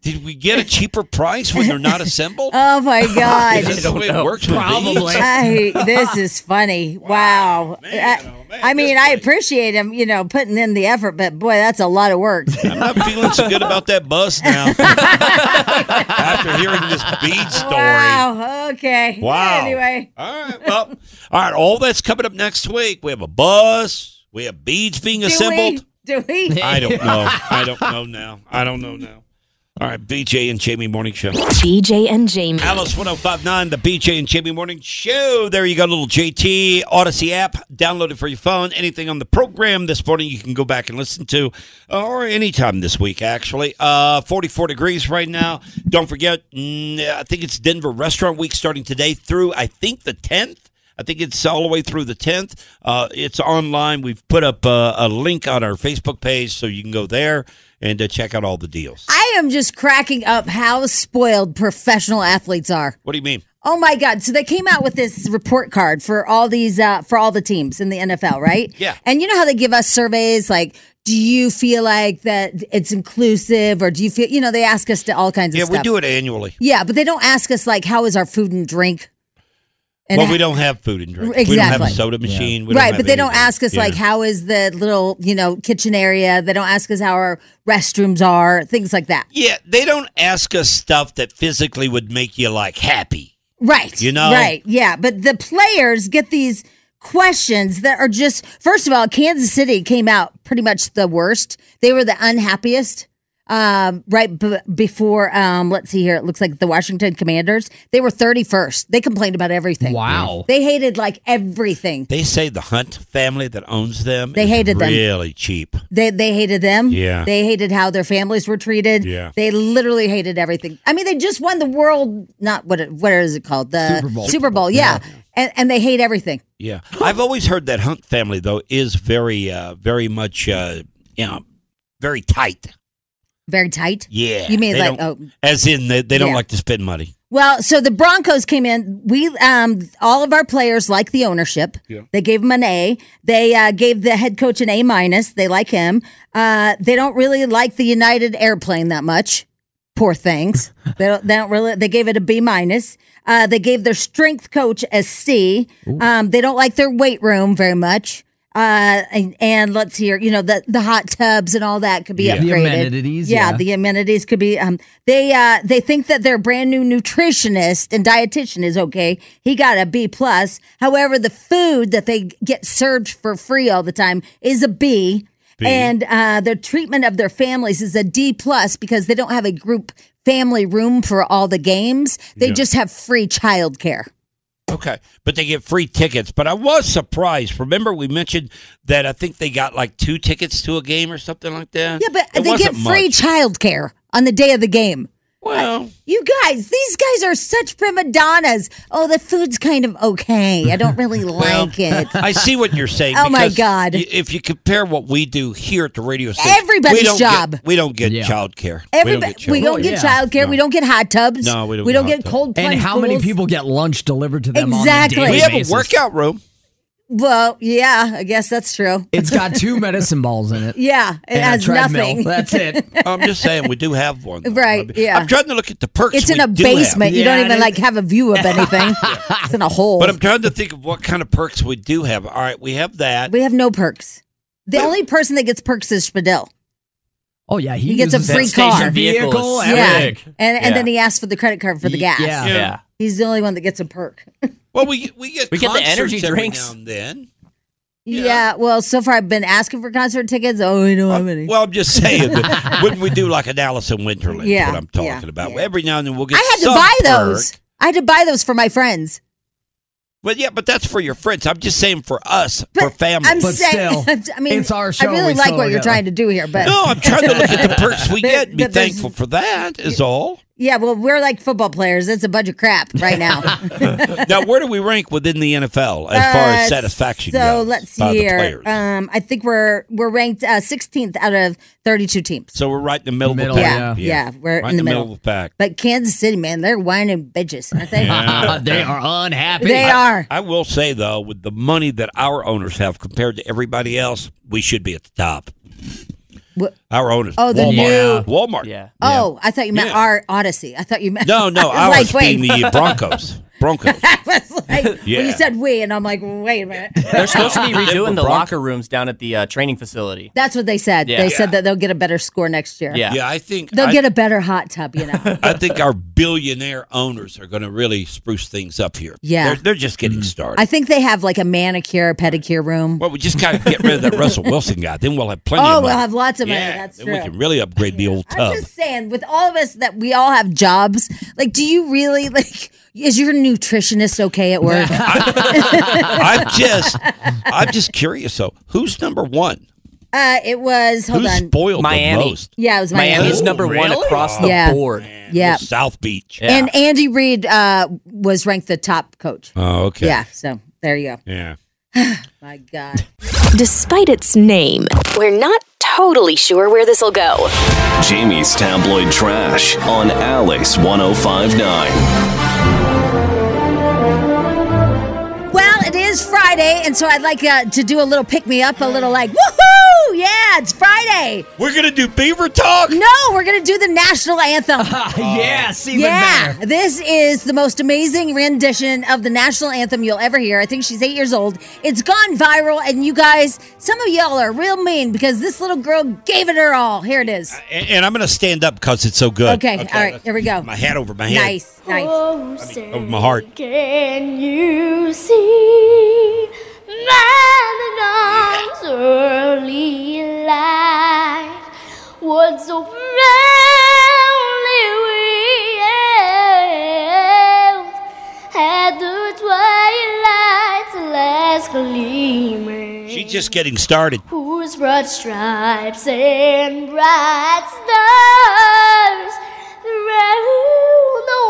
[SPEAKER 3] Did we get a cheaper price when they're
[SPEAKER 5] <laughs>
[SPEAKER 3] not assembled?
[SPEAKER 2] <laughs>
[SPEAKER 4] <laughs>
[SPEAKER 2] Oh my
[SPEAKER 3] Is that
[SPEAKER 2] god!
[SPEAKER 3] the way it works? with beads? <laughs>
[SPEAKER 2] I, this is funny. Wow. Uh, I,
[SPEAKER 3] oh,
[SPEAKER 2] I mean, I appreciate him, you know, putting in the effort, but boy, that's a lot of work.
[SPEAKER 3] I'm not feeling so good about that bus
[SPEAKER 2] <laughs>
[SPEAKER 3] now. After hearing this bead story.
[SPEAKER 2] Wow. Okay.
[SPEAKER 3] Wow.
[SPEAKER 2] Anyway.
[SPEAKER 3] All right. Well, all right. All that's coming up next week. We have a bus. We have beads being
[SPEAKER 2] <laughs>
[SPEAKER 3] assembled.
[SPEAKER 2] Do we? Do
[SPEAKER 3] <laughs>
[SPEAKER 2] we?
[SPEAKER 3] I don't know. I don't know now. I don't know now. All right. BJ and Jamie Morning Show.
[SPEAKER 6] BJ E and Jamie.
[SPEAKER 3] Alice 1059, the BJ and Jamie Morning Show. There you go, little JT Odyssey app. Download it for your phone. Anything on the program this morning you can go back and listen to, uh, or anytime this week, actually. Uh, 44 degrees right now. Don't forget, mm, I think it's Denver Restaurant Week starting today through, I think, the 10th. I think it's all the way through the 10th. Uh, it's online. We've put up uh, a link on our Facebook page so you can go there and uh, check out all the deals.
[SPEAKER 2] I am just cracking up how spoiled professional athletes are.
[SPEAKER 3] What do you mean?
[SPEAKER 2] Oh my God! So they came out with this report card for all these uh, for all the teams in the NFL, right?
[SPEAKER 3] Yeah.
[SPEAKER 2] And you know how they give us surveys like, do you feel like that it's inclusive, or do you feel, you know, they ask us to all kinds of
[SPEAKER 3] Yeah,
[SPEAKER 2] stuff.
[SPEAKER 3] we do it annually.
[SPEAKER 2] Yeah, but they don't ask us like, how is our food and drink? And
[SPEAKER 3] well,
[SPEAKER 2] ha-
[SPEAKER 3] we don't have food and drink. We don't have
[SPEAKER 2] Exactly.
[SPEAKER 3] a soda machine. We don't
[SPEAKER 2] right,
[SPEAKER 3] have
[SPEAKER 2] but they don't
[SPEAKER 3] anything.
[SPEAKER 2] ask us
[SPEAKER 3] Yeah.
[SPEAKER 2] like how is the little you know kitchen area. They don't ask us how our restrooms are, things like that.
[SPEAKER 3] Yeah, they don't ask us stuff that physically would make you like happy.
[SPEAKER 2] Right.
[SPEAKER 3] You know?
[SPEAKER 2] Right. Yeah. But the players get these questions that are just, first of all, Kansas City came out pretty much the worst. They were the unhappiest. Um, right b- before, um, let's see here. It looks like the Washington Commanders. They were 31st. They complained about everything.
[SPEAKER 4] Wow.
[SPEAKER 2] They hated like everything.
[SPEAKER 3] They say the Hunt family that owns them.
[SPEAKER 2] They
[SPEAKER 3] is
[SPEAKER 2] hated them.
[SPEAKER 3] Really cheap.
[SPEAKER 2] They they hated them.
[SPEAKER 3] Yeah.
[SPEAKER 2] They hated how their families were treated.
[SPEAKER 3] Yeah.
[SPEAKER 2] They literally hated everything. I mean, they just won the world. Not what? it- What is it called? The
[SPEAKER 3] Super Bowl.
[SPEAKER 2] Super Bowl. Yeah. And and they hate everything.
[SPEAKER 3] Yeah, I've always heard that Hunt family though is very, uh, very much, uh, you know, very tight.
[SPEAKER 2] Very tight.
[SPEAKER 3] Yeah,
[SPEAKER 2] You mean
[SPEAKER 3] They
[SPEAKER 2] like,
[SPEAKER 3] don't-
[SPEAKER 2] oh.
[SPEAKER 3] as in they, they don't
[SPEAKER 2] Yeah.
[SPEAKER 3] like to spend money.
[SPEAKER 2] Well, so the Broncos came in. We um all of our players like the ownership.
[SPEAKER 3] Yeah.
[SPEAKER 2] They gave him an A. They uh, gave the head coach an A minus. They like him. Uh, they don't really like the United airplane that much. Poor
[SPEAKER 4] <laughs>
[SPEAKER 2] things. they don't. They don't really. They gave it a B minus. Uh, they gave their strength coach a C. Um, they don't like their weight room very much. Uh, and, and let's hear. You know the the hot tubs and all that could be
[SPEAKER 4] Yeah. The
[SPEAKER 2] upgraded.
[SPEAKER 4] amenities, yeah.
[SPEAKER 2] the the amenities could be um they uh they think that their brand new nutritionist and dietitian is okay he got a b plus however the food that they get served for free all the time is a b, and uh their treatment of their families is a d plus because they don't have a group family room for all the games they
[SPEAKER 3] Yeah.
[SPEAKER 2] just have free childcare
[SPEAKER 3] Okay, but they get free tickets. But I was surprised. Remember, we mentioned that I think they got like two tickets to a game or something like that.
[SPEAKER 2] yeah but
[SPEAKER 3] It
[SPEAKER 2] they get
[SPEAKER 3] wasn't
[SPEAKER 2] free
[SPEAKER 3] much.
[SPEAKER 2] childcare on the day of the game
[SPEAKER 3] Well,
[SPEAKER 2] You guys, these guys are such prima donnas. Oh, the food's kind of okay. I don't
[SPEAKER 3] <laughs>
[SPEAKER 2] really like it.
[SPEAKER 3] I see what you're saying.
[SPEAKER 2] <laughs> Oh, my
[SPEAKER 3] because
[SPEAKER 2] God.
[SPEAKER 3] y- If you compare what we do here at the radio station,
[SPEAKER 2] Everybody's
[SPEAKER 3] we don't
[SPEAKER 2] job.
[SPEAKER 3] Get, we don't get
[SPEAKER 4] Yeah.
[SPEAKER 3] child care.
[SPEAKER 2] Everybody, we don't get,
[SPEAKER 4] yeah.
[SPEAKER 2] childcare. Oh, We don't get hot tubs.
[SPEAKER 3] Oh, No, we don't
[SPEAKER 2] We
[SPEAKER 3] get
[SPEAKER 2] don't
[SPEAKER 3] hot
[SPEAKER 2] get
[SPEAKER 3] tubs.
[SPEAKER 2] cold plunge
[SPEAKER 4] And how many
[SPEAKER 2] pools.
[SPEAKER 4] people get lunch delivered to them? on a
[SPEAKER 2] Exactly.
[SPEAKER 4] daily
[SPEAKER 3] We have a
[SPEAKER 4] basis?
[SPEAKER 3] workout room.
[SPEAKER 2] Well, yeah, I guess that's true.
[SPEAKER 4] It's
[SPEAKER 2] <laughs>
[SPEAKER 4] got two medicine balls in it.
[SPEAKER 2] Yeah, it
[SPEAKER 4] and a
[SPEAKER 2] has
[SPEAKER 4] treadmill.
[SPEAKER 2] nothing.
[SPEAKER 4] That's it.
[SPEAKER 3] I'm just saying we do have one. though.
[SPEAKER 2] Right, yeah.
[SPEAKER 3] I'm trying to look at the perks.
[SPEAKER 2] It's in
[SPEAKER 3] we
[SPEAKER 2] a
[SPEAKER 3] do have.
[SPEAKER 2] basement. You
[SPEAKER 4] Yeah,
[SPEAKER 2] don't
[SPEAKER 4] it
[SPEAKER 2] even
[SPEAKER 4] is.
[SPEAKER 2] like have a view of anything.
[SPEAKER 4] <laughs>
[SPEAKER 2] It's in a hole.
[SPEAKER 3] But I'm trying to think of what kind of perks we do have. All right, we have that.
[SPEAKER 2] we have no perks. The only person that gets perks is Spadil.
[SPEAKER 4] Oh yeah, he,
[SPEAKER 2] He gets a
[SPEAKER 4] uses
[SPEAKER 2] free
[SPEAKER 4] that
[SPEAKER 2] car.
[SPEAKER 4] station vehicle. everything.
[SPEAKER 2] and and then he asks for the credit card for the gas.
[SPEAKER 4] yeah. Yeah.
[SPEAKER 2] He's the only one that gets a perk.
[SPEAKER 3] Well, we we get
[SPEAKER 5] We get the
[SPEAKER 3] concerts
[SPEAKER 5] energy
[SPEAKER 3] every
[SPEAKER 5] drinks.
[SPEAKER 3] now and then.
[SPEAKER 2] Yeah. well, so far I've been asking for concert tickets. Oh, I don't have any.
[SPEAKER 3] Uh, Well, I'm just saying,
[SPEAKER 2] <laughs>
[SPEAKER 3] that wouldn't we do like an Alice in Winterland?
[SPEAKER 2] Yeah,
[SPEAKER 3] Yeah, what I'm talking
[SPEAKER 2] yeah,
[SPEAKER 3] about. Every now and then we'll get.
[SPEAKER 2] I had to
[SPEAKER 3] some
[SPEAKER 2] buy
[SPEAKER 3] perk.
[SPEAKER 2] those. I had to buy those for my friends.
[SPEAKER 3] Well, yeah, but that's for your friends. I'm just saying for us, for family.
[SPEAKER 2] <laughs> I'm saying, I mean,
[SPEAKER 4] it's our
[SPEAKER 2] I
[SPEAKER 4] show,
[SPEAKER 2] really
[SPEAKER 4] we
[SPEAKER 2] like
[SPEAKER 4] still
[SPEAKER 2] what you're
[SPEAKER 4] gotta-
[SPEAKER 2] trying to do here, but
[SPEAKER 3] no, I'm trying to look at the perks
[SPEAKER 2] <laughs>
[SPEAKER 3] we get and be thankful for that. Is all.
[SPEAKER 2] yeah, well, we're like football players. It's a bunch of crap right now.
[SPEAKER 4] <laughs>
[SPEAKER 3] now, where do we rank within the NFL as far
[SPEAKER 2] Uh,
[SPEAKER 3] as satisfaction
[SPEAKER 2] So
[SPEAKER 3] goes
[SPEAKER 2] let's
[SPEAKER 3] by
[SPEAKER 2] see
[SPEAKER 3] the
[SPEAKER 2] here.
[SPEAKER 3] players?
[SPEAKER 2] Um, I think we're we're ranked uh, 16th out of 32 teams.
[SPEAKER 3] So we're right in the middle,
[SPEAKER 4] Middle,
[SPEAKER 3] of the pack.
[SPEAKER 2] yeah, yeah, we're
[SPEAKER 3] right
[SPEAKER 2] in the middle.
[SPEAKER 3] of the pack.
[SPEAKER 2] But Kansas City, man, they're whining bitches, aren't
[SPEAKER 5] <laughs>
[SPEAKER 2] they? <laughs>
[SPEAKER 3] Yeah.
[SPEAKER 4] they are unhappy.
[SPEAKER 2] They are.
[SPEAKER 3] I will say though, with the money that our owners have compared to everybody else, we should be at the top.
[SPEAKER 2] What-
[SPEAKER 3] Our owners.
[SPEAKER 2] Oh, the
[SPEAKER 3] Walmart.
[SPEAKER 2] new-
[SPEAKER 3] Walmart. Yeah.
[SPEAKER 2] Oh, I thought you meant our Odyssey. I thought you
[SPEAKER 3] <laughs>
[SPEAKER 2] meant
[SPEAKER 3] No,
[SPEAKER 2] <laughs>
[SPEAKER 3] no,
[SPEAKER 2] I
[SPEAKER 3] ours
[SPEAKER 2] was like,
[SPEAKER 3] being
[SPEAKER 2] wait.
[SPEAKER 3] the
[SPEAKER 2] <laughs>
[SPEAKER 3] Broncos. Broncos.
[SPEAKER 2] I was like, <laughs> when
[SPEAKER 3] Yeah.
[SPEAKER 2] you said we, and I'm like, wait a minute.
[SPEAKER 5] <laughs> They're supposed to
[SPEAKER 3] <laughs>
[SPEAKER 5] be redoing
[SPEAKER 3] Denver
[SPEAKER 5] the
[SPEAKER 3] Broncos.
[SPEAKER 5] locker rooms down at the uh, training facility.
[SPEAKER 2] That's what they said.
[SPEAKER 5] Yeah.
[SPEAKER 2] They said that they'll get a better score next year.
[SPEAKER 5] Yeah.
[SPEAKER 3] Yeah, I think
[SPEAKER 2] They'll
[SPEAKER 3] I,
[SPEAKER 2] get a better hot tub,
[SPEAKER 3] <laughs>
[SPEAKER 2] you know.
[SPEAKER 3] I think our billionaire owners are going to really spruce things up here.
[SPEAKER 2] Yeah.
[SPEAKER 3] They're, they're just getting started.
[SPEAKER 2] I think they have like a manicure, pedicure room.
[SPEAKER 3] well, we just got to get rid of
[SPEAKER 2] <laughs>
[SPEAKER 3] that Russell Wilson guy. Then we'll have plenty
[SPEAKER 2] oh,
[SPEAKER 3] of money.
[SPEAKER 2] we'll have lots of money.
[SPEAKER 3] yeah,
[SPEAKER 2] That's
[SPEAKER 3] then
[SPEAKER 2] true.
[SPEAKER 3] we can really upgrade the old tub.
[SPEAKER 2] I'm just saying, with all of us that we all have jobs, like, do you really <laughs> like? Is your nutritionist okay
[SPEAKER 3] <laughs>
[SPEAKER 2] at work?
[SPEAKER 3] I'm just, I'm just curious though. Who's number one?
[SPEAKER 2] uh, it was. Hold
[SPEAKER 3] Who's
[SPEAKER 2] on.
[SPEAKER 3] spoiled the
[SPEAKER 5] Miami.
[SPEAKER 3] most?
[SPEAKER 2] Yeah, it was Miami. Oh,
[SPEAKER 5] Miami's number one
[SPEAKER 3] really?
[SPEAKER 5] across the
[SPEAKER 2] Yeah.
[SPEAKER 5] board.
[SPEAKER 2] Yeah.
[SPEAKER 3] South Beach.
[SPEAKER 2] And Andy Reid uh, was ranked the top coach.
[SPEAKER 3] Oh, okay.
[SPEAKER 2] Yeah. So there you go.
[SPEAKER 3] Yeah.
[SPEAKER 2] My God.
[SPEAKER 6] Despite its name, we're not totally sure where this will go.
[SPEAKER 1] Jamie's tabloid trash on Alice 1059.
[SPEAKER 2] Well, it is Friday, and so I'd like uh, to do a little pick me up, a little like, woohoo! Yeah, it's Friday.
[SPEAKER 3] We're gonna do Beaver Talk.
[SPEAKER 2] No, we're going to do the
[SPEAKER 3] <laughs>
[SPEAKER 2] national anthem.
[SPEAKER 4] yes, even
[SPEAKER 2] yeah,
[SPEAKER 4] better.
[SPEAKER 2] this is the most amazing rendition of the national anthem you'll ever hear. I think she's eight years old. It's gone viral, and you guys, some of y'all are real mean because this little girl gave it her all. Here it is.
[SPEAKER 3] Uh, And, and I'm gonna stand up because it's so good.
[SPEAKER 2] Okay, all right, here we go.
[SPEAKER 3] My hat over my head.
[SPEAKER 2] Nice, nice.
[SPEAKER 14] Oh, say,
[SPEAKER 3] Over my heart.
[SPEAKER 14] can you see man in arms early life was so proudly wheeled at the twilight's last gleaming?
[SPEAKER 3] She's just getting started.
[SPEAKER 14] whose broad stripes and bright stars through no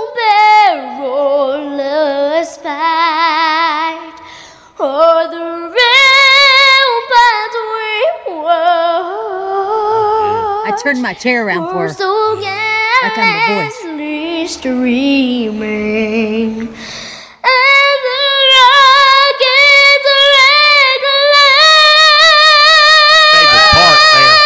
[SPEAKER 14] perilous fight or the real pathway was
[SPEAKER 2] I turned my chair around for
[SPEAKER 14] were
[SPEAKER 2] her.
[SPEAKER 14] so
[SPEAKER 2] Like I'm the voice.
[SPEAKER 14] gallantly streaming and the rockets regular
[SPEAKER 3] Favorite part there. <laughs>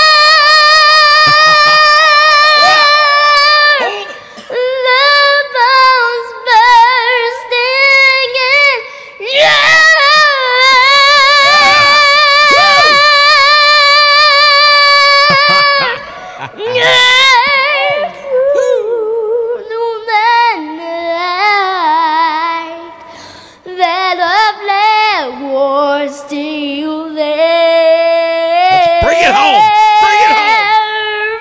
[SPEAKER 14] Still there.
[SPEAKER 3] Bring it home. Bring it home.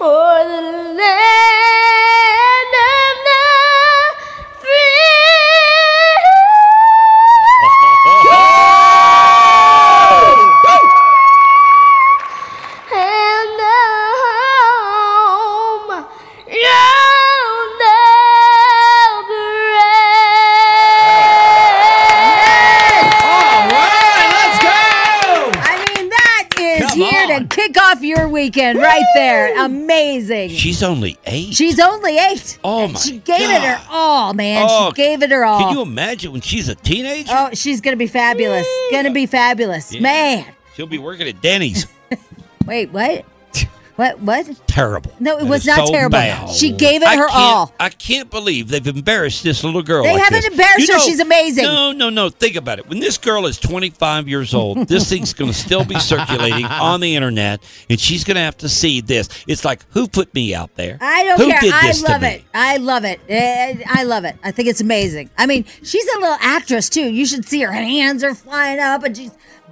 [SPEAKER 14] Or the land of the free. and the home round the
[SPEAKER 3] Oh,
[SPEAKER 4] All right, let's go.
[SPEAKER 2] I mean, that is
[SPEAKER 4] Come
[SPEAKER 2] here
[SPEAKER 4] on.
[SPEAKER 2] to kick off your weekend right there. Amazing.
[SPEAKER 3] She's only eight.
[SPEAKER 2] She's only eight.
[SPEAKER 3] Oh my
[SPEAKER 2] She gave it her
[SPEAKER 3] God.
[SPEAKER 2] all, man.
[SPEAKER 3] Oh,
[SPEAKER 2] she gave it her all.
[SPEAKER 3] Can you imagine when she's a teenager?
[SPEAKER 2] Oh, she's gonna be fabulous. Gonna be fabulous, man.
[SPEAKER 3] She'll be working at Denny's. <laughs>
[SPEAKER 2] Wait, what? What? What?
[SPEAKER 3] Terrible.
[SPEAKER 2] No, it
[SPEAKER 3] That
[SPEAKER 2] was
[SPEAKER 3] is
[SPEAKER 2] not
[SPEAKER 3] so
[SPEAKER 2] terrible.
[SPEAKER 3] bad.
[SPEAKER 2] She gave it
[SPEAKER 3] I
[SPEAKER 2] her
[SPEAKER 3] can't-
[SPEAKER 2] all.
[SPEAKER 3] I can't believe they've embarrassed this little girl.
[SPEAKER 2] They
[SPEAKER 3] like
[SPEAKER 2] haven't
[SPEAKER 3] this.
[SPEAKER 2] embarrassed her. She's amazing.
[SPEAKER 3] No, no, no. Think about it. When this girl is 25 years old, this thing's going to still be
[SPEAKER 2] <laughs>
[SPEAKER 3] circulating on the internet, and she's going to have to see this. It's like, who put me out there?
[SPEAKER 2] I don't
[SPEAKER 3] who
[SPEAKER 2] care.
[SPEAKER 3] Did
[SPEAKER 2] I
[SPEAKER 3] this to
[SPEAKER 2] love
[SPEAKER 3] me?
[SPEAKER 2] it. I love it. Eh, I love it. I think it's amazing. I mean, she's a little actress too. You should see her hands are flying up and she's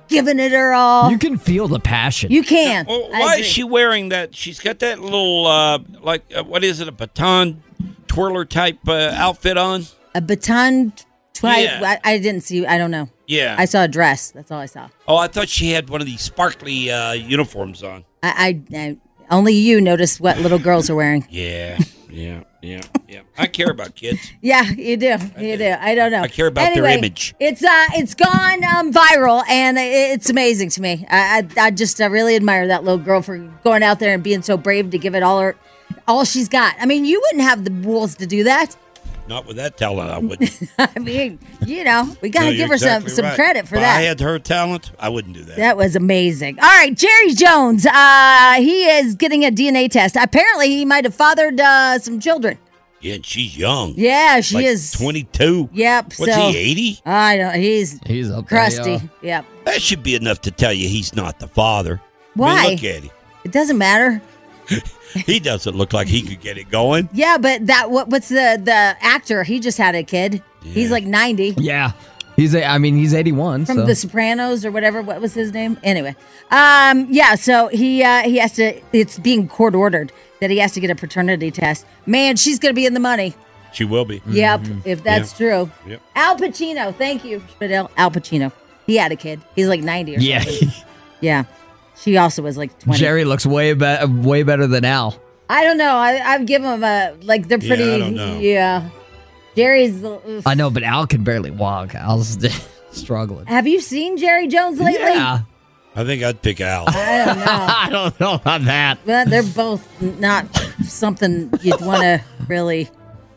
[SPEAKER 2] giving it her all.
[SPEAKER 4] You can feel the passion.
[SPEAKER 2] You can.
[SPEAKER 3] Well,
[SPEAKER 2] I
[SPEAKER 3] why is
[SPEAKER 2] agree.
[SPEAKER 3] she wearing that? She's got that little, uh, like, uh, what is it, a baton twirler type uh, outfit on?
[SPEAKER 2] a baton twi-
[SPEAKER 3] Yeah.
[SPEAKER 2] I, I didn't see I don't know.
[SPEAKER 3] Yeah.
[SPEAKER 2] I saw a dress. That's all I saw.
[SPEAKER 3] Oh, I thought she had one of these sparkly uh, uniforms on.
[SPEAKER 2] I, I, I only you notice what little girls are wearing.
[SPEAKER 3] Yeah, yeah, yeah, yeah. I care about kids.
[SPEAKER 2] Yeah, you do. You do. I don't know.
[SPEAKER 3] I care about their
[SPEAKER 2] Anyway,
[SPEAKER 3] image.
[SPEAKER 2] It's uh, it's gone um, viral, and i- it's amazing to me. I, I, I just I really admire that little girl for going out there and being so brave to give it all her, all she's got. I mean, you wouldn't have the balls to do that. <laughs>
[SPEAKER 3] Not with that talent, I wouldn't.
[SPEAKER 2] I mean, <laughs> you know, we got
[SPEAKER 3] No,
[SPEAKER 2] to
[SPEAKER 3] you're
[SPEAKER 2] give her
[SPEAKER 3] exactly
[SPEAKER 2] some some
[SPEAKER 3] right.
[SPEAKER 2] credit for
[SPEAKER 3] If
[SPEAKER 2] that.
[SPEAKER 3] I had her talent, I wouldn't do that.
[SPEAKER 2] That was amazing. All right, Jerry Jones. Uh, he is getting a DNA test. Apparently, he might have fathered uh, some children.
[SPEAKER 3] Yeah, and she's young.
[SPEAKER 2] Yeah, she
[SPEAKER 3] Like
[SPEAKER 2] is.
[SPEAKER 3] 22.
[SPEAKER 2] Yep.
[SPEAKER 3] What's
[SPEAKER 2] so,
[SPEAKER 3] he, 80?
[SPEAKER 2] I don't. He's
[SPEAKER 4] he's up
[SPEAKER 3] uh,
[SPEAKER 2] crusty. Yep.
[SPEAKER 3] That should be enough to tell you he's not the father. I
[SPEAKER 2] Why?
[SPEAKER 3] mean, look at him.
[SPEAKER 2] It doesn't matter.
[SPEAKER 3] He doesn't look like he could get it going.
[SPEAKER 2] Yeah, but that what what's the the actor? He just had a kid. He's like ninety
[SPEAKER 4] Yeah, he's. A, I mean, he's eighty-one.
[SPEAKER 2] from
[SPEAKER 4] so.
[SPEAKER 2] The Sopranos or whatever. What was his name? Anyway, um, yeah. So he uh, he has to. It's being court ordered that he has to get a paternity test. Man, she's gonna be in the money.
[SPEAKER 3] She will be.
[SPEAKER 4] Mm-hmm.
[SPEAKER 2] Yep, if that's true.
[SPEAKER 3] Yep.
[SPEAKER 2] Al Pacino, thank you, Fidel. Al Pacino. He had a kid. He's like ninety or
[SPEAKER 4] yeah, <laughs>
[SPEAKER 2] something. Yeah. She also was like twenty.
[SPEAKER 4] Jerry looks way better. Way better than Al.
[SPEAKER 2] I don't know. I I've given him a like they're
[SPEAKER 4] Yeah, I
[SPEAKER 2] pretty.
[SPEAKER 4] don't know.
[SPEAKER 2] yeah. Jerry's. uh,
[SPEAKER 4] I know, but Al can barely walk. Al's <laughs> struggling.
[SPEAKER 2] Have you seen Jerry Jones lately?
[SPEAKER 4] Yeah.
[SPEAKER 3] I think I'd pick Al.
[SPEAKER 2] I don't know.
[SPEAKER 4] <laughs> I don't know about that.
[SPEAKER 2] Well, they're both not something you'd want to really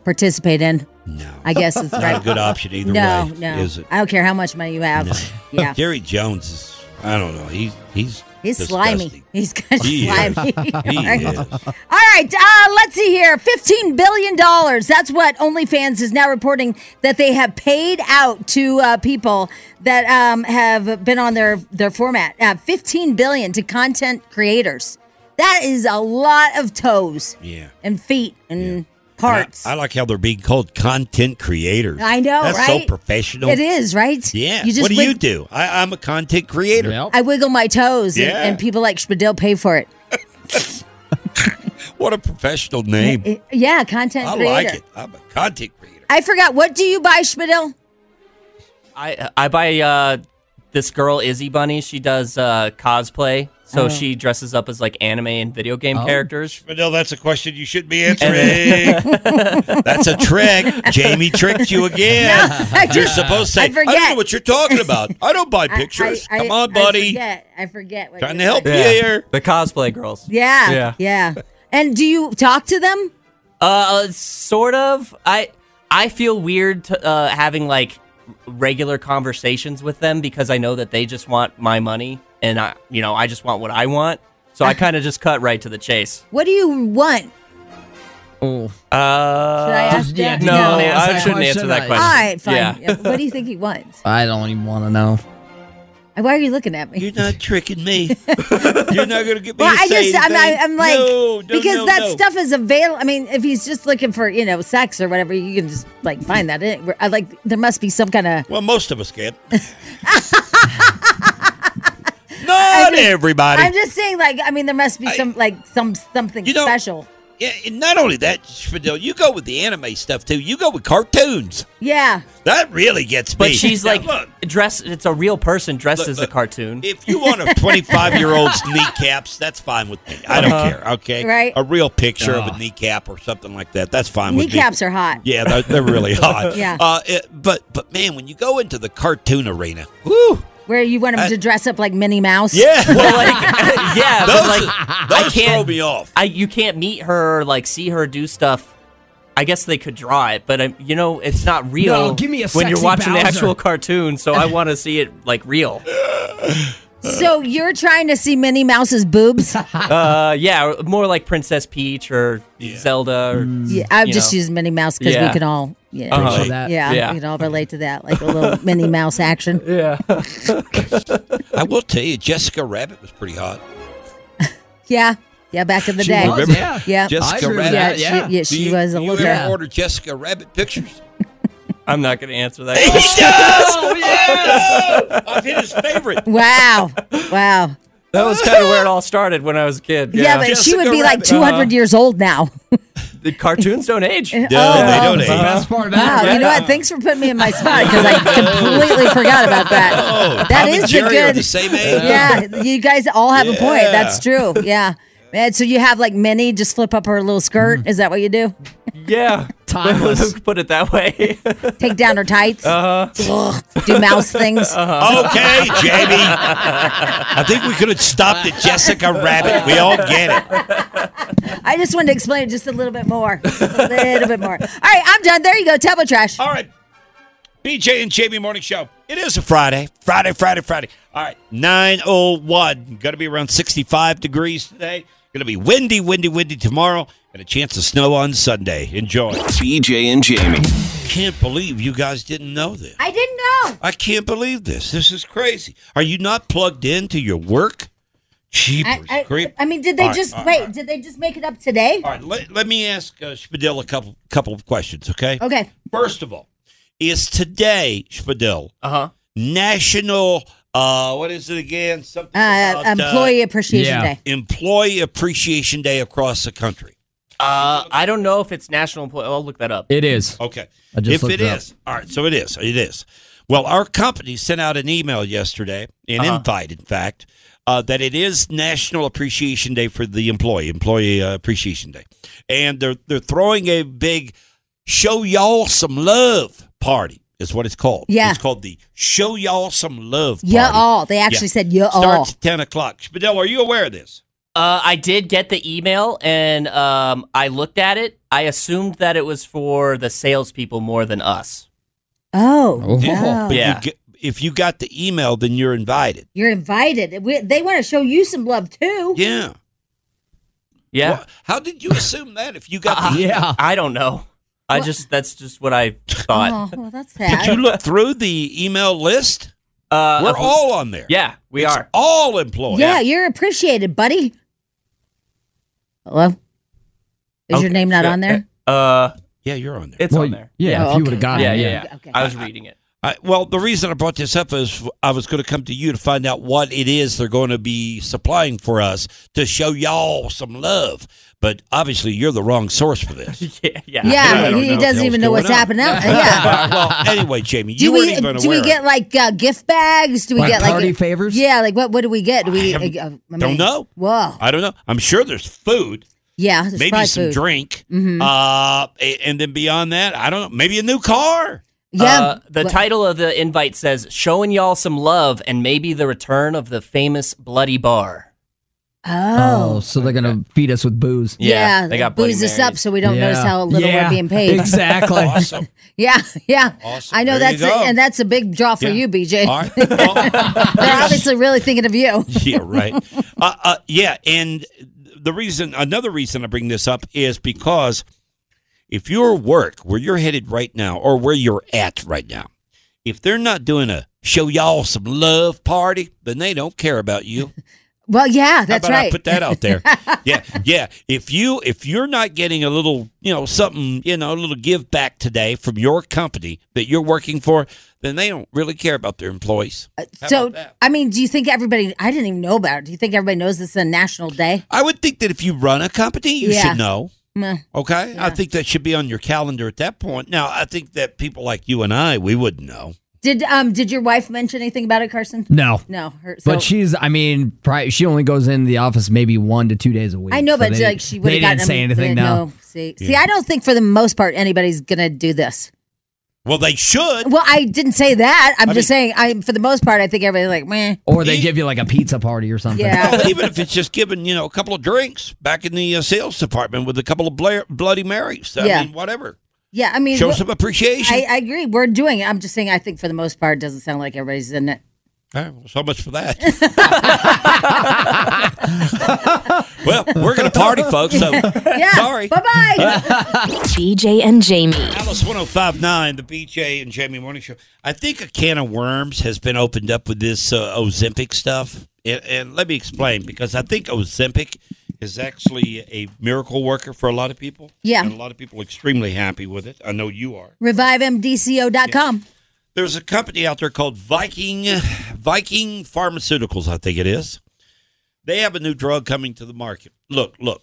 [SPEAKER 2] participate in. No. I guess it's
[SPEAKER 3] Not
[SPEAKER 2] right.
[SPEAKER 3] a good option either
[SPEAKER 2] no,
[SPEAKER 3] way,
[SPEAKER 2] No,
[SPEAKER 3] is it?
[SPEAKER 2] I don't care how much money you have. <laughs>
[SPEAKER 3] <laughs>
[SPEAKER 2] Yeah.
[SPEAKER 3] Jerry Jones is, I don't know. He's, he's,
[SPEAKER 2] He's
[SPEAKER 3] disgusting.
[SPEAKER 2] slimy. He's kind of
[SPEAKER 3] <laughs> He is.
[SPEAKER 2] slimy. <laughs>
[SPEAKER 3] He is.
[SPEAKER 2] All right, uh, let's see here. $15 billion. That's what OnlyFans is now reporting that they have paid out to uh, people that um, have been on their, their format. Uh, $15 billion to content creators. That is a lot of toes
[SPEAKER 3] Yeah.
[SPEAKER 2] and feet and
[SPEAKER 3] And I-
[SPEAKER 2] parts.
[SPEAKER 3] I, like how they're being called content creators.
[SPEAKER 2] I know,
[SPEAKER 3] That's so
[SPEAKER 2] right?
[SPEAKER 3] professional.
[SPEAKER 2] It is, right?
[SPEAKER 3] Yeah.
[SPEAKER 2] You just
[SPEAKER 3] what do you
[SPEAKER 2] wig-
[SPEAKER 3] do? I, I'm a content creator.
[SPEAKER 2] I wiggle my toes, and,
[SPEAKER 3] Yeah.
[SPEAKER 2] and people like Spadil pay for it.
[SPEAKER 3] What a professional name.
[SPEAKER 2] Yeah, content
[SPEAKER 3] I
[SPEAKER 2] creator.
[SPEAKER 3] like it. I'm a content creator.
[SPEAKER 2] I forgot. What do you buy, Spadil?
[SPEAKER 5] I I buy uh, this girl Izzy Bunny. She does uh, cosplay, so
[SPEAKER 2] Oh.
[SPEAKER 5] she dresses up as like anime and video game
[SPEAKER 3] Oh.
[SPEAKER 5] characters.
[SPEAKER 3] But no, that's a question you should be answering. <laughs> that's a trick. Jamie tricked you again.
[SPEAKER 2] <laughs> No, I
[SPEAKER 3] you're
[SPEAKER 2] just-
[SPEAKER 3] supposed to say,
[SPEAKER 2] I
[SPEAKER 3] I, don't know
[SPEAKER 2] forget."
[SPEAKER 3] what you're talking about. I don't
[SPEAKER 2] <laughs>
[SPEAKER 3] buy
[SPEAKER 2] I-
[SPEAKER 3] pictures.
[SPEAKER 2] I- I-
[SPEAKER 3] Come on,
[SPEAKER 2] I
[SPEAKER 3] buddy.
[SPEAKER 2] forget. I forget. What
[SPEAKER 3] Trying
[SPEAKER 2] you
[SPEAKER 3] to help
[SPEAKER 2] said.
[SPEAKER 3] you here.
[SPEAKER 5] The cosplay girls.
[SPEAKER 2] Yeah,
[SPEAKER 5] Yeah.
[SPEAKER 2] yeah, And do you talk to them?
[SPEAKER 5] Uh, sort of. I I feel weird t- uh, having like regular conversations with them because I know that they just want my money, and I you know I just want what I want. So I kind of just cut right to the chase.
[SPEAKER 2] What do you want?
[SPEAKER 4] Oh,
[SPEAKER 5] Uh,
[SPEAKER 2] Should I ask
[SPEAKER 4] yeah,
[SPEAKER 2] that?
[SPEAKER 4] do you
[SPEAKER 5] no,
[SPEAKER 4] wanna ask
[SPEAKER 5] I
[SPEAKER 4] that
[SPEAKER 5] shouldn't answer
[SPEAKER 4] question?
[SPEAKER 5] that
[SPEAKER 4] I-
[SPEAKER 5] question.
[SPEAKER 2] All right, fine.
[SPEAKER 5] Yeah.
[SPEAKER 2] Yeah, What do you think he wants?
[SPEAKER 4] <laughs> I don't even want to know.
[SPEAKER 2] Why are you looking at me?
[SPEAKER 3] You're not tricking me.
[SPEAKER 2] <laughs>
[SPEAKER 3] "Oh, You're not going to get me
[SPEAKER 2] well,
[SPEAKER 3] to
[SPEAKER 2] I
[SPEAKER 3] say
[SPEAKER 2] just, I'm, I,
[SPEAKER 3] anything.
[SPEAKER 2] I'm like,
[SPEAKER 3] No, no,
[SPEAKER 2] because
[SPEAKER 3] no,
[SPEAKER 2] that
[SPEAKER 3] no.
[SPEAKER 2] stuff is available. I mean, if he's just looking for, you know, sex or whatever, you can just like find that. In, I like, there must be some kind of.
[SPEAKER 3] Well, most of us can. Not everybody.
[SPEAKER 2] I'm just saying, like, I mean, there must be some, like, some something
[SPEAKER 3] You know-
[SPEAKER 2] special.
[SPEAKER 3] Yeah, and not only that, Spadil, you go with the anime stuff too. You go with cartoons.
[SPEAKER 2] Yeah.
[SPEAKER 3] That really gets me.
[SPEAKER 5] But she's
[SPEAKER 3] Now,
[SPEAKER 5] like
[SPEAKER 3] look,
[SPEAKER 5] dressed. It's a real person dressed
[SPEAKER 3] Look,
[SPEAKER 5] as a
[SPEAKER 3] look.
[SPEAKER 5] cartoon.
[SPEAKER 3] if you want a 25 year
[SPEAKER 5] <laughs>
[SPEAKER 3] old's kneecaps, that's fine with me. I don't
[SPEAKER 5] Uh-huh.
[SPEAKER 3] care. Okay,
[SPEAKER 2] Right.
[SPEAKER 3] A real picture of
[SPEAKER 5] Oh.
[SPEAKER 4] Ugh.
[SPEAKER 3] a kneecap or something like that. That's fine with me.
[SPEAKER 2] Kneecaps are hot.
[SPEAKER 3] Yeah, they're, they're
[SPEAKER 2] <laughs>
[SPEAKER 3] really hot.
[SPEAKER 2] Yeah.
[SPEAKER 3] Uh, it- but but man, when you go into the cartoon arena, woo,
[SPEAKER 2] Where you want him
[SPEAKER 3] I-
[SPEAKER 2] to dress up like Minnie Mouse? <laughs>
[SPEAKER 3] yeah,
[SPEAKER 5] Well, like, yeah,
[SPEAKER 3] those,
[SPEAKER 5] but like
[SPEAKER 3] those throw
[SPEAKER 5] I can't.
[SPEAKER 3] me off.
[SPEAKER 5] I you can't meet her, or, like see her do stuff. I guess they could draw it, but um, you know it's not real.
[SPEAKER 4] give me a
[SPEAKER 5] when you're
[SPEAKER 4] sexy
[SPEAKER 5] watching the
[SPEAKER 4] Bowser. <laughs>
[SPEAKER 5] actual cartoon, so I want to see it like real.
[SPEAKER 2] So you're trying to see Minnie
[SPEAKER 5] <laughs>
[SPEAKER 2] Mouse's boobs?
[SPEAKER 5] uh, yeah, or more like Princess Peach or Zelda. Or,
[SPEAKER 4] Mm.
[SPEAKER 2] yeah, I've
[SPEAKER 5] Uh, you
[SPEAKER 2] just
[SPEAKER 5] know.
[SPEAKER 2] used Minnie Mouse because
[SPEAKER 5] Yeah.
[SPEAKER 2] we can all, yeah,
[SPEAKER 5] Uh-huh. Relate. That.
[SPEAKER 2] yeah,
[SPEAKER 5] Yeah.
[SPEAKER 2] we can all relate to that, like a little <laughs> Minnie Mouse action.
[SPEAKER 4] Yeah,
[SPEAKER 3] I will tell you, Jessica Rabbit was pretty hot.
[SPEAKER 2] <laughs> yeah, yeah. Back in the
[SPEAKER 3] She
[SPEAKER 2] day,
[SPEAKER 3] was, Remember? yeah.
[SPEAKER 2] yeah,
[SPEAKER 3] Jessica I agree with
[SPEAKER 2] yeah,
[SPEAKER 3] that, yeah.
[SPEAKER 2] she, yeah, she
[SPEAKER 3] Do you-
[SPEAKER 2] was a
[SPEAKER 3] do you
[SPEAKER 2] little.
[SPEAKER 3] ever
[SPEAKER 2] Yeah.
[SPEAKER 3] order Jessica Rabbit pictures?
[SPEAKER 5] <laughs> I'm not going to answer that.
[SPEAKER 3] He
[SPEAKER 5] question.
[SPEAKER 3] does! Oh, yes!
[SPEAKER 5] <laughs>
[SPEAKER 3] Of his favorite.
[SPEAKER 2] Wow,
[SPEAKER 3] <laughs>
[SPEAKER 2] wow.
[SPEAKER 5] That was kind of where it all started when I was a kid.
[SPEAKER 2] Yeah, but she would
[SPEAKER 5] Jessica
[SPEAKER 2] be like
[SPEAKER 4] Uh-huh.
[SPEAKER 5] Rabbit.
[SPEAKER 2] 200 years old now.
[SPEAKER 5] Uh-huh. The cartoons don't age.
[SPEAKER 2] <laughs> Oh,
[SPEAKER 5] No,
[SPEAKER 3] they don't
[SPEAKER 4] age. Best part
[SPEAKER 2] Wow, you know what? Thanks for putting me in my spot because I completely forgot about that. That
[SPEAKER 3] Tom
[SPEAKER 2] is
[SPEAKER 3] Oh, and
[SPEAKER 2] the
[SPEAKER 3] Jerry are
[SPEAKER 2] good.
[SPEAKER 3] the same age.
[SPEAKER 2] Yeah, you guys all have a point.
[SPEAKER 3] Yeah.
[SPEAKER 2] That's true. Yeah. Man, so you have like Minnie just flip up her little skirt.
[SPEAKER 3] Mm-hmm.
[SPEAKER 2] Is that what you do?
[SPEAKER 5] Yeah, <laughs>
[SPEAKER 4] Timeless.
[SPEAKER 5] Put it that
[SPEAKER 4] <laughs>
[SPEAKER 5] way.
[SPEAKER 2] Take down her tights.
[SPEAKER 5] Uh-huh.
[SPEAKER 2] Ugh,
[SPEAKER 3] <laughs>
[SPEAKER 2] do mouse things.
[SPEAKER 3] Okay, Jamie. I think we could have stopped at Jessica Rabbit. We all get it.
[SPEAKER 2] I just wanted to explain it just a little bit more. A little bit more. All right, I'm done. There you go. Table trash.
[SPEAKER 3] All right. BJ and Jamie Morning Show. It is a Friday. Friday, Friday, Friday. All right. 901. Going to be around 65 degrees today. Going to be windy, windy, windy tomorrow. And a chance of snow on Sunday. Enjoy.
[SPEAKER 1] BJ and Jamie.
[SPEAKER 3] Can't believe you guys didn't know this.
[SPEAKER 2] I didn't know.
[SPEAKER 3] I can't believe this. This is crazy. Are you not plugged into your work?
[SPEAKER 2] I,
[SPEAKER 3] Jeepers,
[SPEAKER 2] I,
[SPEAKER 3] creep.
[SPEAKER 2] I mean, did they
[SPEAKER 3] All right,
[SPEAKER 2] just
[SPEAKER 3] all right,
[SPEAKER 2] wait? Did they just make it up today?
[SPEAKER 3] All right, let, let me ask uh, Spadil a couple couple of questions, okay?
[SPEAKER 2] Okay.
[SPEAKER 3] First of all, is today Spadil uh-huh. National uh what is it again? Something
[SPEAKER 2] Uh,
[SPEAKER 3] about,
[SPEAKER 2] Employee Appreciation Day.
[SPEAKER 3] Employee Appreciation Day across the country.
[SPEAKER 5] Uh, I don't know if it's National Employee. I'll look that up.
[SPEAKER 4] it is.
[SPEAKER 3] Okay.
[SPEAKER 4] I just
[SPEAKER 3] if
[SPEAKER 4] looked
[SPEAKER 3] it
[SPEAKER 4] it up.
[SPEAKER 3] is, all right, so it is, it is. Well, our company sent out an email yesterday, an
[SPEAKER 5] Uh-huh.
[SPEAKER 3] invite, in fact, uh, that it is National Appreciation Day for the employee, Employee uh, Appreciation Day, and they're they're throwing a big show y'all some love party is what it's called.
[SPEAKER 2] Yeah.
[SPEAKER 3] it's called the show y'all some love. Party.
[SPEAKER 2] Yeah, all. They actually said, yeah, all.
[SPEAKER 3] starts at ten o'clock. Spadell, are you aware of this?
[SPEAKER 5] Uh, I did get the email and um, I looked at it. I assumed that it was for the salespeople more than us.
[SPEAKER 3] <laughs>
[SPEAKER 2] Oh, wow.
[SPEAKER 3] But you
[SPEAKER 5] Yeah.
[SPEAKER 3] get- if you got the email, then you're invited.
[SPEAKER 2] You're invited. We, they want to show you some love too.
[SPEAKER 3] Yeah.
[SPEAKER 5] Yeah.
[SPEAKER 3] Wha- How did you assume that if you got the
[SPEAKER 5] Uh,
[SPEAKER 3] email?
[SPEAKER 5] I don't know. I just that's just what I
[SPEAKER 2] Oh,
[SPEAKER 5] thought.
[SPEAKER 2] well, that's
[SPEAKER 3] Did
[SPEAKER 2] sad.
[SPEAKER 3] you look through the email list?
[SPEAKER 5] Uh,
[SPEAKER 3] We're
[SPEAKER 5] of-
[SPEAKER 3] all on there.
[SPEAKER 5] Yeah, we
[SPEAKER 3] It's
[SPEAKER 5] are.
[SPEAKER 3] all employees.
[SPEAKER 2] yeah, you're appreciated, buddy. Hello? Is
[SPEAKER 5] Okay,
[SPEAKER 2] your name not
[SPEAKER 5] sure.
[SPEAKER 2] on
[SPEAKER 3] eh,
[SPEAKER 2] there?
[SPEAKER 5] Uh,
[SPEAKER 3] Yeah, you're on there.
[SPEAKER 5] it's
[SPEAKER 4] Well,
[SPEAKER 5] on there.
[SPEAKER 4] Yeah,
[SPEAKER 2] Oh,
[SPEAKER 4] if you
[SPEAKER 2] okay.
[SPEAKER 4] would have got
[SPEAKER 5] Yeah,
[SPEAKER 4] it.
[SPEAKER 5] yeah, yeah.
[SPEAKER 2] Okay.
[SPEAKER 5] I was reading it.
[SPEAKER 3] I, well, the reason I brought this up is I was going to come to you to find out what it is they're going to be supplying for us to show y'all some love. But obviously, you're the wrong source for this.
[SPEAKER 5] <laughs> Yeah, yeah.
[SPEAKER 2] Yeah,
[SPEAKER 3] I don't
[SPEAKER 2] he,
[SPEAKER 3] know
[SPEAKER 2] he
[SPEAKER 3] what
[SPEAKER 2] doesn't
[SPEAKER 3] the
[SPEAKER 2] even
[SPEAKER 3] hell's
[SPEAKER 2] know what's
[SPEAKER 3] going on. <laughs>
[SPEAKER 2] happening. now. yeah.
[SPEAKER 3] well, anyway, Jamie,
[SPEAKER 2] Do
[SPEAKER 3] you
[SPEAKER 2] we
[SPEAKER 3] weren't even
[SPEAKER 2] do
[SPEAKER 3] aware.
[SPEAKER 2] we get like uh, gift bags? Do we
[SPEAKER 4] Like
[SPEAKER 2] get like
[SPEAKER 4] party favors?
[SPEAKER 2] Yeah, like what? What do we get? Do we?
[SPEAKER 3] I
[SPEAKER 2] uh, I
[SPEAKER 3] don't know.
[SPEAKER 2] Whoa.
[SPEAKER 3] I don't know. I'm sure there's food,
[SPEAKER 2] Yeah. there's
[SPEAKER 3] maybe
[SPEAKER 2] probably
[SPEAKER 3] some
[SPEAKER 2] food.
[SPEAKER 3] drink,
[SPEAKER 2] Mhm.
[SPEAKER 3] uh, a- and then beyond that, I don't know. Maybe a new car.
[SPEAKER 2] Yeah.
[SPEAKER 5] Uh, the
[SPEAKER 2] What-
[SPEAKER 5] title of the invite says "Showing y'all some love and maybe the return of the famous bloody bar."
[SPEAKER 4] Oh,
[SPEAKER 2] Oh.
[SPEAKER 4] so they're gonna feed us with booze.
[SPEAKER 5] Yeah, they got Bloody
[SPEAKER 2] booze us up
[SPEAKER 5] Marys.
[SPEAKER 2] so we don't notice
[SPEAKER 4] Yeah.
[SPEAKER 2] how little
[SPEAKER 4] Yeah,
[SPEAKER 2] we're being paid.
[SPEAKER 3] <laughs>
[SPEAKER 4] Exactly.
[SPEAKER 3] Awesome.
[SPEAKER 2] <laughs> Yeah, yeah.
[SPEAKER 3] Awesome.
[SPEAKER 2] I know
[SPEAKER 3] There you
[SPEAKER 2] that's
[SPEAKER 3] go.
[SPEAKER 2] and that's a big draw for
[SPEAKER 3] Yeah.
[SPEAKER 2] you, BJ.
[SPEAKER 3] All right. Well,
[SPEAKER 2] <laughs> They're obviously really thinking of you.
[SPEAKER 3] <laughs> yeah, right. Uh, uh, yeah, and the reason, another reason I bring this up is because if your work, where you're headed right now, or where you're at right now, if they're not doing a show y'all some love party, then they don't care about
[SPEAKER 2] <laughs>
[SPEAKER 3] you.
[SPEAKER 2] Well, yeah, that's
[SPEAKER 3] How about
[SPEAKER 2] right.
[SPEAKER 3] I put that out
[SPEAKER 2] <laughs>
[SPEAKER 3] there? yeah, yeah. If you if you're not getting a little, you know, something, you know, a little give back today from your company that you're working for, then they don't really care about their employees.
[SPEAKER 2] Uh, so, I mean, do you think everybody? I didn't even know about it. Do you think everybody knows this is a national day?
[SPEAKER 3] I would think that if you run a company, you
[SPEAKER 2] Yeah.
[SPEAKER 3] should know.
[SPEAKER 2] Meh.
[SPEAKER 3] Okay, I think that should be on your calendar at that point. Now, I think that people like you and I, we wouldn't know.
[SPEAKER 2] Did um did your wife mention anything about it, Carson?
[SPEAKER 4] No.
[SPEAKER 2] No, her, so,
[SPEAKER 4] But she's, I mean, probably, she only goes into the office maybe one to two days a week.
[SPEAKER 2] I know,
[SPEAKER 4] So
[SPEAKER 2] but
[SPEAKER 4] they-
[SPEAKER 2] like she would
[SPEAKER 4] They
[SPEAKER 2] have gotten
[SPEAKER 4] didn't say
[SPEAKER 2] um,
[SPEAKER 4] anything.
[SPEAKER 2] yeah,
[SPEAKER 4] No.
[SPEAKER 2] see, see, I don't think for the most part anybody's gonna do this.
[SPEAKER 3] Well, they should.
[SPEAKER 2] Well, I didn't say that. I'm
[SPEAKER 3] I
[SPEAKER 2] just
[SPEAKER 3] mean-
[SPEAKER 2] saying, I for the most part, I think everybody's like, meh.
[SPEAKER 4] Or they give you like a pizza party or something.
[SPEAKER 2] Yeah.
[SPEAKER 3] E- Even if it's just giving, you know, a couple of drinks back in the uh, sales department with a couple of Bla- Bloody Marys. I
[SPEAKER 2] Yeah.
[SPEAKER 3] mean, whatever.
[SPEAKER 2] yeah, I mean,
[SPEAKER 3] Show
[SPEAKER 2] wh-
[SPEAKER 3] some appreciation.
[SPEAKER 2] I, I agree. We're doing it. I'm just saying, I think for the most part, it doesn't sound like everybody's in it.
[SPEAKER 3] All right, well, so much for
[SPEAKER 2] <laughs>
[SPEAKER 3] that. well, we're going to party, folks. So
[SPEAKER 2] <laughs> yeah. Sorry. Bye bye.
[SPEAKER 6] <laughs> BJ and Jamie.
[SPEAKER 3] Alice 1059, the BJ and Jamie Morning Show. I think a can of worms has been opened up with this uh, Ozempic stuff. And, and let me explain because I think Ozempic is actually a miracle worker for a lot of people.
[SPEAKER 2] Yeah.
[SPEAKER 3] And a lot of people are extremely happy with it. I know you are.
[SPEAKER 2] ReviveMDCO.com.
[SPEAKER 3] There's a company out there called Viking Viking Pharmaceuticals, I think it is. They have a new drug coming to the market. Look, look.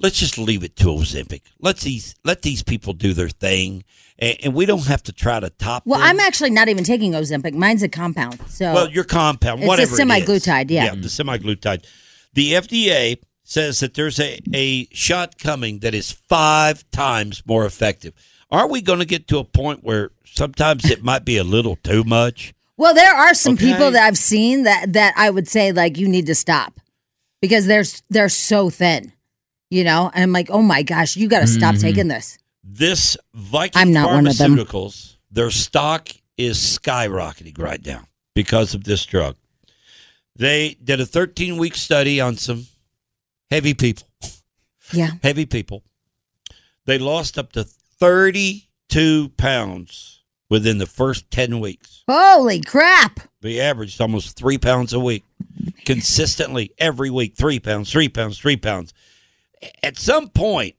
[SPEAKER 3] Let's just leave it to Ozempic. Let these let these people do their thing, and, and we don't have to try to top.
[SPEAKER 2] Well,
[SPEAKER 3] them.
[SPEAKER 2] I'm actually not even taking Ozempic. Mine's a compound. So
[SPEAKER 3] well, your compound,
[SPEAKER 2] It's a
[SPEAKER 3] whatever. it is.
[SPEAKER 2] semaglutide, yeah.
[SPEAKER 3] the semi-glutide. The FDA says that there's a, a shot coming that is five times more effective. Are we going to get to a point where sometimes it might be a little too much?
[SPEAKER 2] Well, there are some people
[SPEAKER 3] Okay.
[SPEAKER 2] that I've seen that that I would say like you need to stop because they're s- they're so thin, you know. And I'm like, oh my gosh, you got to stop
[SPEAKER 3] Mhm.
[SPEAKER 2] taking this.
[SPEAKER 3] This Viking
[SPEAKER 2] I'm not one of them.
[SPEAKER 3] Pharmaceuticals, their stock is skyrocketing right now because of this drug. They did a 13 week study on some heavy people. <laughs>
[SPEAKER 2] Yeah.
[SPEAKER 3] Heavy people. They lost up to 32 pounds within the first 10 weeks.
[SPEAKER 2] Holy crap!
[SPEAKER 3] They averaged almost three pounds a week, consistently every week, three pounds, three pounds, three pounds. At some point,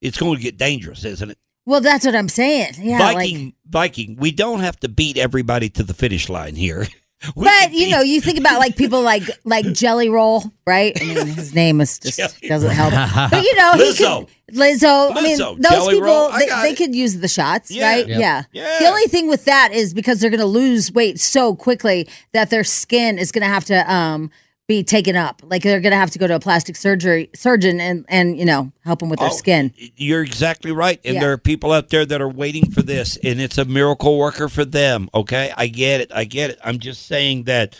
[SPEAKER 3] it's going to get dangerous, isn't it?
[SPEAKER 2] Well, that's what I'm saying. Yeah, like,
[SPEAKER 3] Viking, Viking, we don't have to beat everybody to the finish line here. <laughs>
[SPEAKER 2] but you know, you think about like people like like Jelly Roll, right? I mean, his name is just doesn't help.
[SPEAKER 19] <laughs>
[SPEAKER 2] <laughs> But you know, he
[SPEAKER 3] Lizzo.
[SPEAKER 2] could Lizzo. I mean,
[SPEAKER 3] Lizzo,
[SPEAKER 2] those
[SPEAKER 3] Jelly
[SPEAKER 2] people
[SPEAKER 3] Roll, I
[SPEAKER 2] they,
[SPEAKER 3] got
[SPEAKER 2] they
[SPEAKER 3] it.
[SPEAKER 2] could use the shots,
[SPEAKER 3] Yeah.
[SPEAKER 2] right?
[SPEAKER 3] Yep.
[SPEAKER 2] Yeah. The only thing with that is because they're going to lose weight so quickly that their skin is going to have to um be taken up. Like they're going to have to go to a plastic surgery surgeon and and you know help them with their
[SPEAKER 3] Oh,
[SPEAKER 2] skin.
[SPEAKER 3] You're exactly right. And
[SPEAKER 2] Yeah.
[SPEAKER 3] there are people out there that are waiting for this, and it's a miracle worker for them. Okay. I get it. I get it. I'm just saying that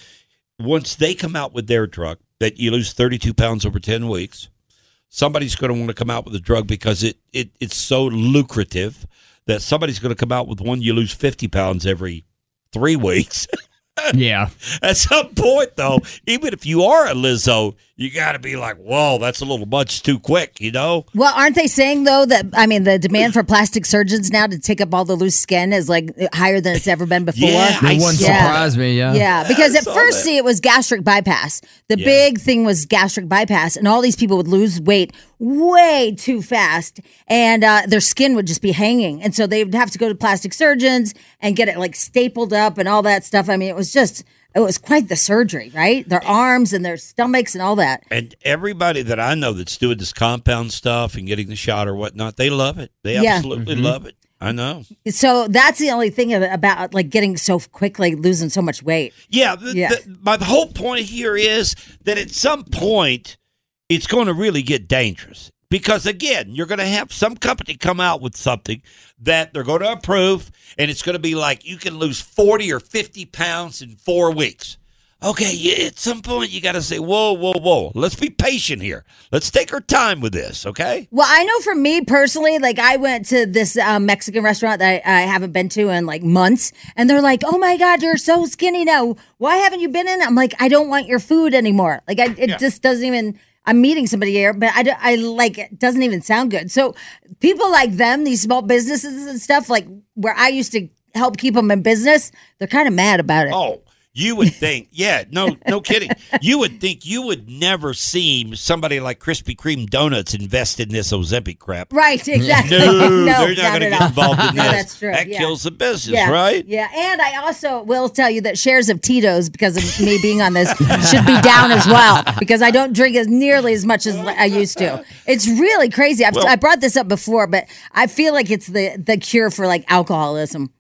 [SPEAKER 3] once they come out with their drug, that you lose 32 pounds over 10 weeks, somebody's going to want to come out with a drug because it, it it's so lucrative that somebody's going to come out with one you lose 50 pounds every three weeks. <laughs>
[SPEAKER 4] yeah.
[SPEAKER 3] At some point, though, even if you are a Lizzo, you got to be like, whoa, that's a little much too quick, you know?
[SPEAKER 2] Well, aren't they saying though that I mean the demand for plastic surgeons now to take up all the loose skin is like higher than it's ever been before?
[SPEAKER 4] Yeah, I It wouldn't saw surprise that. me, yeah.
[SPEAKER 2] Yeah, because
[SPEAKER 4] I
[SPEAKER 2] at
[SPEAKER 4] saw
[SPEAKER 2] first
[SPEAKER 4] that.
[SPEAKER 2] see it was gastric bypass. The
[SPEAKER 4] Yeah.
[SPEAKER 2] big thing was gastric bypass and all these people would lose weight way too fast and uh, their skin would just be hanging. And so they would have to go to plastic surgeons and get it like stapled up and all that stuff. I mean, it was just it was quite the surgery, right? Their arms and their stomachs and all that.
[SPEAKER 3] And everybody that I know that's doing this compound stuff and getting the shot or whatnot, they love it. They
[SPEAKER 2] Yeah.
[SPEAKER 3] absolutely
[SPEAKER 2] Mhm.
[SPEAKER 3] love it. I know.
[SPEAKER 2] So that's the only thing ab- about like getting so quickly losing so much weight.
[SPEAKER 3] Yeah. th-
[SPEAKER 2] Yeah.
[SPEAKER 3] th- my whole point here is that at some point, it's going to really get dangerous because, again, you're going to have some company come out with something that they're going to approve, and it's going to be like you can lose 40 or 50 pounds in four weeks. Okay, yeah, at some point, you got to say, whoa, whoa, whoa. Let's be patient here. Let's take our time with this, okay?
[SPEAKER 2] Well, I know for me personally, like I went to this uh, Mexican restaurant that I, I haven't been to in like months, and they're like, "Oh my God, you're so skinny now. Why haven't you been in?" I'm like, "I don't want your food anymore. Like, I, it
[SPEAKER 7] Yeah.
[SPEAKER 2] just doesn't even." I'm meeting somebody here, but I, do- I like it doesn't even sound good. So people like them, these small businesses and stuff, like where I used to help keep them in business, they're kind of mad about it.
[SPEAKER 3] Oh, you would think, yeah, no, no kidding. You would think you would never see somebody like Krispy Kreme Donuts invest in this Ozempic crap.
[SPEAKER 2] Right, exactly.
[SPEAKER 3] <laughs> No,
[SPEAKER 2] <laughs> No,
[SPEAKER 3] they're not, going
[SPEAKER 2] not
[SPEAKER 3] to
[SPEAKER 2] at
[SPEAKER 3] get
[SPEAKER 2] all.
[SPEAKER 3] involved in this.
[SPEAKER 2] <laughs> No, that's true,
[SPEAKER 3] That
[SPEAKER 2] yeah.
[SPEAKER 3] kills the business,
[SPEAKER 2] yeah,
[SPEAKER 3] right?
[SPEAKER 2] Yeah, and I also will tell you that shares of Tito's because of me being on this should be down
[SPEAKER 3] <laughs>
[SPEAKER 2] as well because I don't drink as nearly as much as I used to. It's really crazy. I've,
[SPEAKER 3] Well-
[SPEAKER 2] I brought this up before, but I feel like it's the the cure for like alcoholism.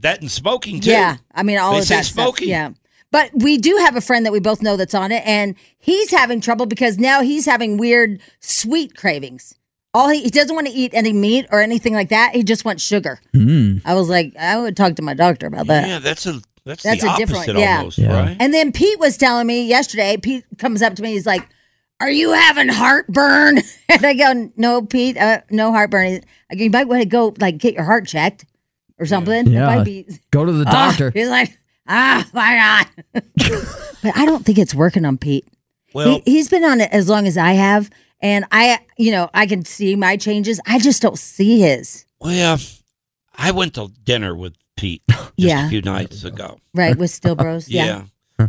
[SPEAKER 3] That and smoking too.
[SPEAKER 2] Yeah, I mean all
[SPEAKER 3] They
[SPEAKER 2] of
[SPEAKER 3] say
[SPEAKER 2] that
[SPEAKER 3] smoking.
[SPEAKER 2] stuff. Yeah. But we do have a friend that we both know that's on it, and he's having trouble because now he's having weird sweet cravings. All he, he doesn't want to eat any meat or anything like that. He just wants sugar.
[SPEAKER 3] Hmm.
[SPEAKER 2] I was like, I would talk to my doctor about that.
[SPEAKER 3] Yeah, that's a that's,
[SPEAKER 2] That's
[SPEAKER 3] the
[SPEAKER 2] a
[SPEAKER 3] opposite
[SPEAKER 2] different- yeah.
[SPEAKER 3] almost,
[SPEAKER 2] Yeah.
[SPEAKER 3] right?
[SPEAKER 2] And then Pete was telling me yesterday, Pete comes up to me, he's like, Are you having heartburn? <laughs> And I go, No, Pete, uh, no heartburn. He's- I go, You might want to go like get your heart checked or something. It
[SPEAKER 4] Yeah.
[SPEAKER 2] might be
[SPEAKER 4] Go to the
[SPEAKER 2] <laughs> Ah,
[SPEAKER 4] doctor.
[SPEAKER 2] he's like, Ah, my God. but I don't think it's working on Pete.
[SPEAKER 3] Well-
[SPEAKER 2] he, <laughs> he's been on it as long as I have. And I, you know, I can see my changes. I just don't see his.
[SPEAKER 3] Well, I went to dinner with
[SPEAKER 2] <laughs>
[SPEAKER 3] Pete just
[SPEAKER 2] Yeah.
[SPEAKER 3] a few nights ago.
[SPEAKER 2] Right. With Still
[SPEAKER 3] <laughs>
[SPEAKER 2] Bros. Yeah.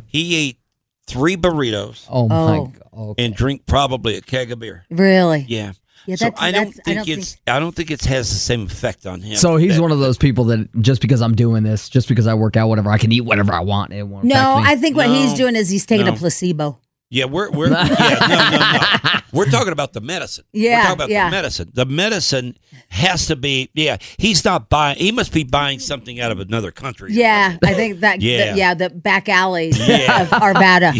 [SPEAKER 3] He ate three burritos.
[SPEAKER 4] Oh,
[SPEAKER 2] my Oh. God.
[SPEAKER 3] And drink probably a keg of beer.
[SPEAKER 2] Really?
[SPEAKER 3] Yeah.
[SPEAKER 2] Yeah,
[SPEAKER 3] so
[SPEAKER 2] that's-
[SPEAKER 3] I don't
[SPEAKER 2] that's-
[SPEAKER 3] think
[SPEAKER 2] I don't
[SPEAKER 3] it's I don't think it has the same effect on him.
[SPEAKER 4] So he's
[SPEAKER 3] that-
[SPEAKER 4] one of those people that just because I'm doing this, just because I work out, whatever, I can eat whatever I want. It won't
[SPEAKER 2] No,
[SPEAKER 4] affect me.
[SPEAKER 2] I think what he's
[SPEAKER 3] No.
[SPEAKER 2] doing is he's taking
[SPEAKER 3] No.
[SPEAKER 2] a placebo.
[SPEAKER 3] Yeah, we're we're yeah,
[SPEAKER 4] <laughs>
[SPEAKER 3] no, no, no. We're talking about the medicine.
[SPEAKER 2] Yeah,
[SPEAKER 3] We're talking about
[SPEAKER 2] yeah.
[SPEAKER 3] the medicine. The medicine has to be yeah, he's not buying he must be buying something out of another country.
[SPEAKER 2] Yeah. I think that, yeah,
[SPEAKER 3] Yeah.
[SPEAKER 2] the, yeah, the back alleys
[SPEAKER 3] <laughs> Yeah.
[SPEAKER 2] of Arvada.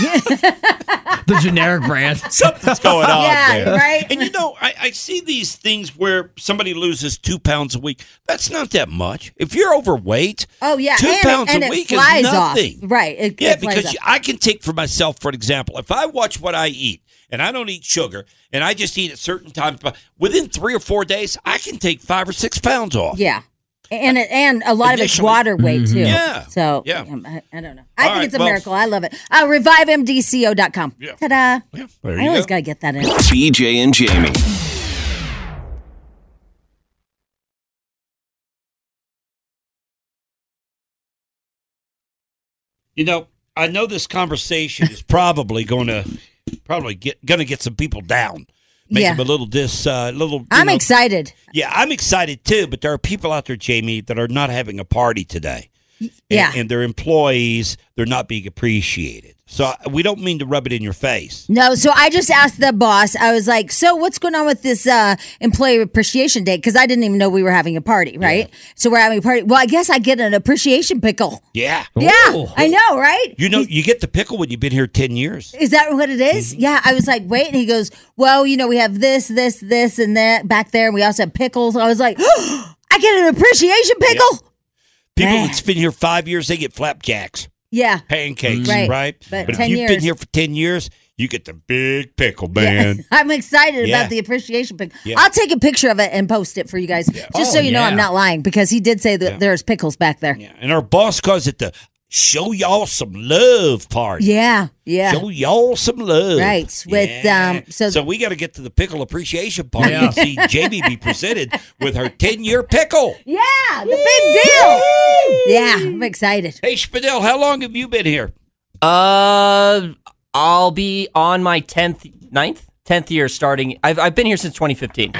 [SPEAKER 3] <laughs>
[SPEAKER 4] the generic brand.
[SPEAKER 3] Something's going on
[SPEAKER 2] Yeah,
[SPEAKER 3] there.
[SPEAKER 2] right?
[SPEAKER 3] And you know, I, I see these things where somebody loses two pounds a week. That's not that much. If you're overweight,
[SPEAKER 2] Oh, yeah.
[SPEAKER 3] two
[SPEAKER 2] and
[SPEAKER 3] pounds
[SPEAKER 2] it, and
[SPEAKER 3] a
[SPEAKER 2] it
[SPEAKER 3] week
[SPEAKER 2] flies
[SPEAKER 3] is nothing.
[SPEAKER 2] off. Right. It,
[SPEAKER 3] Yeah,
[SPEAKER 2] it flies
[SPEAKER 3] because
[SPEAKER 2] off.
[SPEAKER 3] you- I can take for myself, for example, if I watch what I eat and I don't eat sugar and I just eat at certain times, but within three or four days, I can take five or six pounds off.
[SPEAKER 2] Yeah. And it, and a lot of it's
[SPEAKER 3] Initially-
[SPEAKER 2] water weight
[SPEAKER 4] Mm-hmm.
[SPEAKER 2] too.
[SPEAKER 3] Yeah.
[SPEAKER 2] So
[SPEAKER 3] Yeah.
[SPEAKER 2] um, I, I don't know. I
[SPEAKER 3] All
[SPEAKER 2] think
[SPEAKER 3] right,
[SPEAKER 2] it's a
[SPEAKER 3] well-
[SPEAKER 2] miracle. I love it. Uh, revivemdco.com. Yeah. Ta-da.
[SPEAKER 1] There
[SPEAKER 2] I
[SPEAKER 1] you
[SPEAKER 2] always
[SPEAKER 1] go.
[SPEAKER 2] got to get that in.
[SPEAKER 1] BJ and Jamie.
[SPEAKER 3] You know, I know this conversation is probably going to probably get going to get some people down, make
[SPEAKER 2] Yeah.
[SPEAKER 3] them a little dis, uh, little. you
[SPEAKER 2] I'm
[SPEAKER 3] know-
[SPEAKER 2] excited.
[SPEAKER 3] Yeah, I'm excited too, but there are people out there, Jamie, that are not having a party today. And-
[SPEAKER 2] Yeah.
[SPEAKER 3] And, their employees, they're not being appreciated. So I- we don't mean to rub it in your face.
[SPEAKER 2] No, so I just asked the boss. I was like, "So what's going on with this uh, employee appreciation day?" Because I didn't even know we were having a party, right? So we're having a party. Well, I guess I get an appreciation pickle.
[SPEAKER 3] Yeah.
[SPEAKER 2] Yeah,
[SPEAKER 3] Oh.
[SPEAKER 2] I know, right?
[SPEAKER 3] You know, you get the pickle when you've been here 10 years.
[SPEAKER 2] Is that what it is?
[SPEAKER 3] Mm-hmm.
[SPEAKER 2] Yeah. I was like, wait. And he goes, well, you know, we have this, this, this, and that back there. And we also have pickles. I was like, <gasps> I get an appreciation pickle.
[SPEAKER 3] People that's been here five years, they get flapjacks,
[SPEAKER 2] Yeah.
[SPEAKER 3] pancakes,
[SPEAKER 2] Right.
[SPEAKER 3] right?
[SPEAKER 2] But
[SPEAKER 3] if
[SPEAKER 2] 10
[SPEAKER 3] you've been
[SPEAKER 2] years.
[SPEAKER 3] here for 10 years, you get the big pickle, man.
[SPEAKER 2] <laughs> I'm excited
[SPEAKER 3] Yeah.
[SPEAKER 2] about the appreciation pickle.
[SPEAKER 3] Yeah.
[SPEAKER 2] I'll take a picture of it and post it for you guys, just
[SPEAKER 3] Oh,
[SPEAKER 2] so you know I'm
[SPEAKER 3] yeah.
[SPEAKER 2] not lying because he did say that there's pickles back there. Yeah.
[SPEAKER 3] And our boss calls it the show y'all some love party.
[SPEAKER 2] Yeah.
[SPEAKER 3] Show y'all some love.
[SPEAKER 2] Right, with, um, so-
[SPEAKER 3] we got to get to the pickle appreciation party
[SPEAKER 4] Yeah.
[SPEAKER 3] and see Jamie be presented with her 10 year pickle.
[SPEAKER 2] Yeah, the big deal. Yeah, I'm excited.
[SPEAKER 3] Hey, Spadell, how long have you been here?
[SPEAKER 5] Uh, I'll be on my tenth, ninth, tenth year starting. I've I've been here since 2015.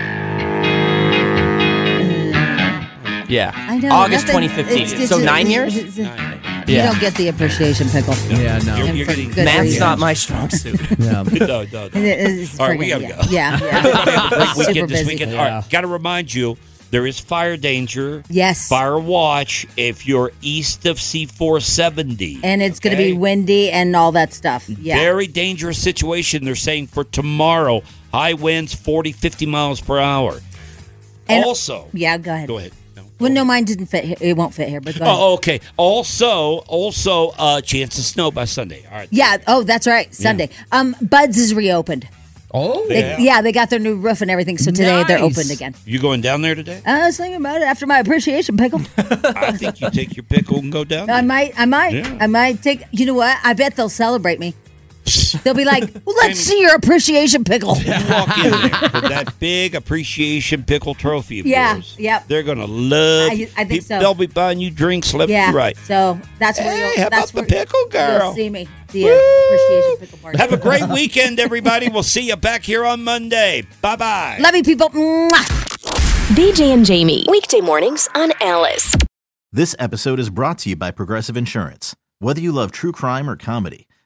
[SPEAKER 5] Yeah,
[SPEAKER 2] I know.
[SPEAKER 5] August
[SPEAKER 2] nothing-
[SPEAKER 5] 2015.
[SPEAKER 2] it's-
[SPEAKER 5] so
[SPEAKER 2] it's-
[SPEAKER 5] nine years.
[SPEAKER 2] it's- it's- You
[SPEAKER 5] Yeah.
[SPEAKER 2] don't get the appreciation pickle.
[SPEAKER 4] Yeah, no.
[SPEAKER 3] You're, you're
[SPEAKER 2] for
[SPEAKER 3] getting
[SPEAKER 2] good
[SPEAKER 5] Math's
[SPEAKER 2] reason.
[SPEAKER 5] not my strong suit.
[SPEAKER 4] <laughs>
[SPEAKER 3] no,
[SPEAKER 4] Yeah.
[SPEAKER 3] no,
[SPEAKER 2] It-
[SPEAKER 3] no.
[SPEAKER 2] it's
[SPEAKER 3] All right, we
[SPEAKER 2] friggin-
[SPEAKER 3] gotta <laughs> go.
[SPEAKER 2] yeah. go.
[SPEAKER 3] We're
[SPEAKER 2] Yeah,
[SPEAKER 3] gonna have a
[SPEAKER 2] yeah.
[SPEAKER 3] great weekend
[SPEAKER 2] Super
[SPEAKER 3] this
[SPEAKER 2] busy.
[SPEAKER 3] weekend. All right, got to remind you, there is fire danger.
[SPEAKER 2] Yes.
[SPEAKER 3] Fire watch if you're east of C470.
[SPEAKER 2] And it's going to be
[SPEAKER 3] Okay?
[SPEAKER 2] windy and all that stuff. Yeah.
[SPEAKER 3] Very dangerous situation, they're saying, for tomorrow. High winds 40, 50 miles per hour.
[SPEAKER 2] And-
[SPEAKER 3] also,
[SPEAKER 2] yeah, go ahead.
[SPEAKER 3] go ahead. No.
[SPEAKER 2] Well, no, mine didn't fit here. It won't fit here, but go ahead.
[SPEAKER 3] Oh, okay. Also, also, uh, chance of snow by Sunday. All right.
[SPEAKER 2] Yeah. Oh, that's right. Sunday. Um, Buds is reopened.
[SPEAKER 4] Oh,
[SPEAKER 2] They, yeah.
[SPEAKER 3] Yeah.
[SPEAKER 2] they got their new roof and everything. So today they're
[SPEAKER 4] Nice.
[SPEAKER 2] opened again.
[SPEAKER 3] You going down there today?
[SPEAKER 2] I was thinking about it after my appreciation pickle.
[SPEAKER 3] I think you take your pickle and go down.
[SPEAKER 2] I
[SPEAKER 3] there.
[SPEAKER 2] might, I might,
[SPEAKER 3] Yeah.
[SPEAKER 2] I might take. You know what? I bet they'll
[SPEAKER 3] <laughs>
[SPEAKER 2] celebrate me. They'll be like, well, "Let's see your appreciation pickle."
[SPEAKER 3] You walk in there with that big appreciation pickle trophy of
[SPEAKER 2] Yeah,
[SPEAKER 3] yours.
[SPEAKER 2] yep.
[SPEAKER 3] They're gonna love.
[SPEAKER 2] I-
[SPEAKER 3] you.
[SPEAKER 2] I
[SPEAKER 3] Pe-
[SPEAKER 2] think so.
[SPEAKER 3] They'll be buying you drinks left
[SPEAKER 2] Yeah,
[SPEAKER 3] and right.
[SPEAKER 2] So that's where
[SPEAKER 3] Hey,
[SPEAKER 2] you'll,
[SPEAKER 3] how
[SPEAKER 2] that's
[SPEAKER 3] about the
[SPEAKER 2] where
[SPEAKER 3] pickle
[SPEAKER 2] You'll
[SPEAKER 3] girl?
[SPEAKER 2] see me. The uh, appreciation pickle party.
[SPEAKER 3] Have a great weekend, everybody. We'll see you back here on Monday. Bye bye.
[SPEAKER 2] Love you, people. Mwah.
[SPEAKER 6] BJ and Jamie. Weekday mornings on Alice.
[SPEAKER 22] This episode is brought to you by Progressive Insurance. Whether you love true crime or comedy,